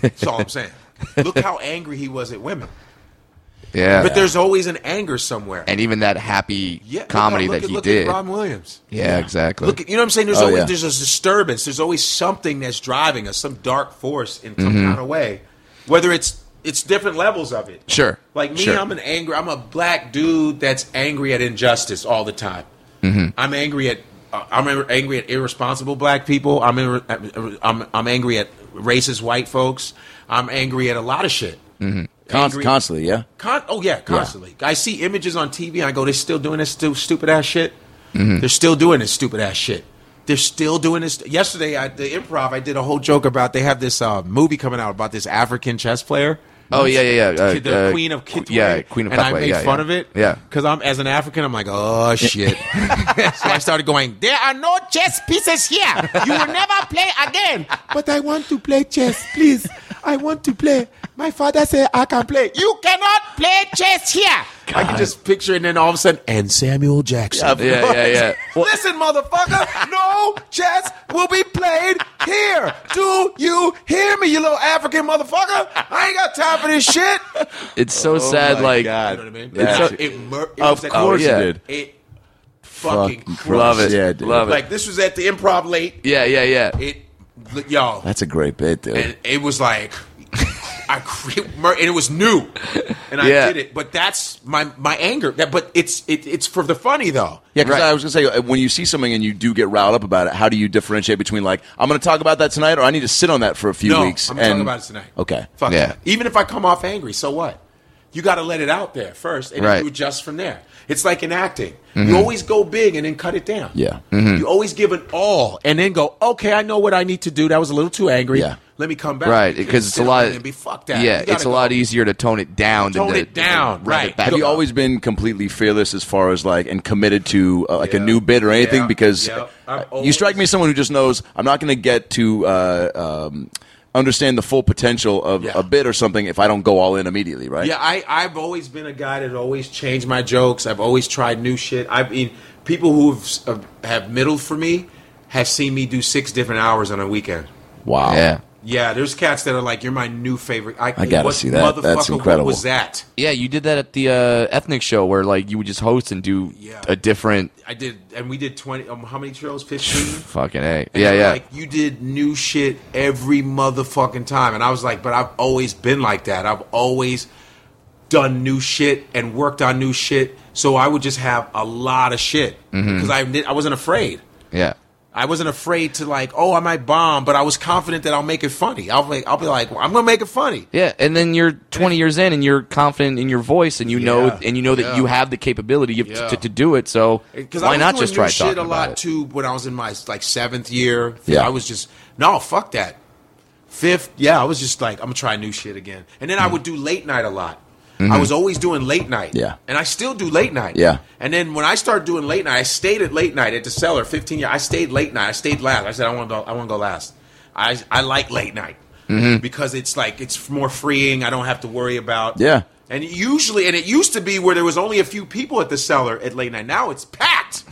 [SPEAKER 2] That's all I'm saying. Look how angry he was at women.
[SPEAKER 3] yeah,
[SPEAKER 2] But there's always an anger somewhere.
[SPEAKER 3] and even that happy
[SPEAKER 2] yeah, look how-
[SPEAKER 3] comedy
[SPEAKER 2] look
[SPEAKER 3] that
[SPEAKER 2] at-
[SPEAKER 3] he
[SPEAKER 2] look
[SPEAKER 3] did.
[SPEAKER 2] At Robin Williams.
[SPEAKER 3] yeah, exactly.
[SPEAKER 2] Look, at- you know what I'm saying? There's
[SPEAKER 1] Oh,
[SPEAKER 2] always
[SPEAKER 1] yeah.
[SPEAKER 2] there's a disturbance. There's always something that's driving us, some dark force in some
[SPEAKER 3] Mm-hmm.
[SPEAKER 2] kind of way. Whether it's it's different levels of it.
[SPEAKER 3] Sure.
[SPEAKER 2] Like me,
[SPEAKER 3] Sure.
[SPEAKER 2] I'm an angry. I'm a black dude that's angry at injustice all the time.
[SPEAKER 3] Mm-hmm.
[SPEAKER 2] I'm angry at uh, I'm ir- angry at irresponsible black people. I'm ir- I'm I'm angry at racist white folks. I'm angry at a lot of shit.
[SPEAKER 3] Mm-hmm.
[SPEAKER 1] Const-
[SPEAKER 2] Angry-
[SPEAKER 1] constantly, yeah.
[SPEAKER 2] Con- oh yeah, constantly. I see images on TV and I go, they're still doing this stu- stupid ass shit. They're still doing this stupid ass shit. They're still doing this. Yesterday at the improv, I did a whole joke about they have this uh, movie coming out about this African chess player.
[SPEAKER 3] oh yeah, yeah, yeah. uh,
[SPEAKER 2] Kid- the
[SPEAKER 3] uh,
[SPEAKER 2] queen of
[SPEAKER 3] qu-
[SPEAKER 2] Kitwe,
[SPEAKER 3] yeah, queen of
[SPEAKER 2] and I
[SPEAKER 3] Kitwe,
[SPEAKER 2] made
[SPEAKER 3] yeah,
[SPEAKER 2] fun
[SPEAKER 3] yeah.
[SPEAKER 2] of it.
[SPEAKER 3] Yeah,
[SPEAKER 2] because I'm as an African, I'm like, oh shit. so I started going. There are no chess pieces here. You will never play again. But I want to play chess, please. I want to play. My father said I can play. You cannot play chess here. I can just picture it, and then all of a sudden, and Samuel Jackson.
[SPEAKER 3] yeah, yeah, yeah.
[SPEAKER 2] Listen, motherfucker, no chess will be played here. Do you hear me, you little African motherfucker? I ain't got time for this shit.
[SPEAKER 3] It's
[SPEAKER 2] Oh
[SPEAKER 3] so sad.
[SPEAKER 1] my
[SPEAKER 3] Like
[SPEAKER 1] God.
[SPEAKER 2] You know what I mean?
[SPEAKER 1] That's-
[SPEAKER 2] It- it mur- it
[SPEAKER 1] Of
[SPEAKER 2] was at-
[SPEAKER 1] course
[SPEAKER 3] you
[SPEAKER 2] it-
[SPEAKER 1] did.
[SPEAKER 2] It fucking
[SPEAKER 1] Fucking
[SPEAKER 2] crushed.
[SPEAKER 3] love it,
[SPEAKER 1] Yeah, dude.
[SPEAKER 3] love it.
[SPEAKER 2] Like this was at the improv late.
[SPEAKER 3] yeah, yeah, yeah.
[SPEAKER 2] It, l- y'all,
[SPEAKER 1] That's a great bit, dude.
[SPEAKER 2] and it was like. I cre- mur- and it was new, and I
[SPEAKER 3] Yeah.
[SPEAKER 2] did it. But that's my my anger. That but it's it, it's for the funny though.
[SPEAKER 1] Yeah, because
[SPEAKER 3] Right.
[SPEAKER 1] I was gonna say uh, when you see something and you do get riled up about it, how do you differentiate between like I'm gonna talk about that tonight or I need to sit on that for a few
[SPEAKER 2] no,
[SPEAKER 1] weeks?
[SPEAKER 2] I'm
[SPEAKER 1] and-
[SPEAKER 2] talking about it tonight.
[SPEAKER 1] Okay.
[SPEAKER 2] Fuck
[SPEAKER 3] Yeah.
[SPEAKER 2] yeah. Even if I come off angry, so what? You got to let it out there first, and
[SPEAKER 3] Right. Mm-hmm.
[SPEAKER 2] you adjust from there. It's like in acting. You always go big and then cut it down.
[SPEAKER 1] Yeah.
[SPEAKER 2] You always give it all and then go, okay, I know what I need to do. That was a little too angry.
[SPEAKER 1] Yeah.
[SPEAKER 2] Let me come back.
[SPEAKER 3] Right,
[SPEAKER 2] You
[SPEAKER 3] because
[SPEAKER 2] can
[SPEAKER 3] it's a
[SPEAKER 2] sit
[SPEAKER 3] lot.
[SPEAKER 2] on it and be fucked that.
[SPEAKER 3] Yeah,
[SPEAKER 2] You gotta
[SPEAKER 3] it's a
[SPEAKER 2] go,
[SPEAKER 3] lot easier to tone it down.
[SPEAKER 2] Tone
[SPEAKER 3] than to,
[SPEAKER 2] it down,
[SPEAKER 3] rev it
[SPEAKER 2] right.
[SPEAKER 3] back
[SPEAKER 1] Have you
[SPEAKER 3] up.
[SPEAKER 1] always been completely fearless as far as like and committed to uh, like a
[SPEAKER 2] Yeah.
[SPEAKER 1] new bit or anything?
[SPEAKER 2] Yeah.
[SPEAKER 1] Because
[SPEAKER 2] Yeah.
[SPEAKER 1] uh,
[SPEAKER 2] I'm
[SPEAKER 1] you strike me
[SPEAKER 2] always-
[SPEAKER 1] as someone who just knows I'm not going to get to uh, um, understand the full potential of
[SPEAKER 2] Yeah.
[SPEAKER 1] a bit or something if I don't go all in immediately, right?
[SPEAKER 2] Yeah, I, I've always been a guy that always changed my jokes. I've always tried new shit. I mean, people who have, have middled for me have seen me do six different hours on a weekend.
[SPEAKER 1] Wow.
[SPEAKER 3] Yeah,
[SPEAKER 2] Yeah, there's cats that are like, "You're my new favorite." I,
[SPEAKER 1] I gotta
[SPEAKER 2] what
[SPEAKER 1] see that.
[SPEAKER 2] motherfucker,
[SPEAKER 1] That's incredible.
[SPEAKER 2] What was that?
[SPEAKER 3] yeah. You did that at the uh, ethnic show where like you would just host and do
[SPEAKER 2] Yeah.
[SPEAKER 3] a different
[SPEAKER 2] I did, and we did twenty. Um, how many shows? Fifteen.
[SPEAKER 3] fucking a.
[SPEAKER 2] And
[SPEAKER 3] Yeah,
[SPEAKER 2] they're
[SPEAKER 3] yeah.
[SPEAKER 2] Like you did new shit every motherfucking time, and I was like, "But I've always been like that. I've always done new shit and worked on new shit." So I would just have a lot of shit
[SPEAKER 1] Mm-hmm.
[SPEAKER 2] because I did- I wasn't afraid.
[SPEAKER 3] yeah.
[SPEAKER 2] I wasn't afraid to like, oh, I might bomb, but I was confident that I'll make it funny. I'll like, I'll be like, well, I'm gonna make it funny.
[SPEAKER 3] Yeah, and then you're 20 years in, and you're confident in your voice, and you know,
[SPEAKER 2] Yeah.
[SPEAKER 3] and you know that
[SPEAKER 2] Yeah.
[SPEAKER 3] you have the capability you have
[SPEAKER 2] Yeah.
[SPEAKER 3] to, to do it. So
[SPEAKER 2] Because I
[SPEAKER 3] why
[SPEAKER 2] was
[SPEAKER 3] not
[SPEAKER 2] doing
[SPEAKER 3] just
[SPEAKER 2] new
[SPEAKER 3] try
[SPEAKER 2] shit
[SPEAKER 3] talking
[SPEAKER 2] a lot
[SPEAKER 3] about it?
[SPEAKER 2] too when I was in my like seventh year.
[SPEAKER 1] Yeah.
[SPEAKER 2] I was just no fuck that. Fifth, yeah, I was just like I'm gonna try new shit again. And then
[SPEAKER 3] Mm-hmm.
[SPEAKER 2] I would do late night a lot. I was always doing late night.
[SPEAKER 1] Yeah.
[SPEAKER 2] and I still do late night.
[SPEAKER 1] Yeah.
[SPEAKER 2] and then when I started doing late night, I stayed at late night at the cellar. Fifteen years, I stayed late night. I stayed last. I said I want to go. I want to go last. I I like late night
[SPEAKER 3] Mm-hmm.
[SPEAKER 2] because it's like it's more freeing. I don't have to worry about
[SPEAKER 1] Yeah.
[SPEAKER 2] and usually, and it used to be where there was only a few people at the cellar at late night. Now it's packed.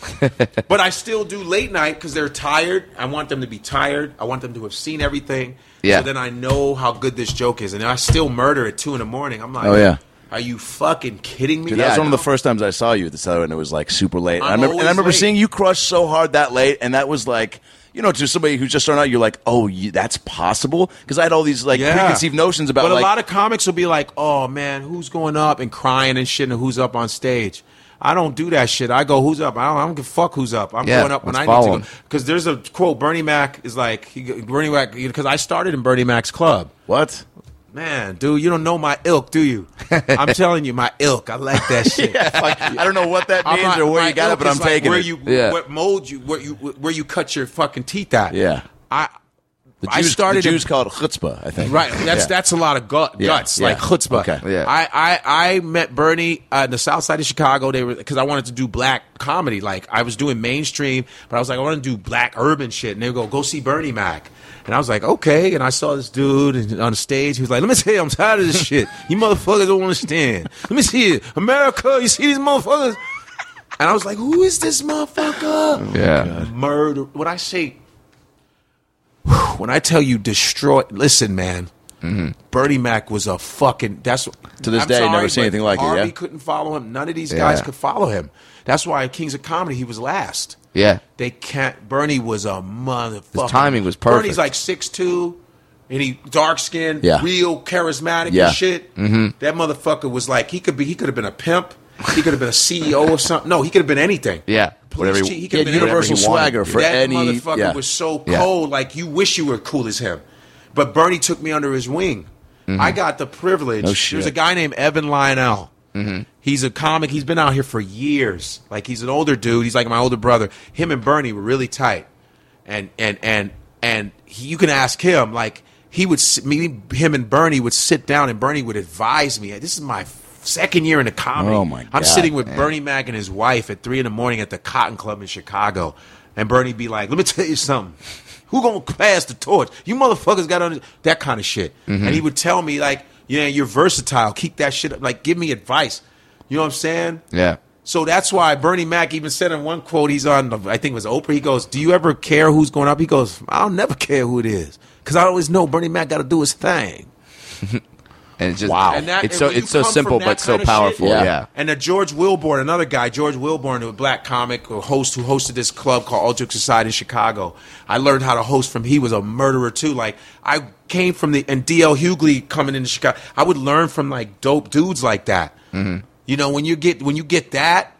[SPEAKER 2] but I still do late night because they're tired. I want them to be tired. I want them to have seen everything.
[SPEAKER 3] Yeah.
[SPEAKER 2] So then I know how good this joke is, and I still murder at two in the morning. I'm like,
[SPEAKER 1] Oh, yeah.
[SPEAKER 2] Are you fucking kidding me?
[SPEAKER 1] Dude, that was one of the first times I saw you at the cellar, and it was like super late. And
[SPEAKER 2] I'm
[SPEAKER 1] I remember, and I
[SPEAKER 2] always
[SPEAKER 1] remember
[SPEAKER 2] late.
[SPEAKER 1] seeing you crush so hard that late, and that was like, you know, to somebody who's just starting out, you're like, oh, you, that's possible. Because I had all these like
[SPEAKER 2] Yeah.
[SPEAKER 1] preconceived notions about
[SPEAKER 2] But
[SPEAKER 1] like,
[SPEAKER 2] a lot of comics will be like, "Oh man, who's going up and crying and shit, and who's up on stage?" I don't do that shit. I go, who's up? I don't, I don't give a fuck who's up. I'm
[SPEAKER 3] Yeah,
[SPEAKER 2] going up when
[SPEAKER 3] let's
[SPEAKER 2] I
[SPEAKER 3] follow
[SPEAKER 2] need to
[SPEAKER 3] him.
[SPEAKER 2] go. Because there's a quote Bernie Mac is like, he, go- Bernie Mac, because I started in Bernie Mac's club.
[SPEAKER 1] What?
[SPEAKER 2] Man, dude, you don't know my ilk, do you? I'm telling you, my ilk. I like that shit.
[SPEAKER 1] Like, I don't know what that
[SPEAKER 2] I'm
[SPEAKER 1] means
[SPEAKER 2] not-
[SPEAKER 1] or where
[SPEAKER 2] my
[SPEAKER 1] you got it,
[SPEAKER 2] ilk
[SPEAKER 1] but
[SPEAKER 2] is
[SPEAKER 1] I'm
[SPEAKER 2] like
[SPEAKER 1] taking
[SPEAKER 2] where
[SPEAKER 1] it.
[SPEAKER 2] You,
[SPEAKER 3] Yeah.
[SPEAKER 2] What mold you where you where you cut your fucking teeth at?
[SPEAKER 1] Yeah.
[SPEAKER 2] I
[SPEAKER 1] the Jews,
[SPEAKER 2] I started
[SPEAKER 1] the
[SPEAKER 2] in-
[SPEAKER 1] Jews call it chutzpah, I think.
[SPEAKER 2] Right. That's that's a lot of gut,
[SPEAKER 1] Yeah,
[SPEAKER 2] guts,
[SPEAKER 1] yeah.
[SPEAKER 2] like chutzpah.
[SPEAKER 1] Okay.
[SPEAKER 3] Yeah.
[SPEAKER 2] I, I, I met Bernie uh, in the south side of Chicago. They were because I wanted to do black comedy. Like I was doing mainstream, but I was like, I want to do black urban shit. And they would go, go see Bernie Mac. And I was like, okay. And I saw this dude on stage. He was like, let me tell you, I'm tired of this shit. You motherfuckers don't understand. Let me see it. America, you see these motherfuckers? And I was like, who is this motherfucker?
[SPEAKER 3] Yeah.
[SPEAKER 2] murder. When I say, when I tell you destroy, listen, man. Bernie Mac was a fucking. That's
[SPEAKER 1] To this day, never seen
[SPEAKER 2] but
[SPEAKER 1] anything like it,
[SPEAKER 2] Harvey
[SPEAKER 1] yeah?
[SPEAKER 2] couldn't follow him. None of these
[SPEAKER 3] Yeah.
[SPEAKER 2] guys could follow him. That's why in Kings of Comedy he was last.
[SPEAKER 3] Yeah.
[SPEAKER 2] They can't. Bernie was a motherfucker.
[SPEAKER 3] timing was perfect.
[SPEAKER 2] Bernie's like six two, and he dark skinned,
[SPEAKER 1] Yeah.
[SPEAKER 2] real charismatic
[SPEAKER 1] Yeah.
[SPEAKER 2] and shit. Mm-hmm. That motherfucker was like he could be. He could have been a pimp. He could have been a CEO or something. No, he could have been anything.
[SPEAKER 3] Yeah.
[SPEAKER 2] Police
[SPEAKER 1] Whatever he-
[SPEAKER 2] chief, he could have
[SPEAKER 1] he
[SPEAKER 2] been
[SPEAKER 1] had universal
[SPEAKER 2] anything.
[SPEAKER 1] swagger for
[SPEAKER 2] that
[SPEAKER 1] any-
[SPEAKER 2] motherfucker
[SPEAKER 1] yeah.
[SPEAKER 2] was so
[SPEAKER 1] Yeah.
[SPEAKER 2] cold, like you wish you were cool as him. But Bernie took me under his wing. I got the
[SPEAKER 1] Mm-hmm. No
[SPEAKER 2] privilege. There's a
[SPEAKER 1] shit. Mm-hmm.
[SPEAKER 2] guy named Evan Lionel. He's a comic. He's been out here for years. Like he's an older dude. He's like my older brother. Him and Bernie were really tight. And and and and he, you can ask him. Like he would s- me, him and Bernie would sit down, and Bernie would advise me. This is my second year in the comedy.
[SPEAKER 1] Oh, my
[SPEAKER 2] I'm
[SPEAKER 1] God,
[SPEAKER 2] sitting with Bernie Mac and his wife at three in the morning at the Cotton Club in Chicago, and Bernie be like, "Let me tell you something. Who gonna pass the torch? You motherfuckers got under that kind of shit."
[SPEAKER 1] Mm-hmm.
[SPEAKER 2] And he would tell me like, "Yeah, you're versatile. Keep that shit up. Like, give me advice. You know what I'm saying?"
[SPEAKER 3] Yeah.
[SPEAKER 2] So that's why Bernie Mac even said in one quote he's on, I think it was Oprah. He goes, "Do you ever care who's going up?" He goes, "I'll never care who it is, because I always know Bernie Mac got to do his thing."
[SPEAKER 3] And it's just
[SPEAKER 1] Wow.
[SPEAKER 2] And that-
[SPEAKER 3] it's
[SPEAKER 2] and
[SPEAKER 3] so
[SPEAKER 2] when you
[SPEAKER 3] it's so
[SPEAKER 2] come
[SPEAKER 3] simple
[SPEAKER 2] from that
[SPEAKER 3] but so
[SPEAKER 2] kind of shit-
[SPEAKER 3] powerful.
[SPEAKER 1] Yeah.
[SPEAKER 3] yeah.
[SPEAKER 2] And the George Wilborn, another guy, George Wilborn, a black comic who host who hosted this club called Ultra Society in Chicago. I learned how to host from. He was a murderer too. Like I came from the and DL Hughley coming into Chicago. I would learn from like dope dudes like that. You know when you get when you get that.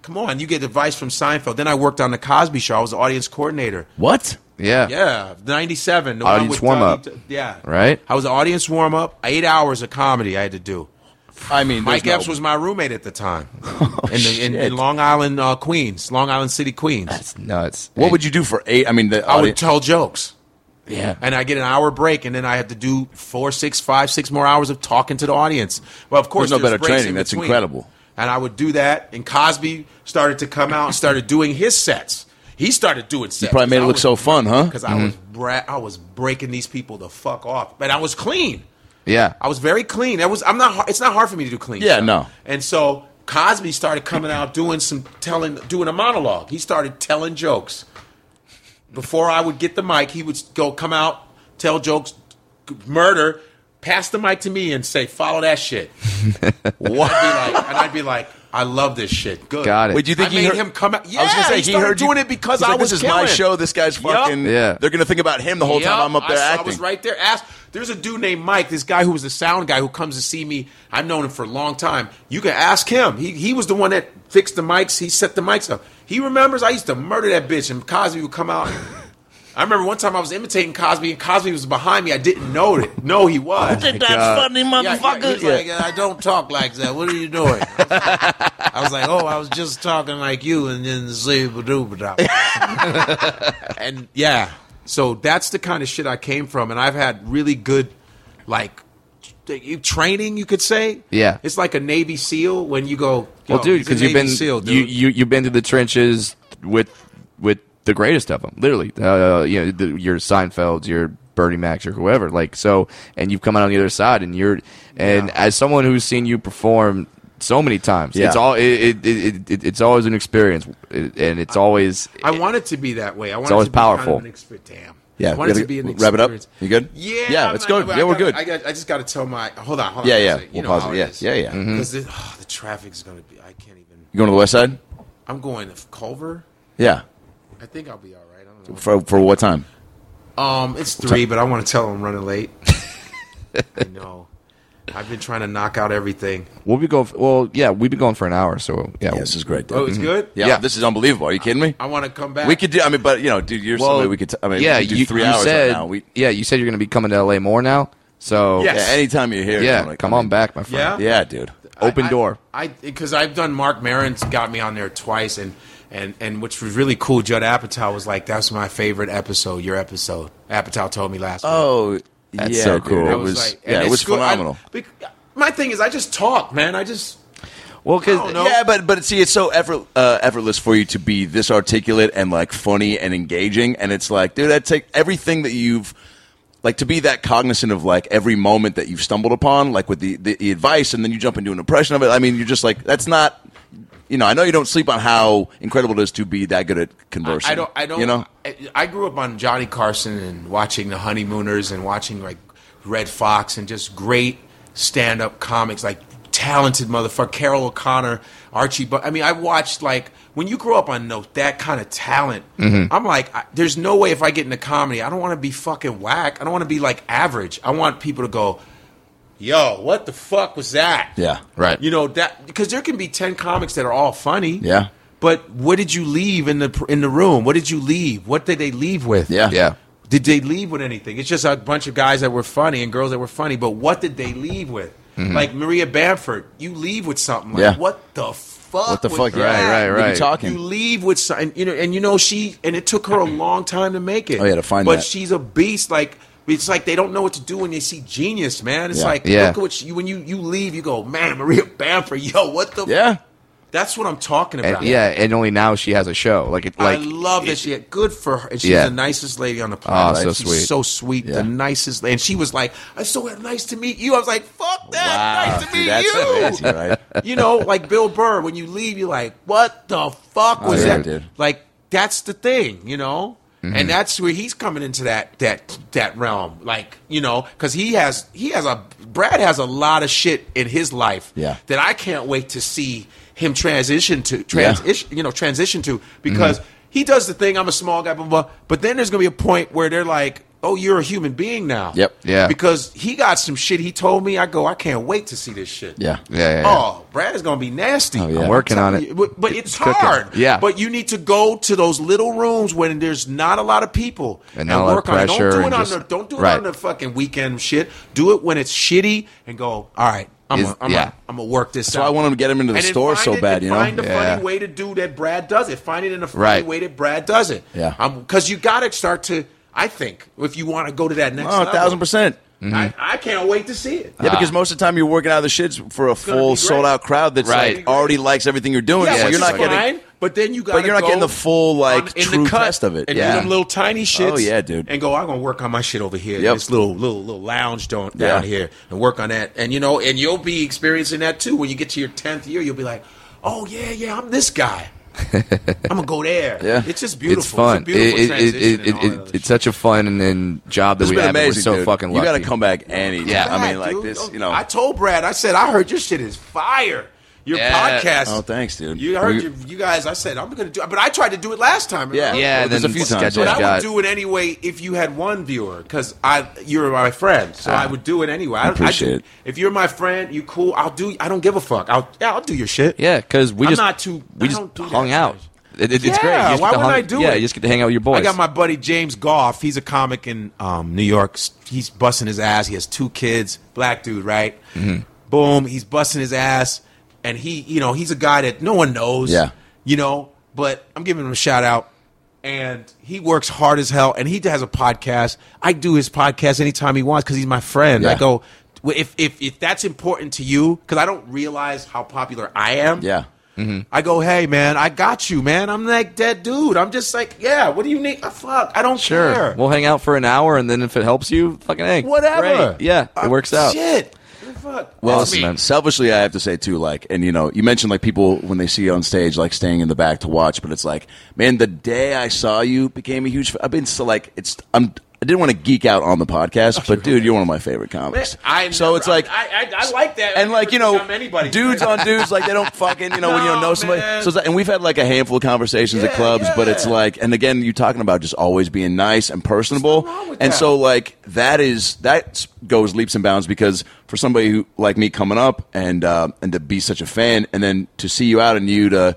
[SPEAKER 2] Come on, you get advice from Seinfeld. Then I worked on the Cosby Show. I was the audience coordinator.
[SPEAKER 1] What?
[SPEAKER 3] Yeah.
[SPEAKER 2] Yeah, '97.
[SPEAKER 3] Audience warm-up.
[SPEAKER 2] Yeah,
[SPEAKER 3] Right?
[SPEAKER 2] I was the audience warm up. Eight hours of comedy I had to do.
[SPEAKER 1] I mean, there's
[SPEAKER 2] Mike
[SPEAKER 1] no-
[SPEAKER 2] Epps was my roommate at the time in, the, in, in Long Island, uh, Queens, Long Island City, Queens.
[SPEAKER 3] That's nuts.
[SPEAKER 1] What would you do for eight? I mean, the
[SPEAKER 2] I would
[SPEAKER 1] audience-
[SPEAKER 2] tell jokes,
[SPEAKER 1] yeah.
[SPEAKER 2] and I get an hour break, and then I have to do four, six, five, six more hours of talking to the audience. Well, of course,
[SPEAKER 1] There's no better
[SPEAKER 2] breaks in
[SPEAKER 1] training. That's
[SPEAKER 2] between.
[SPEAKER 1] incredible.
[SPEAKER 2] And I would do that, and Cosby started to come out and started doing his sets. He started doing sets.
[SPEAKER 1] You probably made it look so fun, huh? Mm-hmm.
[SPEAKER 2] because I was bra- I was breaking these people the fuck off, but I was clean.
[SPEAKER 3] Yeah.
[SPEAKER 2] I was very clean. That was I'm not. har- It's not hard for me to do clean.
[SPEAKER 1] Yeah,
[SPEAKER 2] stuff.
[SPEAKER 1] no.
[SPEAKER 2] And so Cosby started coming out doing some telling, doing a monologue. He started telling jokes. Before I would get the mic, he would go come out, tell jokes, g- murder, pass the mic to me, and say, "Follow that shit." what? I'd be like, and I'd be like, "I love this shit. Good.
[SPEAKER 3] Got it.
[SPEAKER 1] Wait, do you think
[SPEAKER 2] I
[SPEAKER 1] he
[SPEAKER 2] made
[SPEAKER 1] heard,
[SPEAKER 2] him come
[SPEAKER 1] I
[SPEAKER 2] out-
[SPEAKER 1] was gonna
[SPEAKER 2] Yeah,
[SPEAKER 1] say
[SPEAKER 2] he
[SPEAKER 1] he,
[SPEAKER 2] started
[SPEAKER 1] heard you-
[SPEAKER 2] doing it because
[SPEAKER 1] he's
[SPEAKER 2] I
[SPEAKER 1] like,
[SPEAKER 2] was
[SPEAKER 1] This is my
[SPEAKER 2] killing."
[SPEAKER 1] show. This guy's
[SPEAKER 2] Yup.
[SPEAKER 1] fucking.
[SPEAKER 3] Yeah.
[SPEAKER 1] They're gonna think about him the whole time
[SPEAKER 2] Yep,
[SPEAKER 1] I'm up
[SPEAKER 2] I
[SPEAKER 1] there
[SPEAKER 2] saw- I
[SPEAKER 1] acting.
[SPEAKER 2] was right there. Ask. There's a dude named Mike. This guy who was the sound guy who comes to see me. I've known him for a long time. You can ask him. He he was the one that fixed the mics. He set the mics up. He remembers I used to murder that bitch, and Cosby would come out. I remember one time I was imitating Cosby, and Cosby was behind me. I didn't know it. No, he was.
[SPEAKER 4] Think that's funny,
[SPEAKER 2] Yeah, yeah, he was
[SPEAKER 4] motherfucker.
[SPEAKER 2] like, I don't talk like that. What are you doing? I was like, I was like, oh, I was just talking like you, and then zooba And yeah, so that's the kind of shit I came from, and I've had really good, like, t- training. You could say,
[SPEAKER 3] Yeah.
[SPEAKER 2] it's like a Navy SEAL when you go,
[SPEAKER 3] Well,
[SPEAKER 2] yo,
[SPEAKER 3] dude,
[SPEAKER 2] he's a
[SPEAKER 3] because you've
[SPEAKER 2] Navy
[SPEAKER 3] been
[SPEAKER 2] SEAL,
[SPEAKER 3] you
[SPEAKER 2] dude.
[SPEAKER 3] you you've been to the trenches with with the greatest of them, literally. Uh, you know, the, your Seinfelds, your Bernie Macs, or whoever. Like so, and you've come out on the other side, and you're and as someone who's seen you perform so many times,
[SPEAKER 1] Yeah.
[SPEAKER 3] it's all it, it, it, it it's always an experience, It- and it's always
[SPEAKER 2] I want it to be that way. I want it
[SPEAKER 3] always
[SPEAKER 2] to be kind of
[SPEAKER 3] powerful.
[SPEAKER 2] an exper- Damn.
[SPEAKER 1] Yeah,
[SPEAKER 2] I
[SPEAKER 1] we
[SPEAKER 2] want it
[SPEAKER 1] gotta
[SPEAKER 2] to be an
[SPEAKER 1] wrap it up?
[SPEAKER 2] experience.
[SPEAKER 1] You good?
[SPEAKER 2] Yeah,
[SPEAKER 1] Yeah,
[SPEAKER 2] I'm
[SPEAKER 1] it's
[SPEAKER 2] not-
[SPEAKER 1] good.
[SPEAKER 2] I
[SPEAKER 1] Yeah, we're
[SPEAKER 2] gotta-
[SPEAKER 1] good.
[SPEAKER 2] I, got, I just got to tell my. Hold on, hold on.
[SPEAKER 1] Yeah,
[SPEAKER 2] one
[SPEAKER 1] yeah.
[SPEAKER 2] second.
[SPEAKER 1] We'll
[SPEAKER 2] You know
[SPEAKER 1] pause
[SPEAKER 2] how
[SPEAKER 1] it.
[SPEAKER 2] it
[SPEAKER 1] Yeah,
[SPEAKER 2] is.
[SPEAKER 1] yeah, yeah. Mhm.
[SPEAKER 2] 'Cause the- oh, the traffic's gonna be. I can't even.
[SPEAKER 1] You going to the west side?
[SPEAKER 2] I'm going to Culver.
[SPEAKER 1] Yeah.
[SPEAKER 2] I think I'll be all right. I don't
[SPEAKER 1] For for what time?
[SPEAKER 2] know. Um, it's three, but I want to tell them I'm running late. I know. I've been trying to knock out everything.
[SPEAKER 3] We'll be going. Well, yeah, we've been going for an hour, so yeah.
[SPEAKER 4] Yeah, this is great.
[SPEAKER 2] Oh,
[SPEAKER 4] Dude.
[SPEAKER 2] it's good.
[SPEAKER 1] Mm-hmm. Yeah,
[SPEAKER 3] Yeah.
[SPEAKER 1] this is unbelievable. Are you kidding me?
[SPEAKER 2] I want to come back.
[SPEAKER 1] We could do. I mean, but you know, dude, you're somebody we could. T- I mean,
[SPEAKER 3] yeah,
[SPEAKER 1] we could do
[SPEAKER 3] you,
[SPEAKER 1] three
[SPEAKER 3] you
[SPEAKER 1] hours
[SPEAKER 3] said,
[SPEAKER 1] right now. We,
[SPEAKER 3] yeah, you said you're going to be coming to LA more now. So
[SPEAKER 1] yeah,
[SPEAKER 2] Yes.
[SPEAKER 1] anytime you're here,
[SPEAKER 3] yeah,
[SPEAKER 1] you wanna
[SPEAKER 3] come on back, my friend.
[SPEAKER 2] Yeah?
[SPEAKER 1] Yeah, dude.
[SPEAKER 3] Open
[SPEAKER 2] I-
[SPEAKER 3] door.
[SPEAKER 2] I because I've done Mark Maron's got me on there twice, and and and which was really cool. Judd Apatow was like, "That's my favorite episode. Your episode." Apatow told me last. week.
[SPEAKER 1] Oh, that's
[SPEAKER 4] yeah,
[SPEAKER 1] so
[SPEAKER 4] dude.
[SPEAKER 1] cool.
[SPEAKER 2] I
[SPEAKER 1] It was,
[SPEAKER 2] like- and
[SPEAKER 1] yeah, it
[SPEAKER 2] it's
[SPEAKER 1] was
[SPEAKER 2] good. I-
[SPEAKER 1] phenomenal.
[SPEAKER 2] bec- my thing is, I just talk, man. I just
[SPEAKER 3] Well,
[SPEAKER 2] I don't
[SPEAKER 3] because
[SPEAKER 2] know.
[SPEAKER 1] Yeah, but but see, it's so effort, uh, effortless for you to be this articulate and like funny and engaging, and it's like, dude, that take everything that you've like to be that cognizant of like every moment that you've stumbled upon, like with the, the, the advice, and then you jump into an impression of it. I mean, you're just like, that's not. You know, I know you don't sleep on how incredible it is to be that good at conversing.
[SPEAKER 2] I don't. I don't.
[SPEAKER 1] You know,
[SPEAKER 2] I, I grew up on Johnny Carson and watching The Honeymooners and watching like Red Fox and just great stand-up comics like talented motherfucker Carol O'Connor, Archie. But I mean, I watched like when you grow up on no, that kind of talent.
[SPEAKER 1] Mm-hmm.
[SPEAKER 2] I'm like, I, there's no way if I get into comedy, I don't want to be fucking whack. I don't want to be like average. I want people to go. Yo, what the fuck was that?
[SPEAKER 1] Yeah,
[SPEAKER 3] right.
[SPEAKER 2] You know that because there can be ten comics that are all funny.
[SPEAKER 1] Yeah.
[SPEAKER 2] But what did you leave in the in the room? What did you leave? What did they leave with?
[SPEAKER 1] Yeah.
[SPEAKER 3] yeah,
[SPEAKER 2] Did they leave with anything? It's just a bunch of guys that were funny and girls that were funny. But what did they leave with? Like Maria Bamford, you leave with something. Like,
[SPEAKER 1] Mm-hmm. Yeah.
[SPEAKER 2] What the fuck?
[SPEAKER 1] What the
[SPEAKER 2] was
[SPEAKER 1] fuck?
[SPEAKER 2] that?
[SPEAKER 1] Yeah, What
[SPEAKER 3] Right,
[SPEAKER 1] are
[SPEAKER 3] right.
[SPEAKER 1] you talking?
[SPEAKER 2] You leave with something, you know, and you know she, and it took her a long time to make it.
[SPEAKER 1] Oh, yeah, to find
[SPEAKER 2] But
[SPEAKER 1] that.
[SPEAKER 2] she's a beast. Like it's like they don't know what to do when they see genius, man. It's
[SPEAKER 1] Yeah.
[SPEAKER 2] like
[SPEAKER 3] Yeah.
[SPEAKER 2] look at what she, when you you leave, you go, man, Maria Bamford, yo, what the?
[SPEAKER 1] yeah,
[SPEAKER 2] That's what I'm talking about.
[SPEAKER 3] and, yeah, and only now she has a show. Like it, like
[SPEAKER 2] I love that she had good for her, and she's
[SPEAKER 3] Yeah. Oh,
[SPEAKER 2] the nicest lady on the planet.
[SPEAKER 3] so
[SPEAKER 2] she's
[SPEAKER 3] sweet.
[SPEAKER 2] so sweet,
[SPEAKER 1] Yeah.
[SPEAKER 2] the nicest. la- And she was like, "I'm so nice to meet you." I was like, "Fuck that!
[SPEAKER 1] wow,
[SPEAKER 2] nice to
[SPEAKER 1] dude,
[SPEAKER 2] meet
[SPEAKER 1] that's
[SPEAKER 2] you."
[SPEAKER 1] amazing, right?
[SPEAKER 2] You know, like Bill Burr. When you leave, you're like, "What the fuck was
[SPEAKER 1] yeah,
[SPEAKER 2] that?"
[SPEAKER 1] dude.
[SPEAKER 2] Like that's the thing, you know.
[SPEAKER 1] Mm-hmm.
[SPEAKER 2] And that's where he's coming into that that that realm, like you know, because he has he has a Brad has a lot of shit in his life
[SPEAKER 1] Yeah.
[SPEAKER 2] that I can't wait to see him transition to transition, you know, transition to because
[SPEAKER 1] Mm-hmm.
[SPEAKER 2] he does the thing. I'm a small guy, blah, blah blah. But then there's gonna be a point where they're like, "Oh, you're a human being now."
[SPEAKER 1] Yep.
[SPEAKER 3] Yeah.
[SPEAKER 2] Because he got some shit he told me. I go, I can't wait to see this shit.
[SPEAKER 1] Yeah. Oh,
[SPEAKER 3] yeah, yeah, yeah.
[SPEAKER 2] Oh, Brad is gonna be nasty.
[SPEAKER 1] yeah.
[SPEAKER 3] I'm working on it.
[SPEAKER 2] You- But, but it's,
[SPEAKER 3] cooking.
[SPEAKER 2] hard.
[SPEAKER 3] Yeah.
[SPEAKER 2] But you need to go to those little rooms when there's not a lot of people
[SPEAKER 3] And not a lot of
[SPEAKER 2] on it. Don't
[SPEAKER 3] pressure
[SPEAKER 2] do it
[SPEAKER 3] and
[SPEAKER 2] on
[SPEAKER 3] just-
[SPEAKER 2] the don't do it
[SPEAKER 3] right.
[SPEAKER 2] on the fucking weekend shit. Do it when it's shitty and go. All right, I'm
[SPEAKER 3] Is-
[SPEAKER 2] gonna I'm
[SPEAKER 3] yeah.
[SPEAKER 2] gonna I'm gonna work this.
[SPEAKER 1] So I wanted to get him into the store so bad, you know?
[SPEAKER 2] Find a
[SPEAKER 3] Yeah.
[SPEAKER 2] funny way to do that. Brad does it. Find it in a funny
[SPEAKER 3] Right.
[SPEAKER 2] way that Brad does it.
[SPEAKER 1] Yeah.
[SPEAKER 2] Because you got to start to. I think if you want to go to that next
[SPEAKER 1] Oh, a
[SPEAKER 2] level,
[SPEAKER 1] thousand percent.
[SPEAKER 2] I,
[SPEAKER 3] Mm-hmm.
[SPEAKER 2] I can't wait to see it.
[SPEAKER 3] Ah.
[SPEAKER 1] Yeah, because most of the time you're working out of the shits for a
[SPEAKER 2] gonna be
[SPEAKER 1] full
[SPEAKER 2] great.
[SPEAKER 1] sold out crowd that's
[SPEAKER 3] Right.
[SPEAKER 1] like already likes everything you're doing.
[SPEAKER 2] Yeah,
[SPEAKER 1] so
[SPEAKER 2] which
[SPEAKER 1] you're
[SPEAKER 2] is
[SPEAKER 1] not getting,
[SPEAKER 2] fine, but then you got.
[SPEAKER 1] but you're not getting the full like true test of it.
[SPEAKER 2] And
[SPEAKER 1] yeah,
[SPEAKER 2] do them little tiny shits.
[SPEAKER 1] Oh, yeah, dude.
[SPEAKER 2] And go. I'm gonna work on my shit over here.
[SPEAKER 1] Yep.
[SPEAKER 2] This little little little lounge down
[SPEAKER 1] Yeah.
[SPEAKER 2] down here, and work on that. And you know, and you'll be experiencing that too when you get to your tenth year. You'll be like, oh yeah, yeah, I'm this guy. I'm gonna go there.
[SPEAKER 1] Yeah.
[SPEAKER 2] it's just beautiful.
[SPEAKER 3] It's fun.
[SPEAKER 2] a beautiful
[SPEAKER 3] It- it- it-
[SPEAKER 2] transition. and
[SPEAKER 3] it-
[SPEAKER 2] all
[SPEAKER 3] it-
[SPEAKER 2] that other
[SPEAKER 3] it's such a fun and, and job that
[SPEAKER 1] it's
[SPEAKER 3] we
[SPEAKER 1] been
[SPEAKER 3] have. and
[SPEAKER 1] amazing.
[SPEAKER 3] We're so
[SPEAKER 1] dude.
[SPEAKER 3] fucking
[SPEAKER 1] You
[SPEAKER 3] lucky.
[SPEAKER 1] got to come back any.
[SPEAKER 3] Yeah.
[SPEAKER 1] time. I mean,
[SPEAKER 2] Yeah,
[SPEAKER 1] like
[SPEAKER 2] dude. Oh,
[SPEAKER 1] this, you know.
[SPEAKER 2] I told Brad, I said, I heard your shit is fire. Your
[SPEAKER 3] Yeah.
[SPEAKER 2] podcast.
[SPEAKER 1] oh, thanks, dude.
[SPEAKER 2] You heard
[SPEAKER 1] We-
[SPEAKER 2] you, you guys. I said I'm gonna do, it. but I tried to do it last time.
[SPEAKER 1] Yeah.
[SPEAKER 2] remember?
[SPEAKER 3] yeah, and
[SPEAKER 1] There's
[SPEAKER 3] then
[SPEAKER 1] a few times,
[SPEAKER 3] sketches
[SPEAKER 1] yeah.
[SPEAKER 2] But I
[SPEAKER 3] got-
[SPEAKER 2] would do it anyway if you had one viewer, because I you're my friend, so I would do it anyway. I,
[SPEAKER 1] appreciate
[SPEAKER 2] I do,
[SPEAKER 1] it.
[SPEAKER 2] If you're my friend, you cool. I'll do. I don't give a fuck. I'll yeah, I'll do your shit.
[SPEAKER 3] Yeah, because we
[SPEAKER 2] I'm
[SPEAKER 3] just
[SPEAKER 2] not too-
[SPEAKER 3] we
[SPEAKER 2] I
[SPEAKER 3] just
[SPEAKER 2] don't do
[SPEAKER 3] hung
[SPEAKER 2] that.
[SPEAKER 3] out. It, it, it's
[SPEAKER 2] Yeah,
[SPEAKER 3] great. You just
[SPEAKER 2] why
[SPEAKER 3] get to
[SPEAKER 2] wouldn't
[SPEAKER 3] hang-
[SPEAKER 2] I do
[SPEAKER 3] yeah,
[SPEAKER 2] it?
[SPEAKER 3] you just get to hang out with your boys.
[SPEAKER 2] I got my buddy James Goff. He's a comic in um, New York. He's busting his ass. He has two kids. Black dude, right?
[SPEAKER 1] Mm-hmm.
[SPEAKER 2] Boom. He's busting his ass, and he, you know, he's a guy that no one knows.
[SPEAKER 1] Yeah.
[SPEAKER 2] You know, but I'm giving him a shout out. And he works hard as hell, and he has a podcast. I do his podcast anytime he wants because he's my friend.
[SPEAKER 1] Yeah.
[SPEAKER 2] I go, if if if that's important to you, because I don't realize how popular I am.
[SPEAKER 1] Yeah.
[SPEAKER 2] Mm-hmm. I go, hey man, I got you, man. I'm like that dude. I'm just like, yeah. What do you need? Ah, fuck, I don't
[SPEAKER 3] sure.
[SPEAKER 2] care.
[SPEAKER 3] We'll hang out for an hour, and then if it helps you, fucking hey,
[SPEAKER 2] Whatever.
[SPEAKER 3] Great. Yeah, it
[SPEAKER 2] Ah,
[SPEAKER 3] works out.
[SPEAKER 2] Shit. Fuck.
[SPEAKER 1] Well,
[SPEAKER 2] That's me.
[SPEAKER 1] man, selfishly, I have to say too, like, and you know, you mentioned like people when they see you on stage, like staying in the back to watch, but it's like, man, the day I saw you became a huge. F- I've been so like, it's I'm I didn't want to geek out on the
[SPEAKER 2] Oh,
[SPEAKER 1] podcast, but dude, you're one of my favorite comics.
[SPEAKER 2] I
[SPEAKER 1] so it's like
[SPEAKER 2] I, I, I like that.
[SPEAKER 1] and like you know, dudes on dudes, like they don't fucking you know when you don't
[SPEAKER 2] No,
[SPEAKER 1] know somebody.
[SPEAKER 2] man.
[SPEAKER 1] So it's like, and we've had like a handful of conversations at
[SPEAKER 2] Yeah,
[SPEAKER 1] clubs, but
[SPEAKER 2] yeah.
[SPEAKER 1] it's like, and again, you talking about just always being nice and personable,
[SPEAKER 2] wrong with
[SPEAKER 1] and
[SPEAKER 2] that.
[SPEAKER 1] so like that is that goes leaps and bounds because for somebody who like me coming up and uh, and to be such a fan, and then to see you out and you to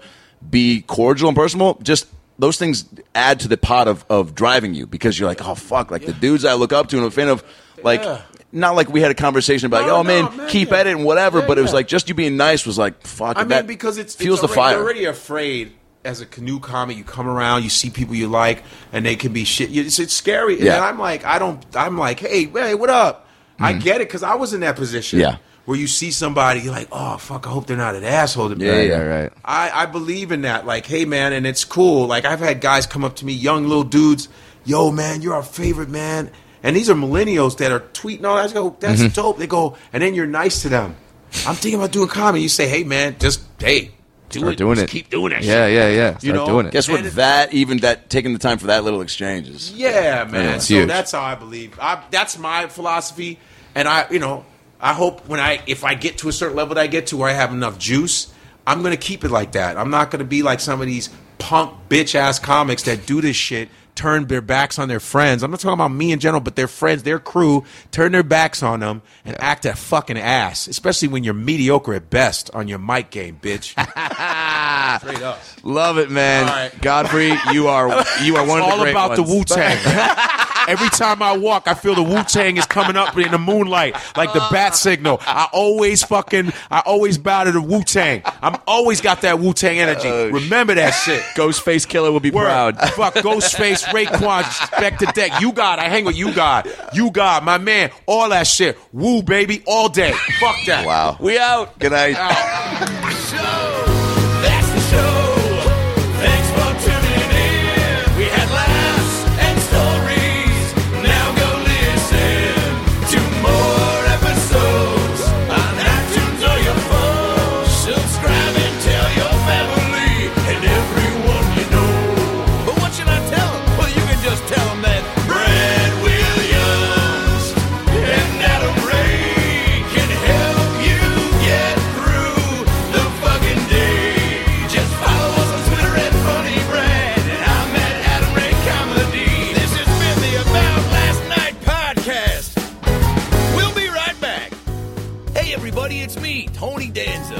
[SPEAKER 1] be cordial and personable, just. Those things add to the pot of, of driving you because you're like, oh fuck, like the dudes I look up to and I'm a fan of, like,
[SPEAKER 2] Yeah.
[SPEAKER 1] not like we had a conversation about, like,
[SPEAKER 2] No,
[SPEAKER 1] oh man,
[SPEAKER 2] no, man,
[SPEAKER 1] keep
[SPEAKER 2] yeah.
[SPEAKER 1] at it and whatever,
[SPEAKER 2] Yeah,
[SPEAKER 1] but it was
[SPEAKER 2] yeah.
[SPEAKER 1] like just you being nice was like fuck.
[SPEAKER 2] I mean,
[SPEAKER 1] that
[SPEAKER 2] because it's
[SPEAKER 1] fuels
[SPEAKER 2] it's
[SPEAKER 1] the
[SPEAKER 2] already,
[SPEAKER 1] fire.
[SPEAKER 2] Already afraid as a canoe comic, you come around, you see people you like, and they can be shit. It's, it's scary.
[SPEAKER 1] Yeah. Mm-hmm.
[SPEAKER 2] And I'm like, I don't. I'm like, hey, hey, what up? I get it because I was in that position.
[SPEAKER 1] Yeah.
[SPEAKER 2] Where you see somebody, you're like, oh fuck, I hope they're not an asshole to me.
[SPEAKER 1] Yeah, yeah,
[SPEAKER 3] right.
[SPEAKER 2] I, I believe in that. Like, hey, man, and it's cool. Like, I've had guys come up to me, young little dudes, yo, man, you're our favorite, man. And these are millennials that are tweeting all that. I go, that's
[SPEAKER 3] Mm-hmm.
[SPEAKER 2] dope. They go, and then you're nice to them. I'm thinking about doing comedy. You say, hey, man, just, hey, do
[SPEAKER 3] Start
[SPEAKER 2] it.
[SPEAKER 3] doing
[SPEAKER 2] Just
[SPEAKER 3] it.
[SPEAKER 2] Keep doing that
[SPEAKER 3] Yeah,
[SPEAKER 2] shit.
[SPEAKER 3] yeah, yeah. Start
[SPEAKER 2] You know,
[SPEAKER 3] doing it.
[SPEAKER 1] Guess what?
[SPEAKER 2] And it-
[SPEAKER 1] that even that taking the time for that little exchange is
[SPEAKER 2] Yeah, man.
[SPEAKER 1] Anyway, it's
[SPEAKER 2] so
[SPEAKER 3] huge.
[SPEAKER 2] that's how I believe. I, that's my philosophy, and I, you know, I hope when I, if I get to a certain level that I get to where I have enough juice, I'm gonna keep it like that. I'm not gonna be like some of these punk bitch ass comics that do this shit. Turn their backs on their friends. I'm not talking about me in general, but their friends, their crew, turn their backs on them and act a fucking ass, especially when you're mediocre at best on your mic game, bitch. Straight up.
[SPEAKER 3] Love it, man.
[SPEAKER 2] All right.
[SPEAKER 3] Godfrey, you are you are one
[SPEAKER 2] It's
[SPEAKER 3] of the
[SPEAKER 2] all
[SPEAKER 3] great
[SPEAKER 2] about the
[SPEAKER 3] ones.
[SPEAKER 2] Wu Tang. Every time I walk, I feel the Wu Tang is coming up in the moonlight, like the bat signal. I always fucking, I always bow to the Wu Tang. I'm always got that Wu Tang energy. Remember that shit.
[SPEAKER 3] Ghostface Killer will be
[SPEAKER 2] Word.
[SPEAKER 3] Oh, proud.
[SPEAKER 2] Fuck Ghostface, Raekwon, back to deck. You God, I hang with you God. You God, my man. All that shit. Woo, baby, all day. Fuck that.
[SPEAKER 1] wow.
[SPEAKER 3] We out.
[SPEAKER 1] Good night.
[SPEAKER 5] That's the show. Thanks for tuning in. We had laughs and stories. Now go listen to more episodes on iTunes or your phone. Subscribe and tell your family and everyone you know. But what should I tell 'em? Well, you can just tell 'em that Brad Williams and Adam Ray can help you get through the fucking day. Just follow us on Twitter at Funny Brad, and I'm at Adam Ray Comedy. This has been the About Last Night podcast. We'll be right back. Hey, everybody, it's me, Tony Danza.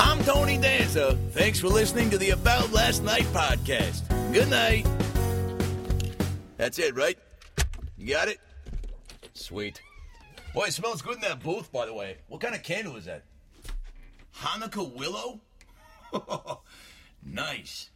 [SPEAKER 5] I'm Tony Danza. Thanks for listening to the About Last Night podcast. Good night. That's it, right? You got it? Sweet. Boy, it smells good in that booth, by the way. What kind of candle is that? Hanukkah willow? nice.